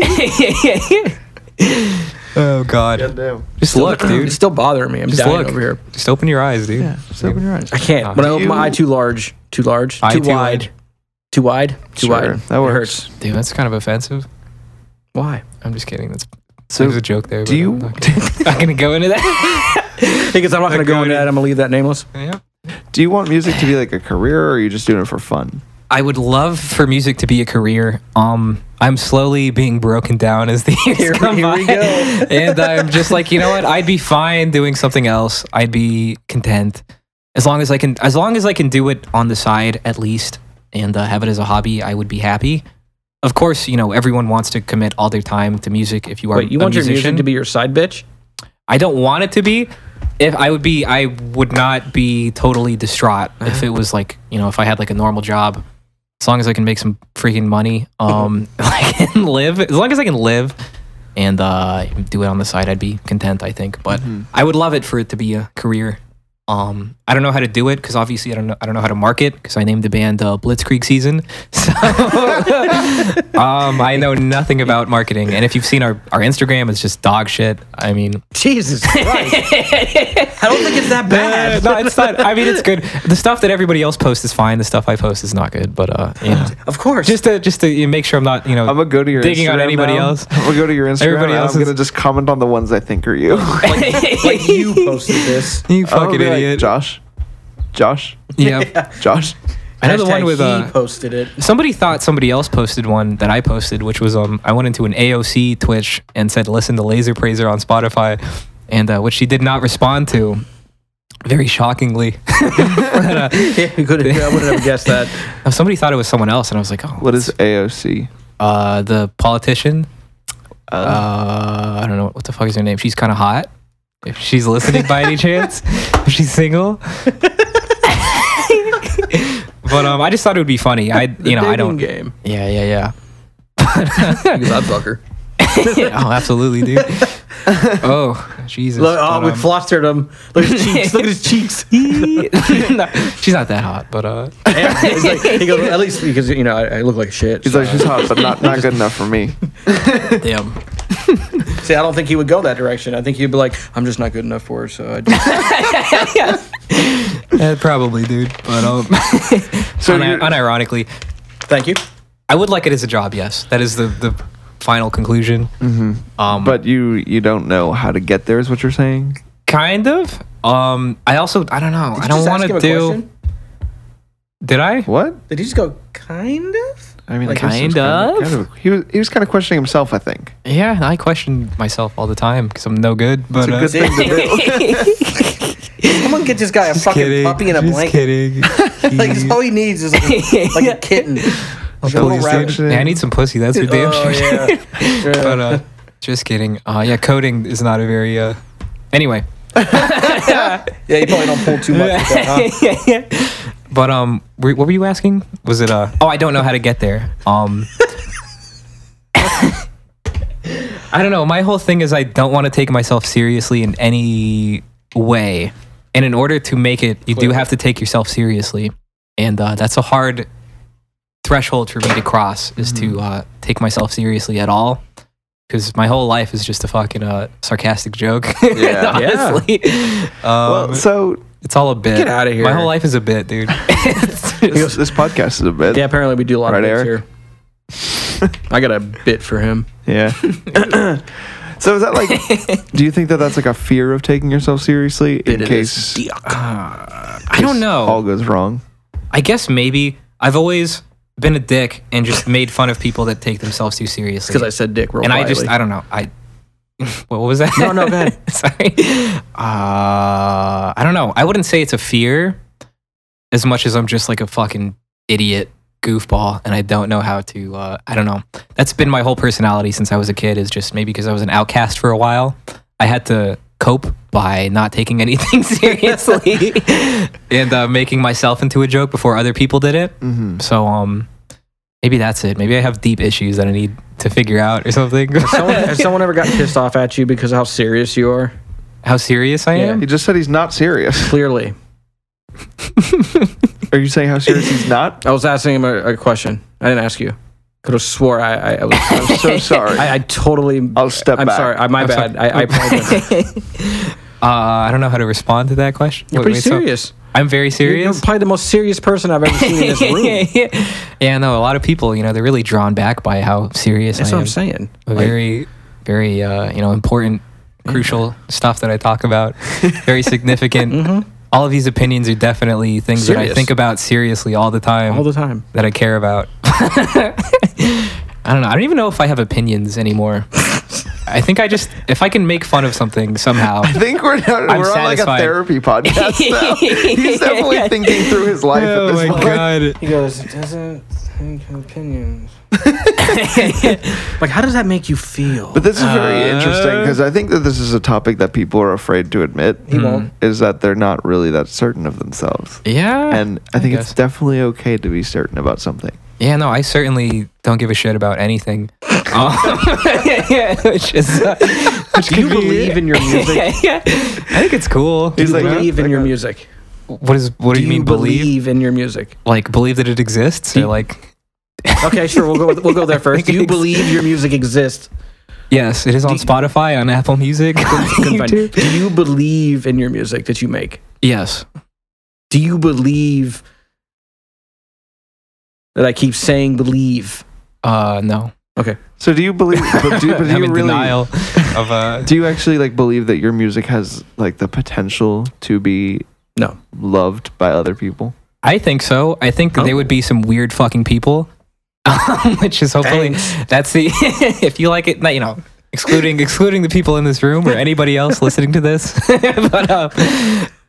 B: oh god,
D: Goddamn.
B: just look, dude.
C: It's still bothering me. I'm
B: Just
C: dying
B: look
C: over here.
B: Just open your eyes, dude.
D: Just open your eyes.
C: I can't. When I open my eye too large, too large,
B: Eye
C: Uh, too,
B: too
C: wide,
B: wide.
C: too wide, too
D: Sure,
C: wide.
D: that
C: It
D: works.
C: hurts.
B: Dude, that's kind of offensive.
C: Why?
B: I'm just kidding. That's
D: So,
B: there's a joke there.
D: do
B: but
D: you-
B: I'm not gonna, not gonna go into that.
C: Because I'm not gonna go
B: going
C: into that. I'm gonna leave that nameless.
B: yeah.
D: Do you want music to be like a career, or are you just doing it for fun?
B: I would love for music to be a career. Um, I'm slowly being broken down as the years come
C: here
B: by,
C: we go.
B: and I'm just like, you know what? I'd be fine doing something else. I'd be content as long as I can, as long as I can do it on the side at least, and uh, have it as a hobby. I would be happy. Of course, you know everyone wants to commit all their time to music. If you are
C: Wait, you
B: a
C: want your
B: musician.
C: music to be your side bitch?
B: I don't want it to be. If I would be, I would not be totally distraught if it was like you know if I had like a normal job. As long as I can make some freaking money, um, I can live. As long as I can live and uh, do it on the side, I'd be content. I think, but I would love it for it to be a career. Um, I don't know how to do it because obviously I don't know. I don't know how to market because I named the band uh, Blitzkrieg Season. So um, I know nothing about marketing. And if you've seen our our Instagram, it's just dog shit. I mean,
C: Jesus Christ! I don't think it's that bad.
B: no, it's not. I mean, it's good. The stuff that everybody else posts is fine. The stuff I post is not good. But uh, you know,
C: Of course.
B: just to just to you know, make sure I'm not you know.
D: I'm gonna go to your
B: digging
D: Instagram
B: on anybody
D: now.
B: else.
D: I'm gonna go to your Instagram.
B: Everybody
D: Everybody else
B: else
D: I'm
B: is-
D: gonna just comment on the ones I think are you.
C: like you posted this.
B: You
D: I'm gonna
B: fucking
D: be like,
B: idiot.
D: Josh. Josh.
B: yeah.
D: Josh.
B: I know the one
C: Hashtag
B: with
C: he
B: uh,
C: posted it.
B: somebody thought somebody else posted one that I posted, which was um I went into an AOC Twitch and said listen to Laser Praiser on Spotify, and uh, which she did not respond to, very shockingly. But, uh,
C: Yeah, you could. I wouldn't have guessed that.
B: somebody thought it was someone else, and I was like, oh,
D: What is AOC?
B: uh, the politician. Uh, I don't know what the fuck is her name. She's kind of hot. If she's listening by any chance, if she's single. but um, I just thought it would be funny. I you know I don't.
C: game.
B: Yeah yeah yeah.
C: You loud fucker.
B: Oh absolutely dude. oh Jesus.
C: Look, oh,
B: But,
C: we
B: um,
C: flustered him. Look at his cheeks. Look at his cheeks.
B: no, she's not that hot, but uh,
C: He's like- he goes, at least because you know I, I look like shit.
D: He's
C: so."
D: like she's hot, but not not good enough for me.
B: damn.
C: See, I don't think he would go that direction. I think he'd be like, I'm just not good enough for her. So I just,
B: Eh, probably, dude. But um,
D: So
B: uni-
D: you're-
B: unironically,
C: thank you.
B: I would like it as a job. Yes, that is the the final conclusion. Um,
D: But you you don't know how to get there is what you're saying.
B: Kind of. Um, I also I don't know. I
C: Just
B: don't
C: ask
B: want
C: him
B: to
C: a
B: do.
C: question.
B: Did I?
D: What?
C: Did he just go kind of?
D: I mean, I
C: Like,
D: guess it was
B: kind of?
D: kind of. He was he was kind of questioning himself. I think.
B: Yeah, I question myself all the time because I'm no good. But uh,
D: Good thing to do.
C: Someone get this guy a fucking
B: kidding.
C: puppy and a
B: just
C: blanket.
B: kidding.
C: Like that's all he needs is like a, like a kitten. Like a little
B: Please,
C: rabbit.
B: dude. Yeah, I need some pussy. That's for damn
C: Oh
B: sure.
C: yeah.
B: But uh, just kidding. Uh, yeah, coding is not a very. Uh... Anyway,
C: Yeah, you probably don't pull too much with that, huh?
B: but um, were, what were you asking? Was it uh? Oh, I don't know how to get there. Um. I don't know. My whole thing is I don't want to take myself seriously in any way. And in order to make it, you do have to take yourself seriously. And uh, that's a hard threshold for me to cross is to uh, take myself seriously at all. Because my whole life is just a fucking uh, sarcastic joke.
D: Yeah.
B: honestly. Um,
D: Well, so
B: it's all a bit.
C: Get outta here.
B: My whole life is a bit, dude. It's just-
D: this, this podcast is a bit.
C: Yeah, apparently we do a lot
D: Right,
C: of bits
D: Eric?
C: here. I got a bit for him.
D: Yeah. so is that like? do you think that that's like a fear of taking yourself seriously in
C: It is
D: case
C: Diok.
B: I don't know.
D: all goes wrong?
B: I guess maybe I've always been a dick and just made fun of people that take themselves too seriously.
C: because I said dick real
B: and I
C: quietly.
B: just I don't know I. What was that?
C: No, no, go ahead.
B: Sorry. Uh, I don't know. I wouldn't say it's a fear as much as I'm just like a fucking idiot goofball and I don't know how to uh, I don't know. That's been my whole personality since I was a kid is just maybe because I was an outcast for a while. I had to cope by not taking anything seriously and uh, making myself into a joke before other people did it.
D: Mm-hmm.
B: So um, maybe that's it. Maybe I have deep issues that I need to figure out or something.
C: Someone, has someone ever gotten pissed off at you because of how serious you are?
B: How serious I am.
D: He just said he's not serious.
C: Clearly.
D: Are you saying how serious he's not?
C: I was asking him a, a question. I didn't ask you. Could have swore I, I, I was. I, was-
D: I'm so sorry.
C: I, I totally.
D: I'll step
C: I'm
D: back.
C: sorry. I, my
B: I'm
C: bad.
B: sorry.
C: I, I apologize.
B: Uh, I don't know how to respond to that question.
C: You're
B: Wait,
C: pretty
B: wait, so-
C: serious.
B: I'm very
C: You're- You're
B: serious.
C: probably the most serious person I've ever seen in this room.
B: yeah, no, a lot of people, you know, they're really drawn back by how serious
C: That's
B: I
C: what
B: am.
C: I'm saying.
B: A very, very, uh, you know, important, crucial stuff that I talk about. Very significant. All of these opinions are definitely things that I
C: Mm-hmm. Serious.
B: think about seriously all the time.
C: All the time.
B: That I care about. I don't know. I don't even know if I have opinions anymore. I think I just, if I can make fun of something somehow.
D: I think we're, not,
B: I'm
D: we're on like a
B: satisfied.
D: therapy podcast now. he's definitely thinking through his life at this point.
B: Oh god.
C: He goes, doesn't think opinions. like, how does that make you feel?
D: But this is very
B: Uh,
D: interesting because I think that this is a topic that people are afraid to admit. He
C: won't.
D: Is that they're not really that certain of themselves.
B: Hmm. Yeah.
D: And I think
B: guess.
D: it's definitely okay to be certain about something.
B: Yeah, no, I certainly don't give a shit about anything. Um, which is, uh, which
C: Do you believe in your music?
B: I think it's cool.
D: He's like,
C: believe in
D: like uh,
C: your
D: a-
C: music.
B: What is? What do, you mean believe?
C: in your music?
B: Like believe that it exists? Or like,
C: Okay, sure. We'll go. We'll go there first.
B: think it
C: Do you
B: ex-
C: believe your music exists?
B: yes, it is on Spotify, on Apple Music, on
C: Couldn't find it.
B: YouTube.
C: Do you believe in your music that you make?
B: Yes.
C: Do you believe that I keep saying believe?
B: Uh, no.
D: So do you believe? But do, but do
B: I'm
D: you
B: in
D: really?
B: denial of uh.
D: Do you actually like believe that your music has like the potential to be
C: No.
D: loved by other people?
B: I think so. I think that
D: Oh.
B: there would be some weird fucking people, um, which is hopefully that's the if you like it. no, You know, excluding excluding the people in this room or anybody else listening to this, but uh,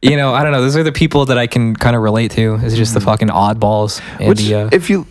B: you know, I don't know. Those are the people that I can kind of relate to. Is just the fucking oddballs and
D: Hmm. Which,
B: the. Uh,
D: if you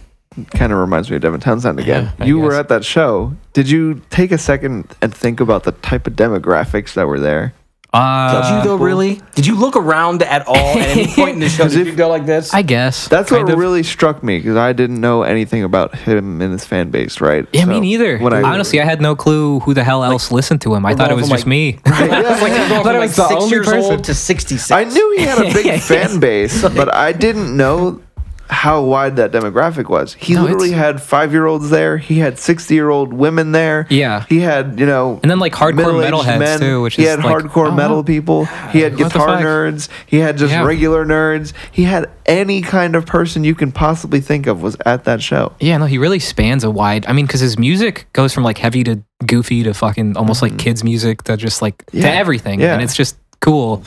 D: kind of reminds me of Devin Townsend again.
B: Yeah, I
D: you were
B: guess.
D: at that show. Did you take a second and think about the type of demographics that were there?
C: Did
B: uh,
C: you though? Really? Did you look around at all at any point in the show? Did you go like this?
B: I guess
D: That's
B: kind
D: what
B: of.
D: really struck me because I didn't know anything about him and his fan base, right?
B: Yeah,
D: So
B: me neither.
D: when I-
B: Honestly, I had no clue who the hell else listened to him. I thought it
C: of
B: was
C: them,
B: just
C: like-
B: me.
C: It's like you're
B: But
C: going from
B: I
C: like
B: was the
C: six
B: only
C: years
B: person.
C: old to sixty-six.
D: I knew he had a big fan base, but I didn't know how wide that demographic was. He
B: No,
D: literally
B: it's-
D: had five year olds there. He had sixty year old women there.
B: Yeah.
D: He had you know,
B: And then, like, hardcore
D: middle-aged
B: metalheads, too, which
D: he
B: is,
D: had
B: like,
D: hardcore
B: oh,
D: metal
B: wow.
D: people. He had
B: What the
D: guitar
B: fuck?
D: nerds. He had just
B: Yeah.
D: regular nerds. He had any kind of person you can possibly think of was at that show.
B: Yeah, no, he really spans a wide. I mean, because his music goes from like heavy to goofy to fucking almost like kids music to just like
D: Mm-hmm. Yeah,
B: to everything,
D: yeah.
B: and it's just cool.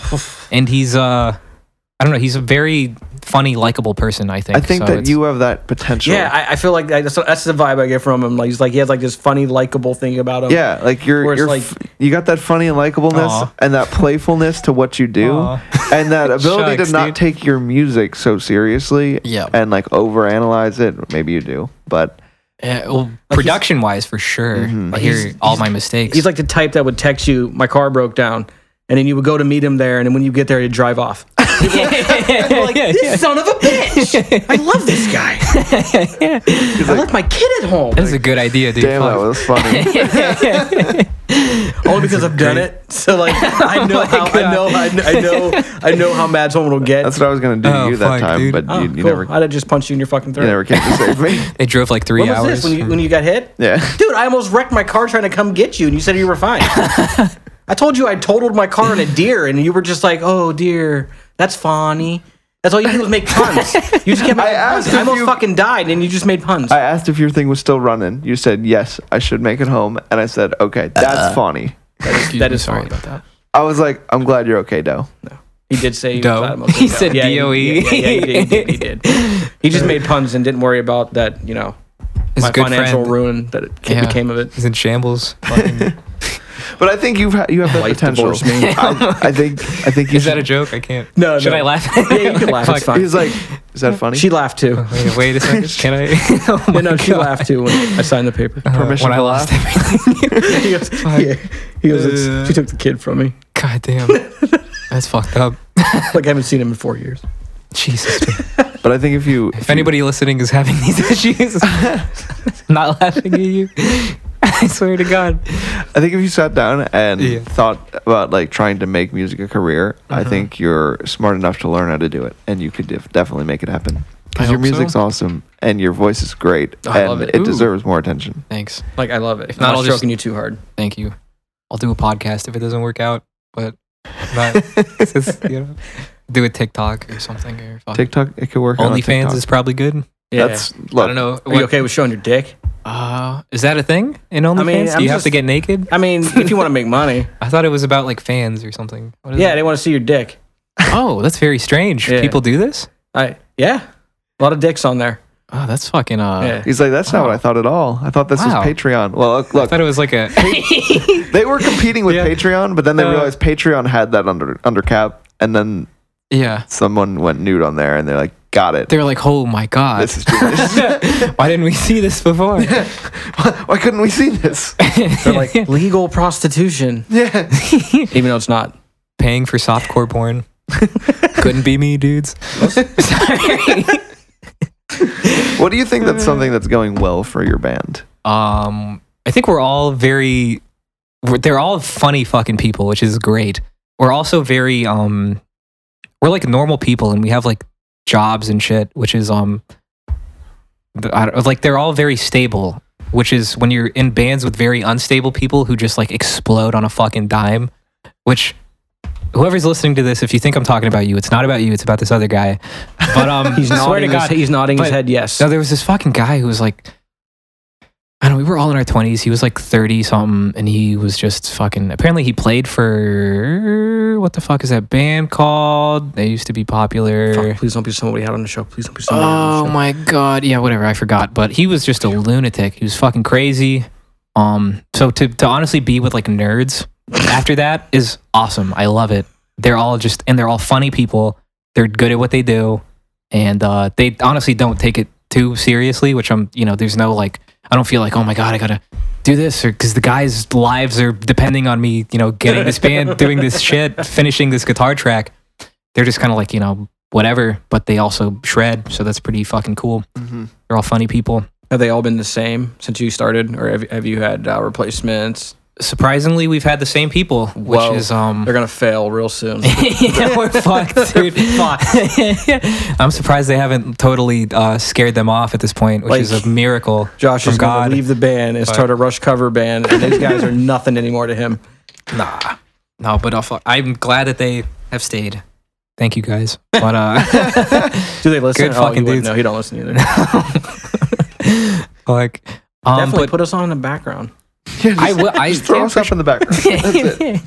B: and he's uh, I don't know, he's a very funny, likable person. I think.
D: I think
B: so
D: that
B: it's-
D: you have that potential.
C: Yeah, I, I feel like that's, that's the vibe I get from him. Like he's like he has like this funny, likable thing about him.
D: Yeah, like
C: Where
D: you're,
C: it's
D: you're
C: like-
D: f- you got that funny and likableness
B: Aw.
D: and that playfulness to what you do,
B: Aw.
D: and that ability
B: Shucks,
D: to not
B: dude.
D: take your music so seriously,
B: Yeah.
D: and like overanalyze it. Maybe you do, but
B: Uh, well, production wise, for sure.
D: Mm-hmm.
B: I hear all my mistakes.
C: He's like the type that would text you, "My car broke down," and then you would go to meet him there, and then when you get there, he'd drive off. You're like, this son of a bitch! I love this guy. I left my kid at home
B: that's a good idea, dude.
D: damn, that
B: Fuck.
D: was funny.
C: only because I've done it. So like, I know how I know I know, I know I know how mad someone will get.
D: That's what I was gonna do
B: Oh,
D: to you that
B: fuck,
D: time,
B: dude.
D: but
C: Oh,
D: you, you
C: cool.
D: never,
C: I'd have just punched you in your fucking throat.
D: you never came to save me.
B: They drove like three
C: what was
B: hours.
C: this when you, when you got hit?
D: Yeah,
C: Dude, I almost wrecked my car trying to come get you, and you said you were fine. I told you I totaled my car in a deer, and you were just like, "Oh dear, that's funny." That's all you did was make puns. You just kept. making
D: asked
C: puns.
D: if
C: I almost
D: you-
C: fucking died, and you just made puns.
D: I asked if your thing was still running. You said yes, I should make it home, and I said okay,
B: Uh.
D: that's funny.
C: that is
B: sorry
C: funny.
B: about that.
D: I was like, I'm glad you're okay, though.
C: He did say he, was
B: Doe.
C: out of most-
B: He said
C: yeah,
B: DOE.
C: Yeah, yeah, yeah, he, did, he did. He did. E. He just made puns and didn't worry about that. You know,
B: His
C: my
B: good
C: financial
B: friend.
C: ruin that it ca-
B: Yeah.
C: became of it.
B: He's in shambles. Fucking-
D: But I think you've ha- you have that
C: Life
D: potential.
C: divorced me.
D: I, I think I think you
B: Is that
D: should-
B: a joke? I can't.
C: No,
B: Should
C: no.
B: I laugh?
C: Yeah, you can laugh. It's
B: Fuck.
C: fine.
D: He's like, is that funny?
C: She laughed too.
B: Wait, wait a second. Can I? Oh my
C: No, no, she
B: God.
C: laughed too when I signed the paper.
B: Uh,
D: Permission
B: when I
D: to
B: lost
D: laugh?
B: everything.
C: he goes, yeah. he goes "It's-
B: Uh.
C: she took the kid from me.
B: God damn. That's fucked up.
C: Like I haven't seen him in four years.
B: Jesus. man.
D: But I think if you
B: If anybody listening is having these issues, I'm not laughing at you. I swear to God.
D: I think if you sat down and
B: Yeah. Uh-huh.
D: thought about like trying to make music a career, I think you're smart enough to learn how to do it, and you could def- definitely make it happen.
B: I
D: Because your
B: hope so.
D: music's awesome, and your voice is great,
B: I
D: and
B: love it.
D: it.
B: Ooh.
D: deserves more attention.
B: Thanks.
C: Like I love it. If
B: not,
C: not,
B: I'll
C: I'm
B: just-
C: stroking you too hard.
B: Thank you. I'll do a podcast if it doesn't work out, but not, 'cause it's, you know, do a TikTok or something or fuck.
D: TikTok, it could work. out on
B: OnlyFans
D: TikTok.
B: is probably good.
C: Yeah.
D: that's
B: I
D: look.
B: don't know.
C: Are you
B: What,
C: okay with showing your dick?
B: uh, is that a thing in OnlyFans?
C: I'm
B: do you have
C: just-
B: to get naked?
C: I mean, if you want to make money,
B: I thought it was about like fans or something. What is
C: yeah,
B: it?
C: they want to see your dick.
B: Oh, that's very strange.
C: Yeah.
B: People do this?
C: I yeah, a lot of dicks on there.
B: Oh, that's fucking. Uh,
C: Yeah.
D: He's like, that's not what I thought at all. I thought this
B: Wow.
D: was Patreon. Well, look,
B: I
D: look
B: thought it was like a.
D: they were competing with
B: Yeah.
D: Patreon, but then they
B: Uh,
D: realized Patreon had that under under cap, and then
B: yeah.
D: someone went nude on there, and they're like, got it.
B: They were like, oh my God.
D: This is too much.
B: Why didn't we see this before?
D: Why couldn't we see this?
C: They're like legal prostitution,
D: Yeah.
C: even though it's not.
B: Paying for softcore porn. Couldn't be me, dudes.
D: What do you think that's something that's going well for your band?
B: Um, I think we're all very. We're, they're all funny fucking people, which is great. We're also very. um We're like normal people and we have like jobs and shit, which is. um but I don't, Like they're all very stable, which is when you're in bands with very unstable people who just like explode on a fucking dime, which. Whoever's listening to this, if you think I'm talking about you, it's not about you. It's about this other guy. But um,
C: He's
B: swear to
C: nodding. His,
B: God,
C: he's nodding his
B: But-
C: head. Yes.
B: no, there was this fucking guy who was like, I don't know, we were all in our 20s. He was like 30 something, and he was just fucking. Apparently, he played for. What the fuck is that band called? They used to be popular.
C: Fuck, please don't be someone we had on the show. Please don't be someone. we had on
B: Oh
C: the show.
B: my god. Yeah, whatever. I forgot. But he was just a lunatic. He was fucking crazy. Um, so to, to honestly be with like nerds after that is awesome. I love it. They're all just and they're all funny people. They're good at what they do, and uh, they honestly don't take it too seriously. Which I'm, you know, there's no like, I don't feel like, oh my god, I gotta do this or because the guys' lives are depending on me, you know, getting this band, doing this shit, finishing this guitar track. They're just kind of like, you know, whatever, but they also shred, so that's pretty fucking cool. They're all funny people.
C: Have they all been the same since you started, or have, have you had uh, replacements?
B: Surprisingly, we've had the same people, which
C: Whoa.
B: is um,
C: They're gonna fail real soon.
B: yeah, we're fucked, dude. I'm surprised they haven't totally uh, scared them off at this point, which
C: Like,
B: is a miracle.
C: Josh
B: from
C: is going
B: God.
C: to leave the band and start a Rush cover band, and these guys are nothing anymore to him.
B: Nah, no, but I'll, fu- I'm glad that they have stayed. Thank you guys. But uh,
C: Do they listen?
B: Good
C: oh,
B: fucking
C: you wouldn't
B: dudes.
C: know. he don't listen either.
B: like, um,
C: Definitely
B: but
C: put us on in the background.
B: I will. I
D: Throw us up in the background.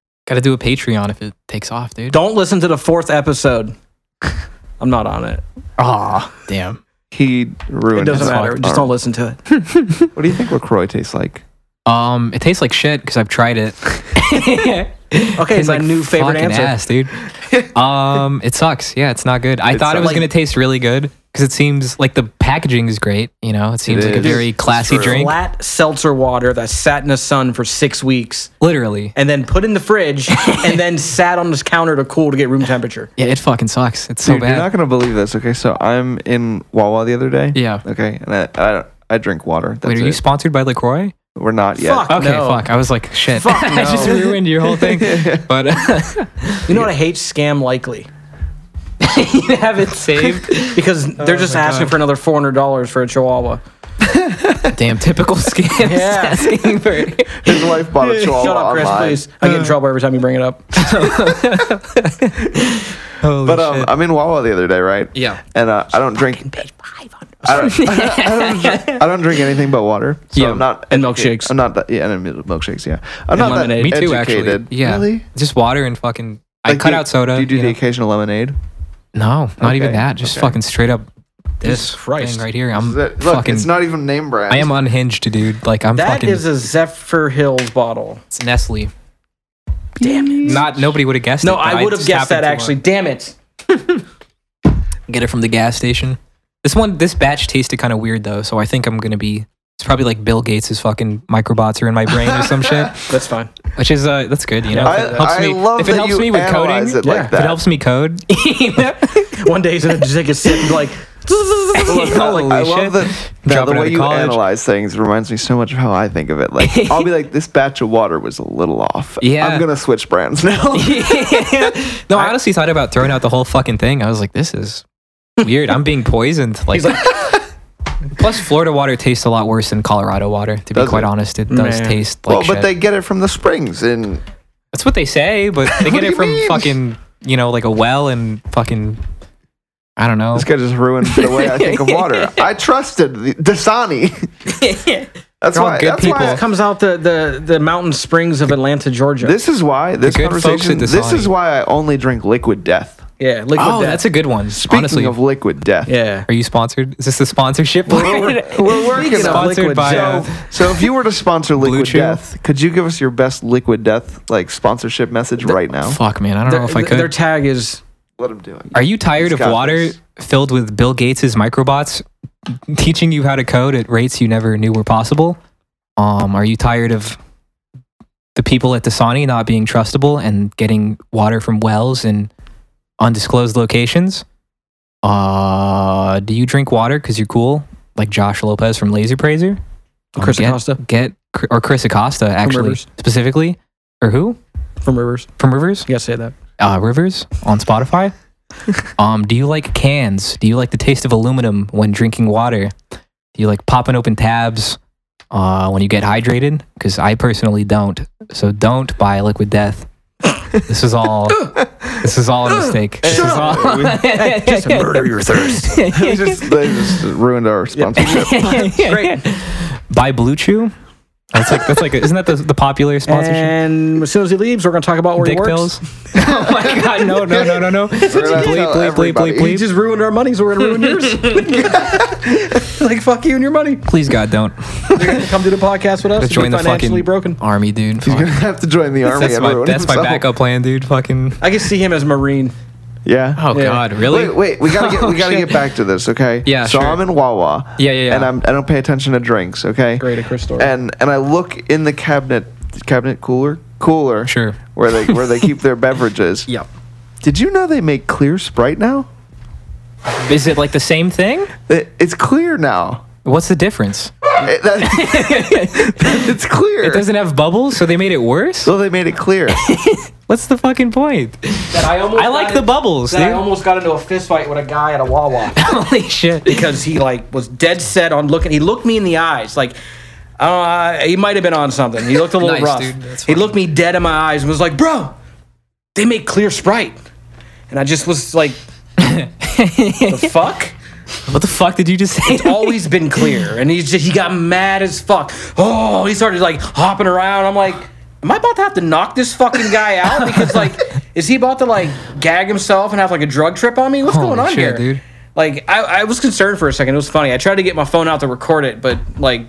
B: got to do a Patreon if it takes off, dude.
C: Don't listen to the fourth episode. I'm not on it.
B: Ah, damn.
D: He
C: It
D: ruined
C: doesn't
D: his
C: matter.
D: fucking
C: Just
D: arm.
C: don't listen to it.
D: What do you think LaCroix tastes like?
B: Um, it tastes like shit because I've tried it.
C: Okay, it's
B: Tastes
C: my
B: like
C: new favorite
B: fucking
C: answer.
B: ass, dude. Um, it sucks. Yeah, it's not good. I thought it was
C: like-
B: gonna taste really good because it seems like the packaging is great. You know, it seems like a
D: is.
B: very classy drink.
C: Flat seltzer water that sat in the sun for six weeks
B: Literally,
C: and then put in the fridge and then sat on this counter to cool to get room temperature.
B: yeah, it fucking sucks. It's so
D: Dude,
B: bad.
D: you're not gonna believe this. Okay, so I'm in Wawa the other day.
B: Yeah.
D: Okay, and I I, don't- I drink water. That's
B: Wait, are you
D: it. Uh,
B: sponsored by Lacroix?
D: We're not yet.
C: Fuck.
B: Okay,
C: No.
B: fuck. I was like, shit.
C: Fuck,
B: I just
C: no.
B: ruined your whole thing. But uh,
C: You know what I hate? Scam likely.
B: you have it saved. Oh
C: Because they're just asking for another four hundred dollars for a Chihuahua.
B: Damn, typical scams.
C: Yeah.
B: asking for.
D: His wife bought a chihuahua
C: Shut up, Chris,
D: online.
C: please. I get in trouble every time you bring it up.
B: Holy
D: But
C: Oh,
D: um, I'm in Wawa the other day, right?
B: Yeah.
D: And uh, I don't drink. I don't, I, don't, I, don't drink, I don't drink anything but water. So
C: Yeah,
D: I'm not
C: and
D: educated-
C: milkshakes.
D: I'm not that. Yeah, and mil- milkshakes. Yeah, I'm not that
C: lemonade.
B: me too,
D: educated.
B: actually. Yeah,
D: Really?
B: just water and fucking. I
D: Like,
B: cut
D: do-
B: out soda.
D: Do you do
B: you
D: the
B: know?
D: occasional lemonade?
B: No, not even
D: Okay,
B: that. Just
D: okay.
B: fucking straight up this
C: Christ.
B: thing right here. I'm
D: Is that- look,
B: fucking.
D: it's not even name brand.
B: I am unhinged, dude. Like I'm
C: That
B: fucking.
C: is a Zephyr Hills bottle.
B: it's Nestle. Damn it! Not nobody would have guessed.
C: No,
B: it, but
C: I would have
B: just
C: guessed that
B: happened to,
C: actually. Damn it.
B: uh, Get it from the gas station. This one, this batch tasted kind of weird though, so I think I'm gonna be. It's probably like Bill Gates' fucking microbots are in my brain or some shit.
C: That's fine.
B: which is uh, that's good. You know,
D: I-
B: If it helps
D: I
B: me.
D: love
B: if it
D: that
B: helps
D: you
B: me with coding,
D: analyze it like
B: yeah, if
D: that.
B: it helps me code, you know?
C: One day he's gonna just take a sip, and be like,
B: Holy
D: I
B: shit.
D: love that, that the
B: Dropping out
D: way
B: of
D: you
B: college.
D: analyze things reminds me so much of how I think of it. Like I'll be like, this batch of water was a little off.
B: Yeah.
D: I'm gonna switch brands now.
B: no, I honestly thought about throwing out the whole fucking thing. I was like, this is weird. I'm being poisoned. Like, plus Florida water tastes a lot worse than Colorado water. To be
D: Does
B: quite
D: it?
B: honest, it does
C: Man.
B: taste like
D: well, but
B: shit.
D: they get it from the springs in
B: That's what they say, but they get
D: What do
B: it
D: you
B: from
D: mean?
B: fucking you know like a well and fucking I don't know.
D: This guy just ruined the way I think of water. I trusted the, Dasani. that's
B: They're all
D: why.
B: good
D: That's
B: people.
D: why.
C: "This comes out the, the the mountain springs of Atlanta, Georgia."
D: this is why this
B: good folks
D: conversation.
B: at
D: This is
B: Dasani.
D: why I only drink liquid death.
C: yeah, liquid
B: Oh,
C: death.
B: that's a good one.
D: Speaking
B: Honestly,
D: of liquid death,
C: yeah.
B: are you sponsored? Is this the sponsorship?
D: we're working on
B: sponsored
C: liquid
B: by.
D: So,
B: uh,
D: so if you were to sponsor Liquid
B: Chew?
D: Death, could you give us your best Liquid Death like sponsorship message right now?
B: fuck, man, I don't know if I
C: Their
B: could.
C: tag is
D: Let him do it.
B: Are you tired of
D: got
B: water
D: this.
B: filled with Bill Gates' microbots teaching you how to code at rates you never knew were possible? Um, are you tired of the people at Dasani not being trustable and getting water from wells in undisclosed locations? Uh, do you drink water because you're cool, like Josh Lopez from Laser Praiser? Um,
C: Chris
B: get-
C: Acosta
B: Get or Chris Acosta actually
C: Rivers.
B: specifically, or who
C: from Rivers.
B: from Rivers?
C: You gotta say that.
B: uh, Rivers on Spotify. um, do you like cans? Do you like the taste of aluminum when drinking water? Do you like popping open tabs uh, when you get hydrated? Because I personally don't. So don't buy Liquid Death. this is all. This is all a mistake. This is all.
C: Just murder your thirst.
D: They just, they just ruined our sponsorship.
B: Great. Buy Blue Chew. That's like that's like isn't that the, the popular sponsorship?
C: And as soon as he leaves, we're gonna talk about where he
B: Dick
C: Eh, works.
B: pills. oh my god! No! No! No! No! No! Bleep!
D: We're gonna tell
B: Bleep! Bleep!
D: everybody.
B: Bleep!
C: You
B: Bleep!
C: just ruined our money, so we're gonna ruin yours. like fuck you and your money.
B: Please, God, don't.
C: You're gonna come do the podcast with us. and
B: join
C: be
B: the
C: financially
B: fucking
C: broken.
B: army, dude.
D: He's
B: Fuck.
D: gonna have to join the army.
B: That's
D: and
B: my
D: ruin
B: that's my
D: himself.
B: backup plan, dude. Fucking.
C: I can see him as Marine.
D: Yeah.
B: Oh
C: Yeah.
B: God, really? Oh,
D: Wait, wait, we gotta get we gotta
B: shit.
D: get back to this, okay?
B: Yeah,
D: So
B: sure.
D: I'm in Wawa.
B: Yeah, yeah, yeah.
D: And I'm I don't pay attention to drinks, okay?
C: Great at Chris Story.
D: And and I look in the cabinet cabinet cooler cooler.
B: Sure.
D: Where they where they keep their beverages.
B: Yep.
D: Did you know they make clear Sprite now?
B: Is it like the same thing?
D: It, it's clear now.
B: What's the difference?
D: It- that- it's clear.
B: It doesn't have bubbles, so they made it worse.
D: so they made it clear.
B: What's the fucking point?
C: I, almost
B: I like the bubbles, dude.
C: I almost got into a fist fight with a guy at a Wawa.
B: Holy shit!
C: because he like was dead set on looking. He looked me in the eyes, like uh, he might have been on something. He looked a little
B: Nice,
C: rough.
B: dude. That's
C: he
B: funny.
C: looked me dead in my eyes and was like, "Bro, they make clear Sprite," and I just was like, "The fuck."
B: What the fuck did you just say?
C: It's always been clear, and he's just, he got mad as fuck. Oh, he started like hopping around. I'm like, am I about to have to knock this fucking guy out? Because like, is he about to like gag himself and have like a drug trip on me? What's
B: Holy
C: going on
B: shit,
C: here,
B: dude.
C: Like, I, I was concerned for a second. It was funny. I tried to get my phone out to record it, but like,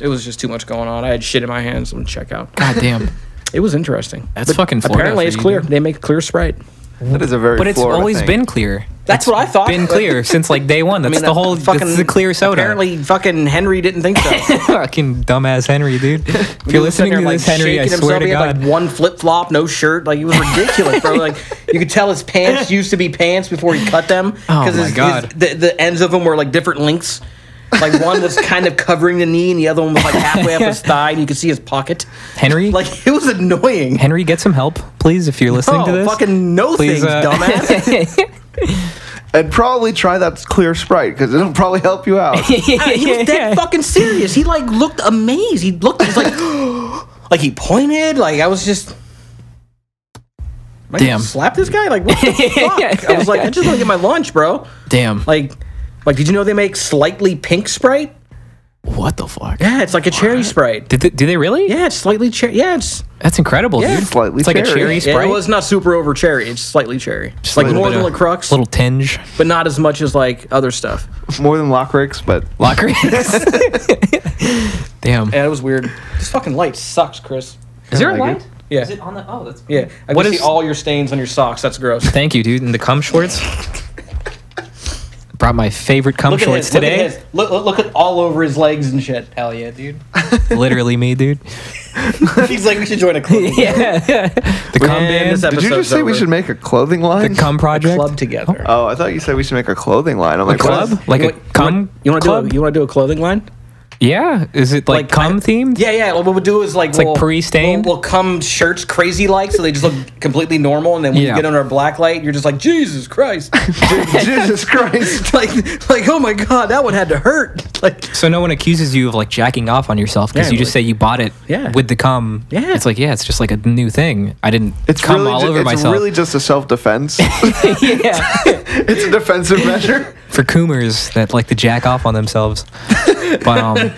C: it was just too much going on. I had shit in my hands. Let me check out.
B: God damn,
C: It was interesting.
B: that's fucking. Florida
C: Apparently,
B: for
C: it's
B: you,
C: clear.
B: dude.
C: They make clear Sprite.
D: that is a very
B: But it's
D: Florida
B: always
D: thing.
B: been clear.
C: That's what I thought.
B: Been clear since like day one. That's the whole. That's the clear soda.
C: uh, Apparently, fucking Henry didn't think so.
B: fucking dumbass Henry, dude. If you're
C: He was
B: listening
C: sitting
B: to
C: there,
B: this,
C: like,
B: Henry, I
C: shaking
B: swear
C: himself.
B: to
C: He had,
B: God,
C: like one flip flop, no shirt. Like it was ridiculous, bro. Like you could tell his pants used to be pants before he cut them
B: Oh, my
C: his, his-
B: God.
C: the, the ends of them were like different lengths. Like one was kind of covering the knee, and the other one was like halfway up his thigh, and you could see his pocket.
B: Henry,
C: Like it was annoying.
B: Henry, get some help, please. If you're listening
C: Oh,
B: to this,
C: fucking no
B: Please,
C: things,
B: uh,
C: dumbass.
D: And probably try that clear Sprite because it'll probably help you out.
C: he was dead fucking serious. He like looked amazed. He looked. He was like, like he pointed. Like I was just. Am I gonna
B: Damn.
C: Slap this guy? Like what the fuck? I was like, I just want to get my lunch, bro.
B: damn.
C: Like, like did you know they make slightly pink Sprite?
B: What the fuck?
C: Yeah, it's like a cherry Sprite.
B: Did they, do they really?
C: Yeah, it's slightly cherry. Yeah, it's
B: That's incredible,
C: Yeah.
B: dude.
D: Slightly
B: it's like a
D: cherry.
B: cherry
D: Yeah,
C: yeah,
B: sprite.
C: well, it's not super over cherry. It's slightly cherry. It's like
B: little
C: more
B: bit
C: than
B: of-
C: Lacroix,
B: little tinge.
C: but not as much as like other stuff.
D: More than Lockricks, but
B: Locker. Damn.
C: Yeah, it was weird. This fucking light sucks, Chris.
B: Is there a
D: like
B: light?
C: Yeah.
B: Is it on the? Oh, that's.
C: Yeah, I
B: What
C: can see
B: is-
C: all your stains on your socks. That's gross.
B: Thank you, dude. And the cum shorts. brought my favorite cum
C: Look at
B: shorts
C: his. Look at
B: today.
C: his. Look, look, look at all over his legs and shit. Hell yeah, dude.
B: Literally me, dude.
C: He's like, we should join a club.
B: Yeah. the cum band,
C: this
B: the
D: Did you
C: episode's
D: just say we
C: over.
D: should make a clothing line?
B: cum project,
C: club together.
D: oh, I thought you said we should make a clothing line. I'm like, what?
B: club, like
C: You
B: a
C: want- you
B: cum
C: want- You want to do?
B: club.
C: A, you want to do a clothing line?
B: yeah, is it like,
C: Like,
B: cum
C: I-
B: themed?
C: Yeah, yeah. What we'll do is like
B: like
C: we'll,
B: pre-stained?
C: We'll, we'll come shirts crazy like, so they just look completely normal, and then when
B: Yeah.
C: you get under a black light, you're just like Jesus Christ,
D: Jesus Christ.
C: like like oh my god, that one had to hurt. Like
B: So no one accuses you of like jacking off on yourself because
C: Yeah,
B: you just say
C: like-
B: you bought it
C: Yeah.
B: with the cum.
C: Yeah.
B: it's like yeah, it's just like a new thing. I didn't
D: It's
B: cum
D: really,
B: all
D: ju-
B: over
D: it's
B: myself.
D: really just a self defense.
B: yeah,
D: it's a defensive measure.
B: for coomers that like to jack off on themselves. but um,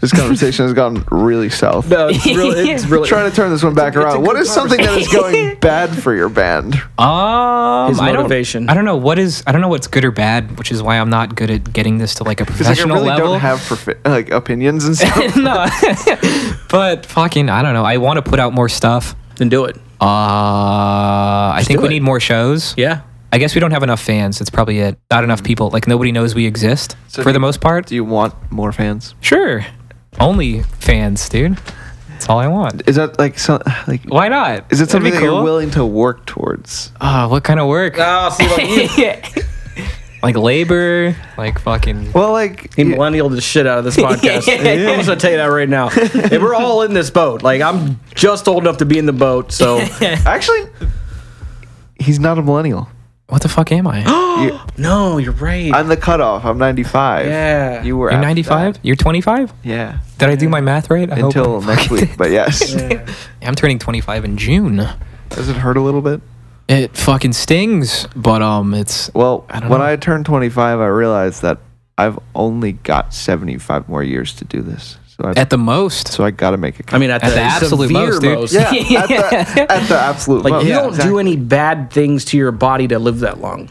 D: This conversation has gone really south.
C: no, it's really, it's really
D: Trying to turn this one back around. What is something that is going bad for your band?
B: um I
C: His
B: don't- I
C: motivation.
B: don't, know what is I don't know what's good or bad, which is why I'm not good at getting this to like a
D: Because like, I
B: professional
D: really
B: level.
D: don't have profi- like opinions and stuff.
B: no, but fucking I don't know. I want to put out more stuff.
C: then do it.
B: Uh, I think
C: do
B: we
C: it.
B: need more shows.
C: Yeah.
B: I guess we don't have enough fans. That's probably it. Not enough people. Like nobody knows we exist
D: Mm-hmm. So
B: for
D: do
B: the
D: you-
B: most part.
D: Do you want more fans?
B: sure, only fans, dude. That's all I want.
D: Is that like some like?
B: Why not?
D: Is it
B: That'd be
D: something that you're willing to work towards?
B: Ah, what kind of work?
C: Oh, see, like, you-
B: like labor, like fucking.
D: Well, like
C: He
D: you-
C: millennialed the shit out of this podcast. I'm just gonna tell you that right now. And we're all in this boat. Like I'm just old enough to be in the boat, so
D: actually, he's not a millennial.
B: What the fuck am I?
C: no, you're right.
D: I'm the cutoff. I'm 95.
C: Yeah.
D: you were.
B: You're
D: after
B: 95. You're 25.
D: that. Yeah,
B: Did I do my math right? I hope
D: until
B: I'm
D: next
B: fucking-
D: week. But yes,
B: I'm turning 25 in June.
D: does it hurt a little bit?
B: It fucking stings, but um, it's
D: Well,
B: I don't
D: when
B: know.
D: I turned 25, I realized that I've only got 75 more years to do this. So I,
B: at the most.
D: so I got to make it. count.
C: I mean, at,
B: At
C: the,
B: the absolute
C: severe
B: most, dude.
D: yeah, at, the, at the absolute.
C: Like
D: most.
C: you
D: Yeah,
C: don't do
D: exactly.
C: any bad things to your body to live that long.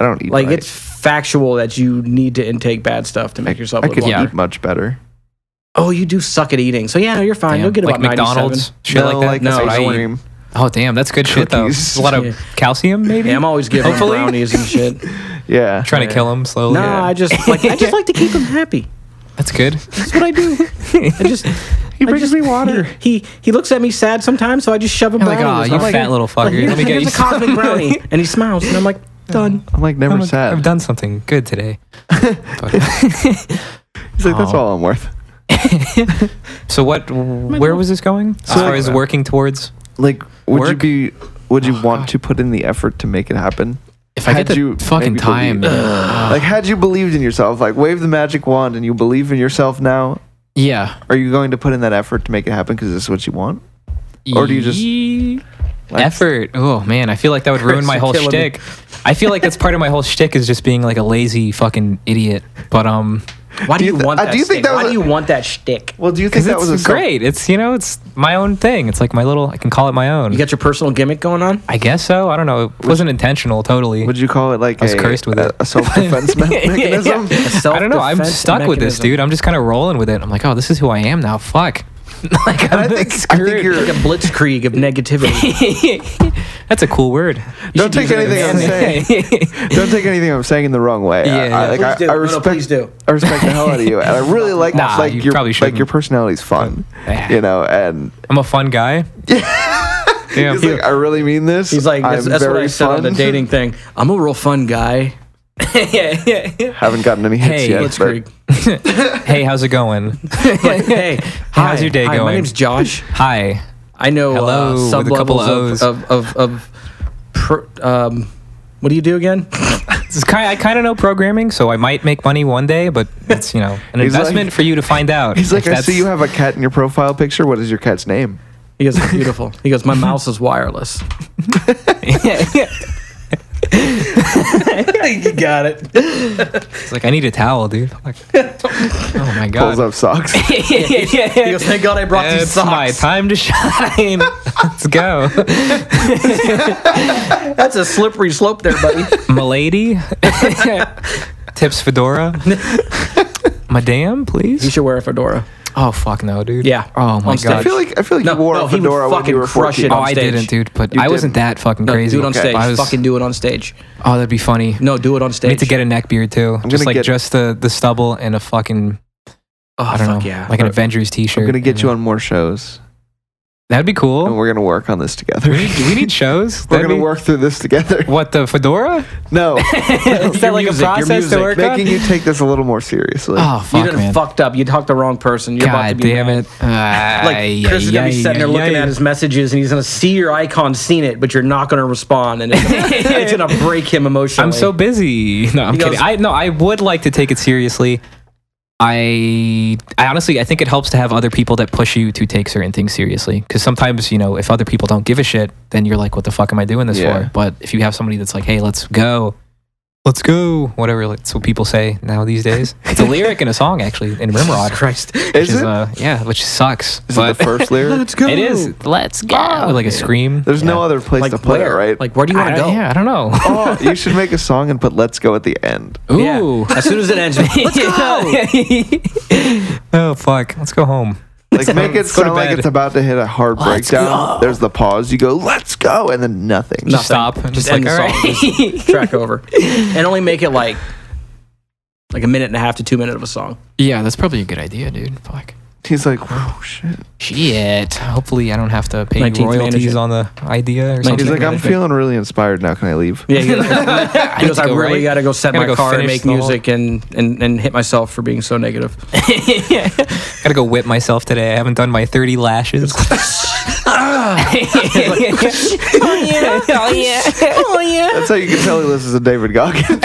D: I don't eat
C: Like
D: right.
C: it's factual that you need to intake bad stuff to make yourself
D: I
C: live
D: could
C: longer.
D: eat much better.
C: Oh, you do suck at eating. So yeah, no, you're fine.
B: damn,
C: You'll get
B: like
C: about
B: McDonald's,
C: 97.
B: shit
D: No,
B: like that. That's
C: no,
B: what I
D: ice
B: eat.
D: cream.
B: Oh damn, that's good shit though.
D: Cookies.
B: There's a lot of
C: Yeah.
B: calcium, maybe.
C: Yeah, I'm always giving him
B: Hopefully. Oh,
C: brownies and shit.
D: Yeah.
B: trying to kill him slowly.
C: No, I just like I just like to keep him happy.
B: That's good.
C: That's what I do. I just
D: He brings me water.
C: He he looks at me sad sometimes, so I just shove him
B: I'm
C: back.
B: like, "Aw, Oh you fat little fucker. Let me get you
C: a cosmic
B: some."
C: brownie, and he smiles, and I'm like, done.
D: I'm like never
B: I'm,
D: sad.
B: I've done something good today.
D: He's like, that's
B: Oh.
D: all I'm worth.
B: So what? Where was this going? As far as working towards.
D: Like, would
B: Work?
D: you be? Would you want to put in the effort to make it happen?
B: If I
D: Had
B: get the
D: you
B: fucking
D: maybe
B: time,
D: believed- like, had you believed in yourself, like wave the magic wand, and you believe in yourself now,
B: yeah.
D: are you going to put in that effort to make it happen? Because this is what you want. Or do you just-
B: just
D: Like,
B: effort? Oh man, I feel like that would ruin my
C: you're
B: whole
C: killing me.
B: shtick. I feel like that's part of my whole shtick is just being like a lazy fucking idiot. But um,
C: Why do
D: you
C: you
D: th-
C: want
D: uh,
C: that? Do you think
D: that
C: Why
D: was
C: do
D: a-
C: you want that shtick?
D: Well, do you
B: because
D: think that was a
B: it's
D: self-
B: great. It's you know, it's my own thing. It's like my little. I can call it my own.
C: You got your personal gimmick going on.
B: I guess so. I don't know. It wasn't intentional. Totally.
D: Would you call it like
B: was
D: a,
B: cursed with
D: a,
B: it.
D: a self-defense me- mechanism?
B: I don't know. I'm
C: Self-defense
B: stuck with this,
C: mechanism.
B: dude. I'm just kind of rolling with it. I'm like, oh, this is who I am now. Fuck. like, I'm
D: I think I think you're.
C: Like a blitzkrieg of negativity.
B: screwed. That's a cool word.
D: Don't take anything I'm saying.
B: yeah,
D: Don't take anything I'm saying in the wrong way. I-
B: Yeah,
D: I,
B: yeah,
D: like, I,
C: please do.
D: I
C: No, no,
D: respect.
C: please do.
D: I respect the hell out of you, and I really like
B: Nah,
D: like
B: you
D: your
B: probably
D: like your
B: shouldn't.
D: personality's fun.
B: Yeah.
D: You know, and
B: I'm a fun guy. Damn.
D: he's like, I really mean this.
C: He's like, that's,
D: I'm
C: that's what
D: very
C: I said on the
D: fun."
C: dating thing. I'm a real fun guy.
B: yeah, yeah, yeah.
D: Haven't gotten any hits
B: Hey,
D: yet.
B: let's
D: but-
C: Blitzkrieg.
B: Hey, how's it going?
C: Like, hey,
B: How's
C: hi,
B: your day
C: hi, My
B: going?
C: name's Josh.
B: Hi.
C: I know
B: Hello,
C: uh,
B: with a
C: sub
B: couple
C: levels
B: of O's.
C: of of of, of pro, um, what do you do again?
B: This is kind I kind of know programming, so I might make money one day, but it's, you know, an
D: He's
B: investment
D: like-
B: for you to find out.
D: He's like,
B: if
D: I see
B: that's-
D: you have a cat in your profile picture. What is your cat's name?
C: He goes, beautiful. He goes, my mouse is wireless. you got it.
B: It's like, I need a towel, dude. Like, oh, my God.
D: Pulls up socks.
B: yeah, yeah,
C: He
B: yeah.
C: goes, thank God I brought these
B: It's my
C: socks.
B: time to shine. Let's go.
C: That's a slippery slope there, buddy.
B: Milady. Tips fedora. Madame,
C: you
B: please.
C: should wear a fedora.
B: Oh fuck no, dude.
C: Yeah.
B: Oh my
C: On
B: god.
D: I feel like I feel like
C: No,
D: you wore
C: no,
D: a
C: he would
D: fedora when
C: fucking
D: you were
C: crush it
D: 14.
B: Oh,
C: on
B: I
C: stage.
B: didn't, dude. But I wasn't that fucking
C: No,
B: crazy.
C: do it on stage.
B: I was-
C: Fucking do it on stage.
B: Oh, that'd be funny.
C: No, do it on stage.
B: I need to get a neck beard too. just
D: gonna
B: like
D: get-
B: just the the stubble and a fucking
C: Oh,
B: I don't
C: fuck
B: know,
C: yeah.
B: like an Avengers T-shirt.
D: I'm gonna get
B: and-
D: you on more shows,
B: That'd be
D: and
B: cool.
D: we're gonna work on this together.
B: We need, we need shows.
D: We're
B: That'd
D: gonna
B: be-
D: work through this together.
B: What the fedora?
D: No,
B: Is that like
C: music,
B: a
C: your
B: process to
C: music.
B: work on?
D: making you take this a little more seriously.
B: oh
C: you
B: fuck,
C: done
B: man.
C: fucked up. You talked the wrong person. You're about to
B: God
C: be
B: damn
C: mad.
B: it. Ah,
C: Like Chris is gonna be
B: yeah,
C: sitting there
B: yeah,
C: looking
B: yeah.
C: at his messages, and he's gonna see your icon, seen it, but you're not gonna respond, and it's gonna, it's gonna break him emotionally.
B: I'm so busy. No, I'm
C: He
B: kidding.
C: goes-
B: I no, I would like to take it seriously. I, I honestly, I think it helps to have other people that push you to take certain things seriously. Because sometimes, you know, if other people don't give a shit, then you're like, "What the fuck am I doing this
D: Yeah.
B: for?" But if you have somebody that's like, "Hey, let's go, let's go," whatever, like, that's what people say now these days. It's a lyric in a song, actually, in Rimrod. Christ, which
D: Is
B: is,
D: it?
B: uh, yeah, which sucks.
D: Is it
B: but
D: the first lyric?
C: Let's go.
B: it is. Let's go. With like a scream.
D: There's no
B: Yeah.
D: other place
C: Like
D: to put
C: where?
D: it, right?
C: Like where do you
B: I
C: want to go?
B: don't, yeah, I don't know.
D: oh, you should make a song and put "Let's Go" at the end.
C: Yeah.
B: Ooh.
C: As soon as it ends, let's go.
B: oh fuck. Let's go home.
D: Like make it
B: Go to
D: sound like
B: bed.
D: it's about to hit a hard breakdown. There's the pause. You go, "Let's go," and then nothing.
B: Just stop and just,
C: Just
B: like
C: end
B: all
C: the song.
B: right.
C: Just track over, and only make it like like a minute and a half to two minute of a song.
B: Yeah, that's probably a good idea, dude. Fuck.
D: He's like, "Whoa, shit."
B: Shit. Hopefully, I don't have to pay
C: 19th
B: you royalties
C: manager.
B: on the idea or something.
D: He's like, "I'm
B: Management.
D: feeling really inspired now. Can I leave?"
C: Yeah, he goes, he goes, I
B: go,
C: really
B: right?
C: got to go set
B: Gotta
C: my
B: go
C: car and
B: finish
C: make
B: the whole-
C: music and, and, and hit myself for being so negative.
B: Gotta go whip myself today. I haven't done my 30 lashes. oh yeah! Oh yeah!
D: That's how you can tell he listens to David Goggins.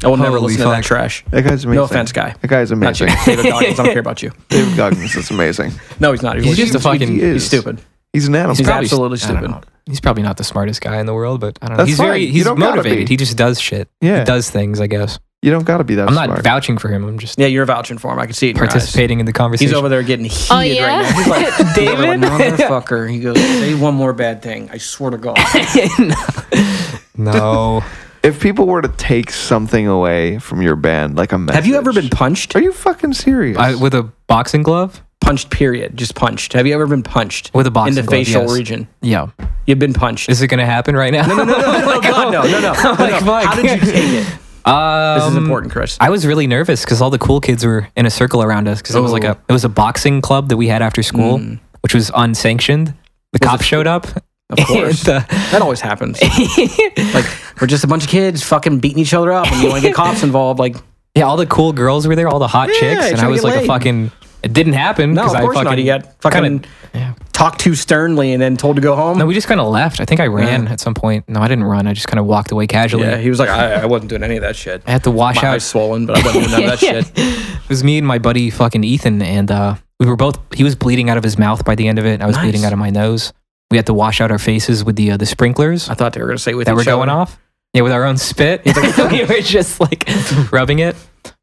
C: I will never
B: Holy
C: listen to
B: fuck.
C: that trash.
D: that guy's amazing.
C: No offense, guy.
D: That guy's
C: Not you.
D: amazing.
C: David Goggins, I don't care about you.
D: David Goggins is amazing.
C: No, he's not. He's,
B: He's just a
C: he's,
B: fucking.
D: He is.
C: he's stupid.
D: He's an animal.
C: He's
B: probably-
C: absolutely
B: I don't
C: stupid.
B: know. He's probably not the smartest guy in the world, but I don't know.
D: That's
B: he's
D: fine.
B: very
D: You
B: he's
D: don't gotta
B: motivated.
D: be.
B: He just does shit.
D: Yeah.
B: He does things, I guess.
D: you don't got to be that
B: I'm
D: smart.
B: not vouching for him. I'm just
C: Yeah, you're vouching for him. I can see it in your eyes.
B: participating in the conversation.
C: He's over there getting heated
B: Oh,
C: right now. He's like, David, motherfucker. He goes, say one more bad thing. I swear to God.
B: No.
D: if people were to take something away from your band, like a message,
C: Have you ever been punched?
D: Are you fucking serious?
B: I, with a boxing glove?
C: Punched, period. Just punched. Have you ever been punched?
B: With a boxing
C: In the
B: glove,
C: facial
B: yes.
C: region.
B: Yeah.
C: You've been punched.
B: Is it going to happen right now? No, no, no.
C: oh, God, no, no, no. no, no.
B: fuck.
C: How did you take it?
B: um,
C: This is important, Chris.
B: I was really nervous because all the cool kids were in a circle around us because it was like
C: Oh.
B: a it was a boxing club that we had after school,
C: Hmm.
B: which was unsanctioned. The cops showed up.
C: Of course.
B: And, uh,
C: that always happens. like, we're just a bunch of kids fucking beating each other up and you want to get cops involved. Like,
B: yeah, all the cool girls were there, all the hot chicks,
C: trying
B: and
C: to
B: I was
C: get
B: like
C: laid.
B: a fucking. It didn't happen.
C: no,
B: 'cause
C: of
B: I
C: course
B: fucking,
C: not. You got fucking
B: kinda- yeah.
C: talked to sternly and then told to go home.
B: No, we just kind of left. I think I ran at some point. No, I didn't run. I just kind of walked away casually.
C: yeah, he was like, I, I wasn't doing any of that shit.
B: I had to wash
C: My
B: out.
C: eyes swollen, but I wasn't doing none of that shit.
B: It was me and my buddy fucking Ethan, and uh, we were both. He was bleeding out of his mouth by the end of it, and I was
C: Nice.
B: bleeding out of my nose. We had to wash out our faces with the uh, the sprinklers
C: I thought they were gonna say with
B: that were
C: each other.
B: going off. Yeah, with our own spit. we were just like rubbing it.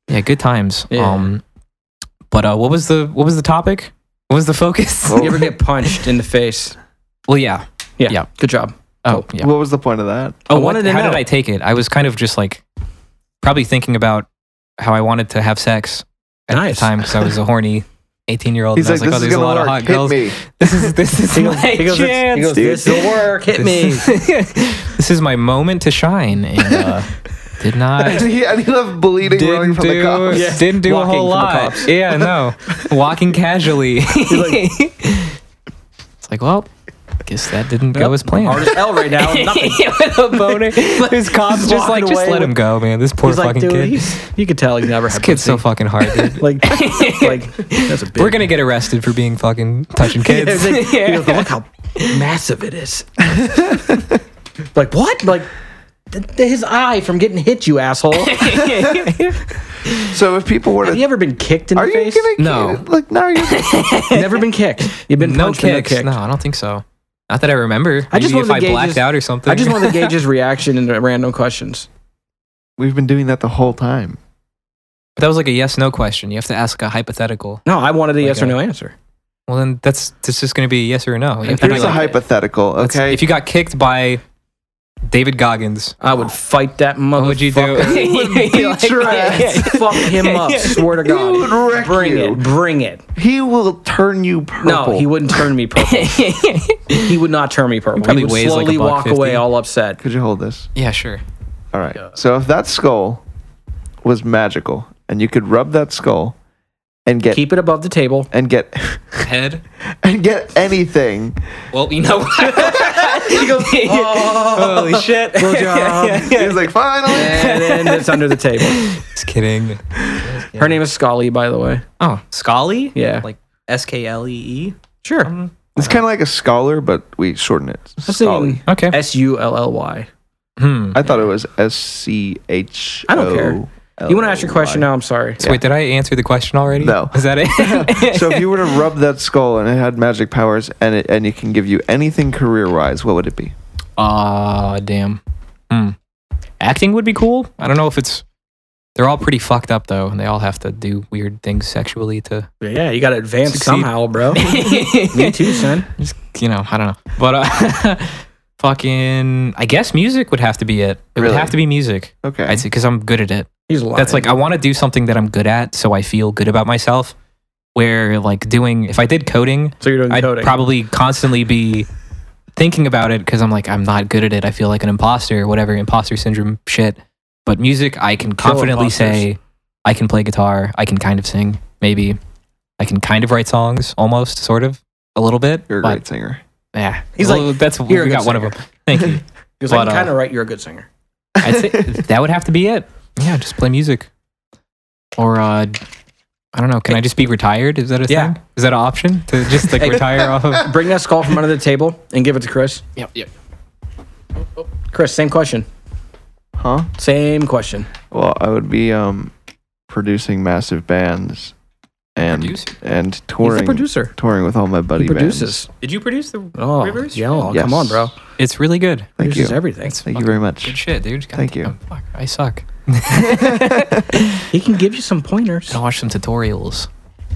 B: Yeah, good times.
C: Yeah.
B: Um, but uh, what was the what was the topic? What was the focus?
C: You ever get punched in the face?
B: well, yeah.
C: Yeah.
B: Yeah.
C: Good job.
B: Oh, yeah.
D: What was the point of that?
C: I
B: But what-
C: wanted to
B: how
C: know.
B: did I take it? I was kind of just like probably thinking about how I wanted to have sex at
C: Nice.
B: the time because I was a horny eighteen year old.
D: He's
B: and I
D: like,
B: was like,
D: this
B: oh, there's a
D: is gonna
B: lot of
D: work.
B: hot
D: Hit
B: girls.
D: me.
B: This is this is my
C: he goes,
B: chance.
C: he goes
D: dude.
C: this will work. Hit me.
B: This this is my moment to shine, and uh, did not.
D: And he, and he left bleeding, running
B: Didn't
D: from the
B: do,
D: cops.
C: Yeah.
B: didn't do a
C: Walking
B: whole
C: from the
B: lot.
C: cops.
B: Yeah, no. Walking casually. it's like, well, guess that didn't go as planned.
C: Artist L right now. Nothing.
B: with a boner. His cops just
C: walking
B: like, just
C: away
B: let him
C: with-
B: go, man. This poor
C: He's like,
B: fucking
C: dude,
B: kid.
C: he's, you could tell he's never had
B: Kid's so
C: pussy.
B: fucking hard, dude.
C: like, like that's a big.
B: We're gonna get arrested for being fucking touching
C: Yeah,
B: kids.
C: it's like- he goes, Look how massive it is. like what? Like th- th- his eye from getting hit, you asshole. Have
D: So if people were to,
C: you ever been kicked in
D: are
C: the
D: you
C: face?
D: gonna
B: No.
D: Like now you're
C: Never been kicked. You've been
B: no
C: punched and
B: kicks. No, I don't think so. Not that I remember.
C: I just
B: Maybe if
C: wanted
B: I
C: to gauge
B: blacked
C: his-
B: out or something.
C: I just wanted to gauge his reaction into random questions.
D: We've been doing that the whole time.
B: that was like a yes/no question. You have to ask a hypothetical.
C: No, I wanted a yes or
B: Okay.
C: no answer.
B: Well, then that's that's just gonna be a yes or a no. You have to be
D: Here's a
B: like-
D: hypothetical,
B: that's-
D: okay?
B: If you got kicked by David Goggins.
C: I would fight that motherfucker.
B: What'd you do?
C: He like-
D: your ass.
C: Fuck him up. Swear to God.
D: would wreck
C: Bring
D: you.
C: it. Bring it.
D: He will turn you purple.
C: No, he wouldn't turn me purple. he would not turn me purple. He,
B: probably
C: would
B: weighs like a
C: slowly
B: buck
C: walk
B: 50.
C: away all upset.
D: Could you hold this?
B: Yeah, sure.
D: All right. So if that skull was magical, and you could rub that skull and get
C: Keep it above the table.
D: and get
B: Head.
D: and get anything,
B: Well, you know. he goes, Holy shit!
D: he's like, finally.
C: And then it's under the table.
B: Just kidding.
C: Her name is Scully, by the way.
B: Oh, Scully.
C: Yeah.
B: Like S K L E E.
C: Sure.
D: It's kind of like a scholar, but we shorten it. Scully.
B: Okay. Hmm.
C: S U L L Y.
D: I thought it was S C H.
C: I don't care. You want to ask your question now? I'm sorry.
B: So wait, did I answer the question already?
D: No.
B: Is that it?
D: so if you were to rub that skull and it had magic powers and it and it can give you anything career wise, what would it be?
B: Ah, damn. Hmm. Acting would be cool. I don't know if it's. They're all pretty fucked up though, and they all have to do weird things sexually to.
C: Yeah, you got to advance
B: Succeed.
C: somehow, bro. Me too, son.
B: Just you know, I don't know, but uh, fucking, I guess music would have to be it. It
D: Really?
B: would have to be music.
D: Okay.
B: I'd say because I'm good at it.
C: He's lying.
B: That's like I want to do something that I'm good at, so I feel good about myself. Where like doing, if I did coding,
C: so you're doing
B: I'd
C: coding.
B: probably constantly be thinking about it because I'm like, I'm not good at it. I feel like an imposter or whatever, imposter syndrome shit. But music, I can confidently say I can play guitar. I can kind of sing, maybe. I can kind of write songs, almost, sort of, a little bit.
D: You're a
B: but,
D: great singer.
B: Yeah,
C: He's
B: Well,
C: like,
B: that's
C: "You're a
B: we
C: good
B: got one of them. Thank you.
C: He was like,
B: but,
C: kind
B: uh,
C: of right. You're a good singer.
B: I'd say that would have to be it. Yeah, just play music, or uh, I don't know. Can I just be retired? Is that a
C: Yeah.
B: thing? Is that an option to just like retire off of?
C: Bring that skull from under the table and give it to Chris.
B: Yep, yep.
C: Chris, same question.
D: Huh?
C: Same question.
D: Well, I would be um producing massive bands and
B: Producer?
D: and
C: He's
D: touring
C: the producer.
D: touring with all my buddy
C: He produces.
B: Did you produce the
C: Oh,
B: Rivers?
C: yeah. oh,
D: Yes.
C: Come on, bro.
B: Yeah. It's really good.
D: bands. Thank
C: Produces
D: you.
C: everything.
D: Thank you very
B: Good
D: much.
B: shit, dude. God
D: Thank you.
B: damn, Fuck, I suck.
C: He can give you some pointers.
B: I watch some tutorials.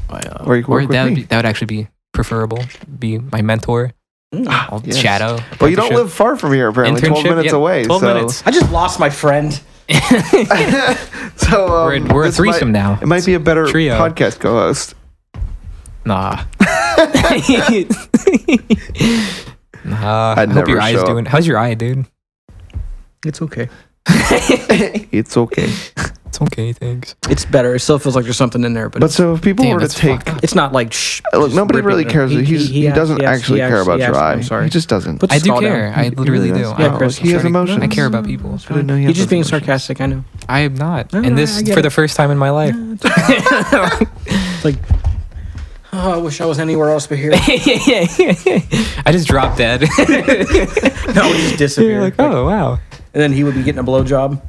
B: But, uh,
D: Or you can work with
B: that would
D: me.
B: be, that would actually be preferable. Be my mentor.
C: Mm.
B: I'll
D: yes.
B: shadow.
D: Well, you don't
B: apprenticeship.
D: live far from here, apparently. Twelve
B: Internship,
D: minutes
B: yeah,
D: away.
B: Twelve
D: so,
B: minutes.
C: I just lost my friend.
D: So um,
B: We're a- we're a
D: this
B: threesome
D: might-
B: now.
D: It might be a better
B: Trio.
D: podcast co-host.
B: Nah. nah.
D: I'd
B: I hope
D: never
B: your eye's
D: show up.
B: doing. How's your eye, dude?
C: It's okay.
D: It's okay.
B: It's okay, thanks.
C: It's better. It still feels like there's something in there, but,
D: But so if people
B: Damn,
D: were to
B: that's fucked
D: take
B: up.
C: it's not like shh.
D: Uh, Look,
C: just
D: nobody
C: rip it
D: really
C: up.
D: cares. He's, he,
C: asked-
D: doesn't
C: he asked-
D: actually
C: he
D: care
C: asked-
D: about
C: he
D: your
C: asked-
D: eye.
C: I'm sorry.
D: He just doesn't.
C: Put
B: I do
C: skull down.
B: care. I
D: He
B: literally
D: really
B: do.
D: does.
C: Yeah,
D: Oh,
C: Chris,
D: he has
B: I'm sure
D: emotions.
B: I care about people.
D: I didn't know he
C: He's
D: had
C: just
D: those
C: being
D: emotions.
C: sarcastic. I know.
B: I am not.
C: No,
B: and
C: no,
B: this
C: I get
B: for
C: it.
B: the first time in my life.
C: It's like, oh, I wish I was anywhere else but here.
B: I just dropped dead.
C: no, he just disappeared.
B: oh wow.
C: and then he would be getting a blowjob.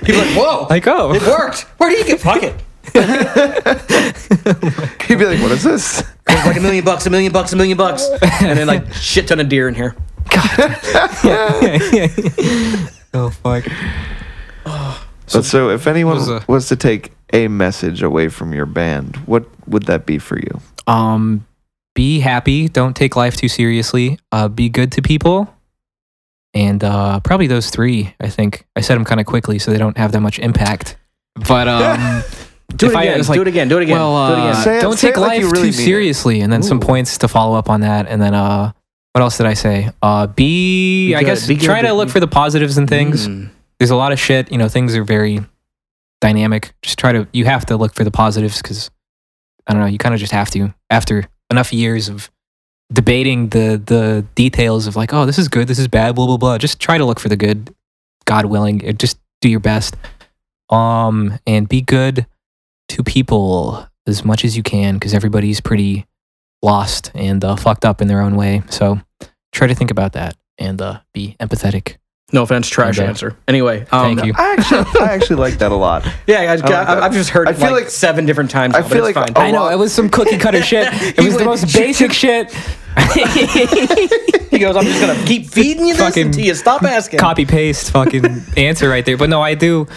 C: He'd be like, whoa,
B: Like oh.
C: it worked. Where do you get? Fuck it.
D: He'd be like, "What is this?"
C: It's like a million bucks, a million bucks, a million bucks, and then like shit ton of deer in here.
B: oh fuck.
D: So, so if anyone was,
B: was a-
D: to take a message away from your band, what would that be for you?
B: Um, be happy. Don't take life too seriously. Uh, be good to people. And uh, probably those three. I think I said them kind of quickly, so they don't have that much impact. But um,
C: Do it
B: If I-
C: again.
B: it's like,
C: do it again. Do it again.
B: well,
C: do it again.
B: uh,
D: Say it-
B: don't
D: say
B: take
D: it like
B: life
D: you really
B: too
D: mean it.
B: seriously. And then some
C: Ooh.
B: points to follow up on that. And then uh, what else did I say? Uh, be,
C: Be
B: I
C: good.
B: guess
C: Be good.
B: try
C: Be-
B: to look for the positives and things.
C: Mm.
B: there's a lot of shit. You know, things are very dynamic. Just try to, you have to look for the positives because I don't know, you kind of just have to after enough years of debating the the details of like, oh, this is good, this is bad, blah blah blah. Just try to look for the good, God willing. It- Just do your best, um, and be good to people as much as you can because everybody's pretty lost and uh, fucked up in their own way. So try to think about that and uh, be empathetic.
C: No offense, trash
B: And, uh,
C: answer. Anyway, um,
B: Thank you.
D: I actually, I actually like that a lot.
C: Yeah, I, I,
D: like that.
C: I've just heard
D: I
C: it
D: feel
C: like,
D: like-
C: seven different times.
D: I
C: now, but
D: feel
C: it's
D: like
C: fine.
D: a
B: I know
D: lot-
B: it was some cookie cutter shit. It was the most basic shit.
C: he goes, "I'm just gonna keep feeding you this
B: Fucking
C: until you stop asking."
B: Copy paste fucking answer right there. But no, I do.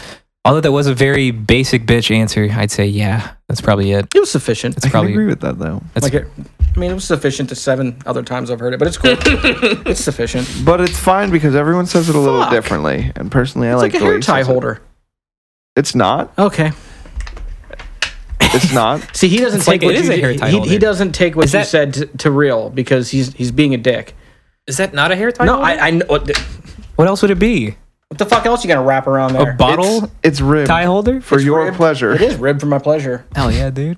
B: Although that was a very basic bitch answer, I'd say yeah, that's probably it.
C: It was sufficient.
B: That's
D: I can
B: probably
D: agree with that though.
B: that's
C: Like it, I mean, it was sufficient to seven other times I've heard it, but it's cool. it's sufficient. It's
D: But it's fine because everyone says it a little
C: Fuck.
D: differently. And personally, I like,
C: like, a
D: the way
C: hair
D: he
C: tie
D: says it.
C: holder.
D: It's not.
C: Okay.
D: It's not.
C: See, he doesn't
B: It's
C: take
B: like
C: what
B: it is
C: you
B: a hair
C: he-
B: tie
C: he,
B: holder.
C: he doesn't take what
B: Is
C: you
B: that-
C: said to, to real because he's he's being a dick.
B: Is that not a hair tie?
C: No,
B: holder?
C: I, I kn- what, the,
B: What else would it be?
C: what the fuck else you gonna wrap around there?
B: A bottle
D: It's, it's ribbed
B: tie holder?
D: for your
C: ribbed.
D: pleasure.
C: It is ribbed for my pleasure.
B: Hell yeah, dude.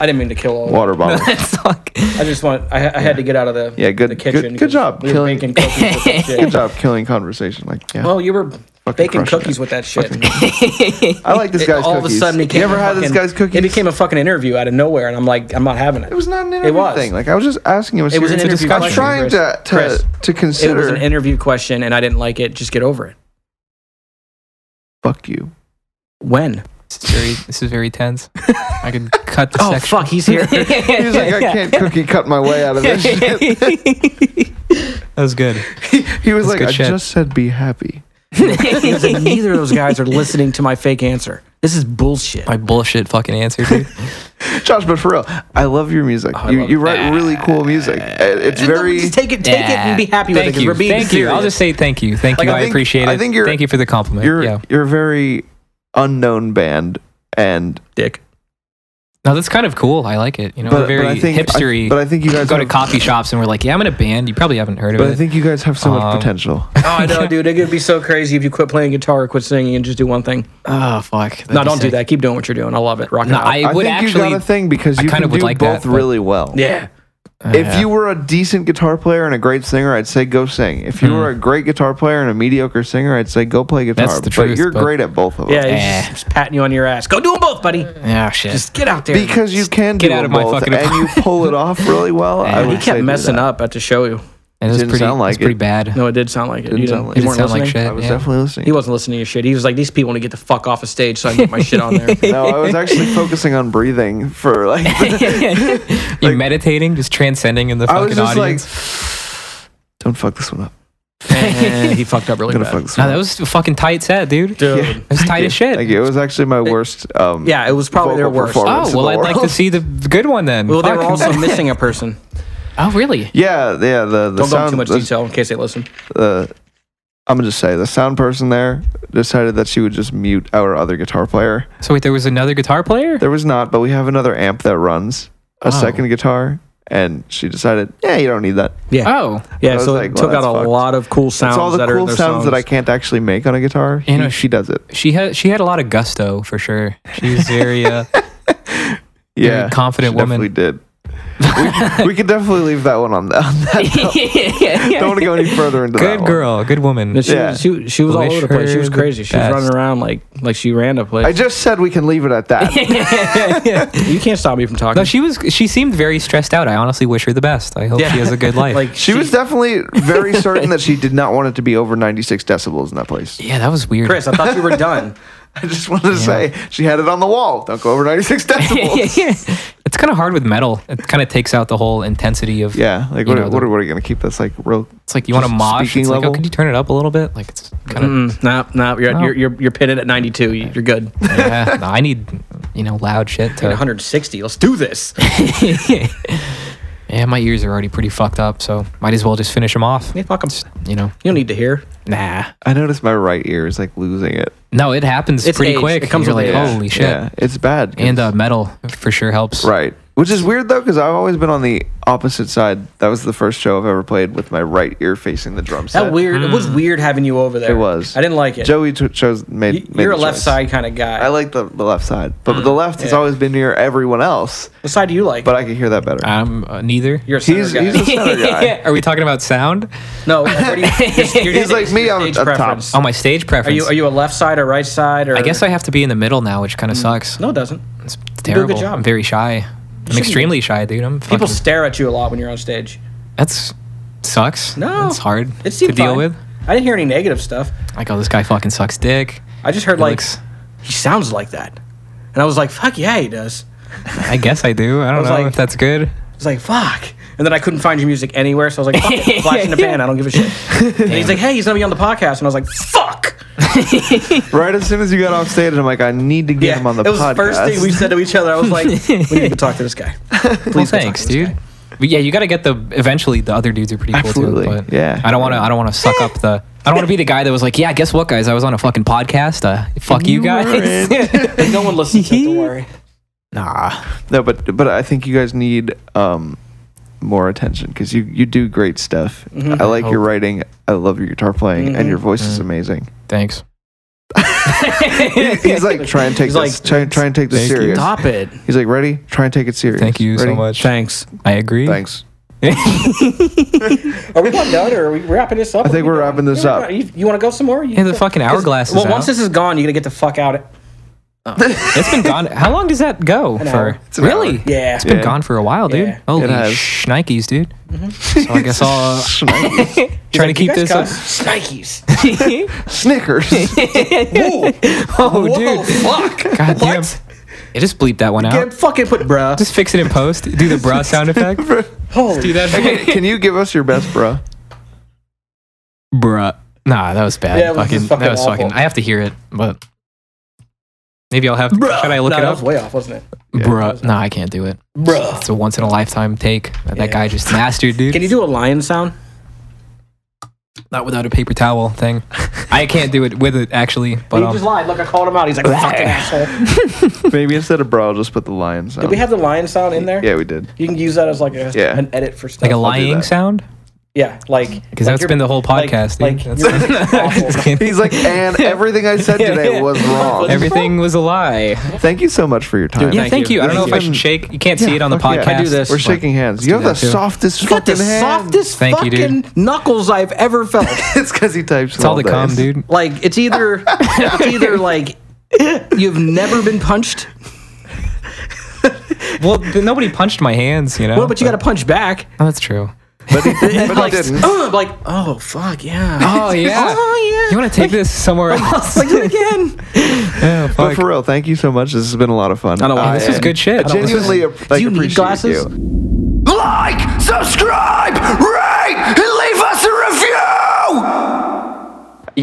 C: I didn't mean to kill all.
D: Water bottle.
B: That's like
C: I just want. I, I had to get out of the
D: Yeah, good-
C: the kitchen.
D: good- good
C: 'cause
D: job
C: We were
D: killing-
C: baking cookies with that shit.
D: Good job killing conversation. Like, yeah.
C: Well, you were baking
D: crushing
C: cookies
D: it.
C: with that shit.
D: I like this
C: It-
D: guy's
C: all
D: cookies.
C: of a sudden, it came
D: you ever
C: a
D: had this
C: fucking-
D: guy's cookies?
C: It became a fucking interview out of nowhere, and I'm like, I'm not having it.
D: It was not an
C: It
D: interview
C: was.
D: thing. Like I was just asking him. A
C: It was an
D: serious
C: interview
D: question. I was
C: question,
D: trying
C: Chris.
D: to to,
C: Chris.
D: to
C: It was
D: consider.
C: an interview question, and I didn't like it. Just get over it.
D: Fuck you.
C: When?
B: this is very this is very tense. I could cut the
C: Oh
B: section.
C: fuck, he's here. that
D: He was like, I can't cookie cut my way out of this. shit.
B: That was good.
D: He was like,
B: good
D: I
B: shit.
D: just said be happy.
C: was like, neither of those guys are listening to my fake answer. This is bullshit.
B: My bullshit fucking answer, dude.
D: Josh, but for real, I love your music.
C: Oh,
D: you you write really cool music. It's very.
C: Just take it, take it, and be happy
B: thank
C: with it. 'cause
B: You.
C: We're being
B: thank you. I'll
C: serious.
B: just say thank you. Thank you.
D: I
B: I,
D: think-
B: appreciate it.
D: I think you're-
B: thank you for the compliment.
D: You're
B: yeah.
D: you're a very unknown band, and
C: dick.
B: No, that's kind of cool. I like it. You know,
D: but,
B: we're very
D: but I think
B: hipstery.
D: I, but I think you
B: we
D: guys
B: go to
D: have-
B: coffee shops and we're like, yeah, I'm in a band. You probably haven't heard of
D: But
B: it.
D: I think you guys have so much
B: Um,
D: potential.
C: Oh, I know, dude. It would be so crazy if you quit playing guitar or quit singing and just do one thing.
B: oh fuck. that'd
C: No,
B: be
C: don't do
B: sick.
C: that. Keep doing what you're doing. I love it. Rock it
B: No,
C: out.
B: I
D: I
B: would
D: think you
B: actually.
D: got a thing because you
B: kind
D: can
B: of would
D: do
B: like that,
D: both
B: but-
D: really well.
C: yeah.
D: If you were a decent guitar player and a great singer, I'd say go sing. If you were a great guitar player and a mediocre singer, I'd say go play guitar.
B: Hmm. That's the
D: but
B: truth,
D: you're
B: but-
D: great at both of them.
C: Yeah, he's
B: Eh.
C: just, just patting you on your ass. Go do them both, buddy.
B: yeah, shit.
C: Just get out there.
D: Because you can
B: Get
D: do
B: out of
D: them
B: my
D: both
B: fucking
D: and you
B: apartment.
D: pull it off really well. I
C: he
D: would say
C: kept
D: do
C: messing
D: that.
C: up at the show. You.
B: it was
D: didn't
B: pretty.
D: sound like
B: it's pretty
D: it.
B: bad.
C: No, it did sound like it.
D: Didn't
C: you
D: sound like
C: didn't, you
D: it.
C: weren't
B: Didn't sound like
C: listening.
D: I
B: shit.
D: was
B: Yeah.
D: definitely listening.
C: He wasn't listening to your shit. He was like, "These people want to get the fuck off of stage, so I can get my shit on there."
D: no, I was actually focusing on breathing for like.
B: You're meditating, just transcending in the
D: I was
B: fucking
D: just
B: audience.
D: like, don't fuck this one up.
C: And he fucked up really
D: Gonna
C: bad.
D: fuck this
B: no,
D: one
B: that
D: up.
B: was a fucking tight set, dude. It
C: Dude.
B: was tight as shit.
D: Thank you. It was actually my worst. Um,
C: Yeah, it was probably their
D: vocal
C: worst. Oh,
D: performance.
B: Oh
D: in
B: well,
D: the
B: I'd like to
D: world.
B: see the good one then.
C: Well, they
B: Fuck.
C: were also missing a person.
B: Oh really?
D: Yeah, yeah. The the
C: Don't go
D: sound.
C: into too much
D: the-
C: detail in case they listen.
D: the uh, I'm gonna just say the sound person there decided that she would just mute our other guitar player.
B: So wait, there was another guitar player.
D: There was not, but we have another amp that runs a second guitar, and she decided, yeah, you don't need that.
C: Yeah,
B: Oh,
C: yeah.
D: was
C: So
D: like,
C: it
D: well,
C: took out
D: that's
C: a
D: fucked.
C: lot of cool sounds.
D: It's all the
C: that
D: cool
C: are,
D: sounds,
C: their
D: that I can't actually make on a guitar.
B: You know,
D: He-
B: sh-
D: she does it.
B: she had she had a lot of gusto for sure. She was very uh,
D: Yeah,
B: confident
D: she
B: woman.
D: Definitely did. we, we could definitely leave that one on that. On that note. Don't want to go any further into that.
B: good
D: one.
B: girl, good woman.
C: And She,
D: Yeah.
C: was, she, she was all
B: Wish
C: over the place. She
B: her
C: was
B: the
C: crazy. She
B: best.
C: was running around like like she ran to place.
D: I just said we can leave it at that.
C: you can't stop me from talking.
B: No, she was she seemed very stressed out. I honestly wish her the best. I hope
C: Yeah.
B: she has a good life.
C: like
D: She was definitely very certain that she did not want it to be over 96 decibels in that place.
B: yeah, that was weird.
C: Chris. I thought you were done.
D: I just wanted to say she had it on the wall. Don't go over 96 decibels.
B: it's kind of hard with metal. It kind of takes out the whole intensity of
D: yeah, like
B: You
D: what,
B: know,
D: what,
B: the-
D: are, what are you gonna keep this like real?
B: It's like you want to
D: Just
B: mosh.
D: speaking
B: It's like,
D: level?
B: oh, can you turn it up a little bit? Like it's kind of
C: Mm, no, no, you're,
B: No.
C: you're you're you're pinning at 92. You- You're good.
B: yeah. No, I need you know loud shit
C: At
B: to.
C: 160. Let's do this.
B: Yeah, my ears are already pretty fucked up, so might as well just finish them off.
C: Yeah, fuck 'em.
B: You know,
C: You don't need to hear.
B: nah.
D: I noticed my right ear is like losing it.
B: No, it happens
C: It's
B: pretty
C: age.
B: quick.
C: It comes
B: You're
C: with
B: like,
C: age.
B: holy shit.
D: Yeah, it's bad. 'cause-
B: And uh, metal for sure helps.
D: right, which is weird though, because I've always been on the opposite side. That was the first show I've ever played with my right ear facing the drum set.
C: That weird. It was weird having you over there.
D: It was.
C: I didn't like it.
D: Joey t- chose made.
C: You-
D: made
C: you're a
D: the
C: left
D: choice.
C: side kind of guy. Mm.
D: I like the, the left side, but the left has always been near everyone else.
C: what side do you like?
D: But I could hear that better.
B: I'm uh, neither.
C: you're a center
D: he's
C: guy.
D: he's a center guy.
B: Are we talking about sound?
C: no. Where do you, you're, you're,
D: He's like me. I'm
C: stage
D: a top.
C: preference.
B: Oh, my stage
C: Are
B: preference.
C: you are you a left side or right side or?
B: I guess I have to be in the middle now, which kind of sucks.
C: No, it doesn't.
B: it's
C: a
B: terrible.
C: good job.
B: I'm very shy. I'm extremely shy, dude. I'm fucking,
C: People stare at you a lot when you're on stage.
B: that's sucks.
C: No,
B: it's hard
C: It
B: to
C: seemed
B: deal
C: fine.
B: with.
C: I didn't hear any negative stuff.
B: Like, oh, this guy fucking sucks dick.
C: I just heard
B: He
C: like
B: looks-
C: he sounds like that, and I was like, "Fuck yeah, he does."
B: I guess I do. I don't
C: was
B: know
C: like-
B: if that's good.
C: I was like, "Fuck," and then I couldn't find your music anywhere, so I was like, "Fuck it, I'm flashing the band. I don't give a shit." And he's like, "Hey, he's gonna be on the podcast," and I was like, "Fuck."
D: right as soon as you got off stage, I'm like, I need to get him on the
C: it was
D: podcast.
C: first thing we said to each other. I was like, we need to talk to this guy.
B: Well, thanks, dude. But yeah, you got to get the. Eventually, the other dudes are pretty cool
D: Absolutely,
B: too. But
D: yeah.
B: I don't want to. I don't want to suck up the. I don't want to be the guy that was like, yeah, guess what, guys? I was on a fucking podcast. Uh, fuck you, guys.
C: No one listens to it, don't worry.
B: nah.
D: no, but but I think you guys need um, more attention because you you do great stuff. I like your writing. I love your guitar playing, and your voice is amazing.
B: Thanks.
D: He's like, try and take this,
C: He's like,
D: try, try and take this
B: thank you.
D: serious.
C: Stop it.
D: He's like, ready? Try and take it serious.
B: Thank you
D: Ready?
B: so much.
C: Thanks.
B: I agree.
D: Thanks.
C: Are we done done or are we wrapping this up?
D: I think we're wrapping this up.
C: You, you want to go some more? You-
B: Yeah, the fucking hourglass is
C: well,
B: out.
C: once this is gone, you're going to get the fuck out.
B: it's been gone. How long does that go
C: hour.
B: for?
D: an
B: really?
D: hour.
C: Yeah.
B: It's been
D: Yeah.
B: gone for a while, dude.
C: Yeah. Mm-hmm.
B: Holy
D: It has.
B: shnikes, dude. So I guess I'll uh, try to keep this. up.
C: Snikes.
D: Snickers.
C: Whoa.
B: Oh,
C: Whoa,
B: dude.
C: fuck.
B: God damn.
C: What?
B: I just bleeped that one
C: Damn,
B: out.
C: fucking put bruh.
B: Just fix it in post. Do the bra sound effect.
C: Holy
B: Do that.
D: Can- Can you give us your best, bruh?
B: Bruh. Nah, that was bad.
C: Yeah, it was
B: fucking,
C: just fucking
B: that was
C: awful.
B: fucking. I have to hear it, but maybe I'll have. To, should I look
C: no,
B: it
C: that
B: up?
C: was way off, wasn't it?
B: Bruh. Nah, I can't do it.
C: Bruh.
B: It's a once in a lifetime take that that guy just mastered, dude.
C: Can you do a lion sound?
B: Not without a paper towel thing. I can't do it with it actually, but
C: He
B: um,
C: just lied. Look, I called him out. He's like, fucking asshole.
D: Maybe instead of bra, I'll just put the lion sound.
C: Did we have the lion sound in there?
D: Yeah, we did.
C: You can use that as like a,
D: Yeah.
C: an edit for stuff.
B: like a lying
D: that.
B: sound.
C: Yeah, like
B: Because
C: like
B: that's
C: you're-
B: been the whole
C: like-
B: podcast,
C: Like,
B: dude. That's-
C: you're awful.
D: He's like, "Eh, and everything I said today was wrong.
B: Everything was a lie.
D: Thank you so much for your time.
B: Yeah,
C: Thank
B: thank,
C: you.
B: you. I don't know
D: Thank
B: if I
D: you.
B: should shake. You can't see it on the
D: fuck yeah.
B: podcast.
D: I do
C: this.
D: We're shaking hands. You have the
B: that, too.
D: softest
C: got the
D: fucking hand.
C: softest
B: Thank you,
C: fucking
B: dude.
C: knuckles I've ever felt.
D: It's because he types.
B: It's all the cum,
D: days.
B: dude.
C: like it's either it's either like you've never been punched.
B: Well, th- nobody punched my hands, you know.
C: Well, but you got to punch back.
B: Oh, that's true.
D: But he, but he
C: Like,
D: didn't.
C: "Ugh," like, oh fuck yeah.
B: Oh yeah.
C: Oh, yeah.
B: You want to take this somewhere else?
C: Like do it again.
B: yeah,
D: But
B: fuck.
D: for real, thank you so much. This has been a lot of fun.
C: I don't know.
B: This was
D: am
B: good shit. I don't-
D: Genuinely, like,
C: you need
D: appreciate
C: glasses?
D: you.
A: Like, subscribe, rate, and leave us a review!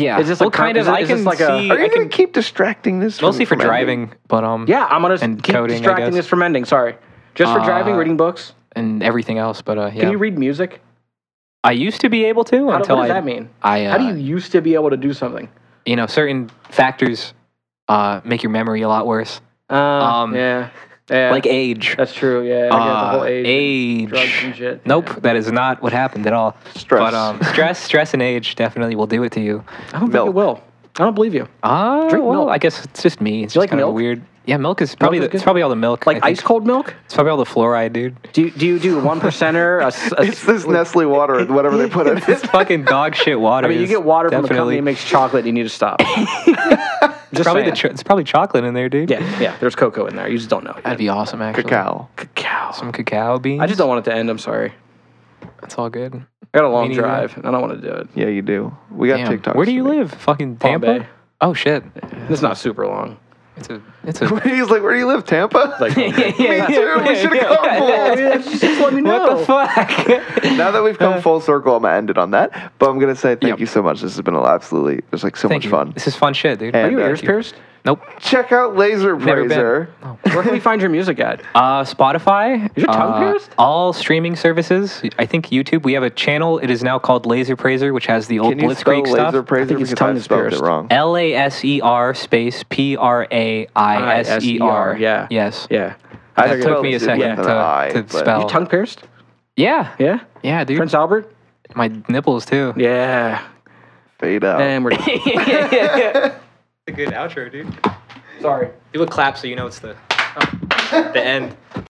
B: Yeah.
C: Is this like com- is it- is this like a-
D: Are you gonna keep distracting this? from-
B: mostly for
D: from ending?
B: driving, but um.
C: Yeah, I'm gonna
B: And
C: keep
B: coding, I
C: distracting
B: guess.
C: this from ending. Sorry, just for driving,
B: Uh,
C: reading books.
B: And everything else, but uh, yeah.
C: Can you read music?
B: I used to be able to
C: How, do-
B: until
C: what does
B: I.
C: that mean?
B: I uh,
C: How do you used to be able to do something?
B: you know certain factors uh make your memory a lot worse,
C: Uh,
B: Um,
C: yeah, yeah.
B: like age.
C: that's true. Yeah, I get the
B: Uh,
C: whole age,
B: age.
C: drugs and shit.
B: Nope, that is not what happened at all.
D: Stress.
B: But um, stress, stress, and age definitely will do it to you.
C: I don't
D: Milk.
C: think it will. I don't believe you.
B: Ah,
C: Drink
B: well,
C: milk.
B: I guess it's just me. It's
C: You
B: just
C: like
B: kind of
C: milk?
B: weird. Yeah, milk is probably
C: is
B: the, it's
C: good.
B: probably all the milk. I
C: Like
B: think.
C: ice cold milk?
B: It's probably all the fluoride, dude.
C: Do you, do you do one percenter? A s- a s-
D: It's this Nestle water and whatever they put in it.
B: Fucking dog shit water.
C: I mean, you
B: is
C: get water from a company
B: definitely-
C: that makes chocolate. and You need to stop. Just
B: Probably the
C: saying.
B: cho- it's probably chocolate in there, dude.
C: yeah, yeah. There's cocoa in there. You just don't know.
B: that'd be awesome. Actually,
D: Cacao.
C: Cacao.
B: Some cacao beans.
C: I just don't want it to end. I'm sorry.
B: That's all good.
C: I got a long
B: neither.
C: drive, and I don't want to do it.
D: Yeah, you do. We got
B: Damn.
D: TikTok.
B: Where do you live? Fucking Tampa.
C: Bombay.
B: Oh shit.
C: It's not super long.
B: It's a. It's a.
D: He's like, where do you live, Tampa?
C: Like,
D: me too. We should have come full.
C: just let me know.
B: what the fuck?
D: Now that we've come full circle, I'm gonna end it on that. But I'm gonna say thank
B: Yep.
D: you so much. This has been absolutely just like so
B: Thank
D: much
B: you.
D: fun.
B: This is fun shit, dude.
D: And,
C: Are your
D: uh,
C: ears pierced?
B: Nope.
D: Check out Laser
B: Never been. Oh,
D: Praiser.
C: Where can we find your music at?
B: Uh, Spotify.
C: Is your tongue
B: uh,
C: pierced?
B: All streaming services. I think YouTube. We have a channel. It is now called Laser Praiser, which has the old
D: Can you spell
B: Blitzkrieg
D: Laser
B: stuff.
D: Praiser
C: think it's
D: because
C: tongue
D: I
C: is
D: spelled it
C: pierced.
D: wrong?
B: L A S E R space P R A I S E R.
C: Yeah.
B: Yes.
C: Yeah.
D: I
B: That took
D: spelled
B: me a
D: it
B: second
D: with an
B: to,
D: I,
B: to
D: but-
B: spell.
C: You tongue pierced?
B: yeah.
C: Yeah.
B: Oh. Yeah, dude.
C: Prince Albert?
B: My nipples too.
C: Yeah.
D: Fade out.
C: And we're
B: a good outro, dude.
C: sorry.
B: Do a clap so you know it's the the end.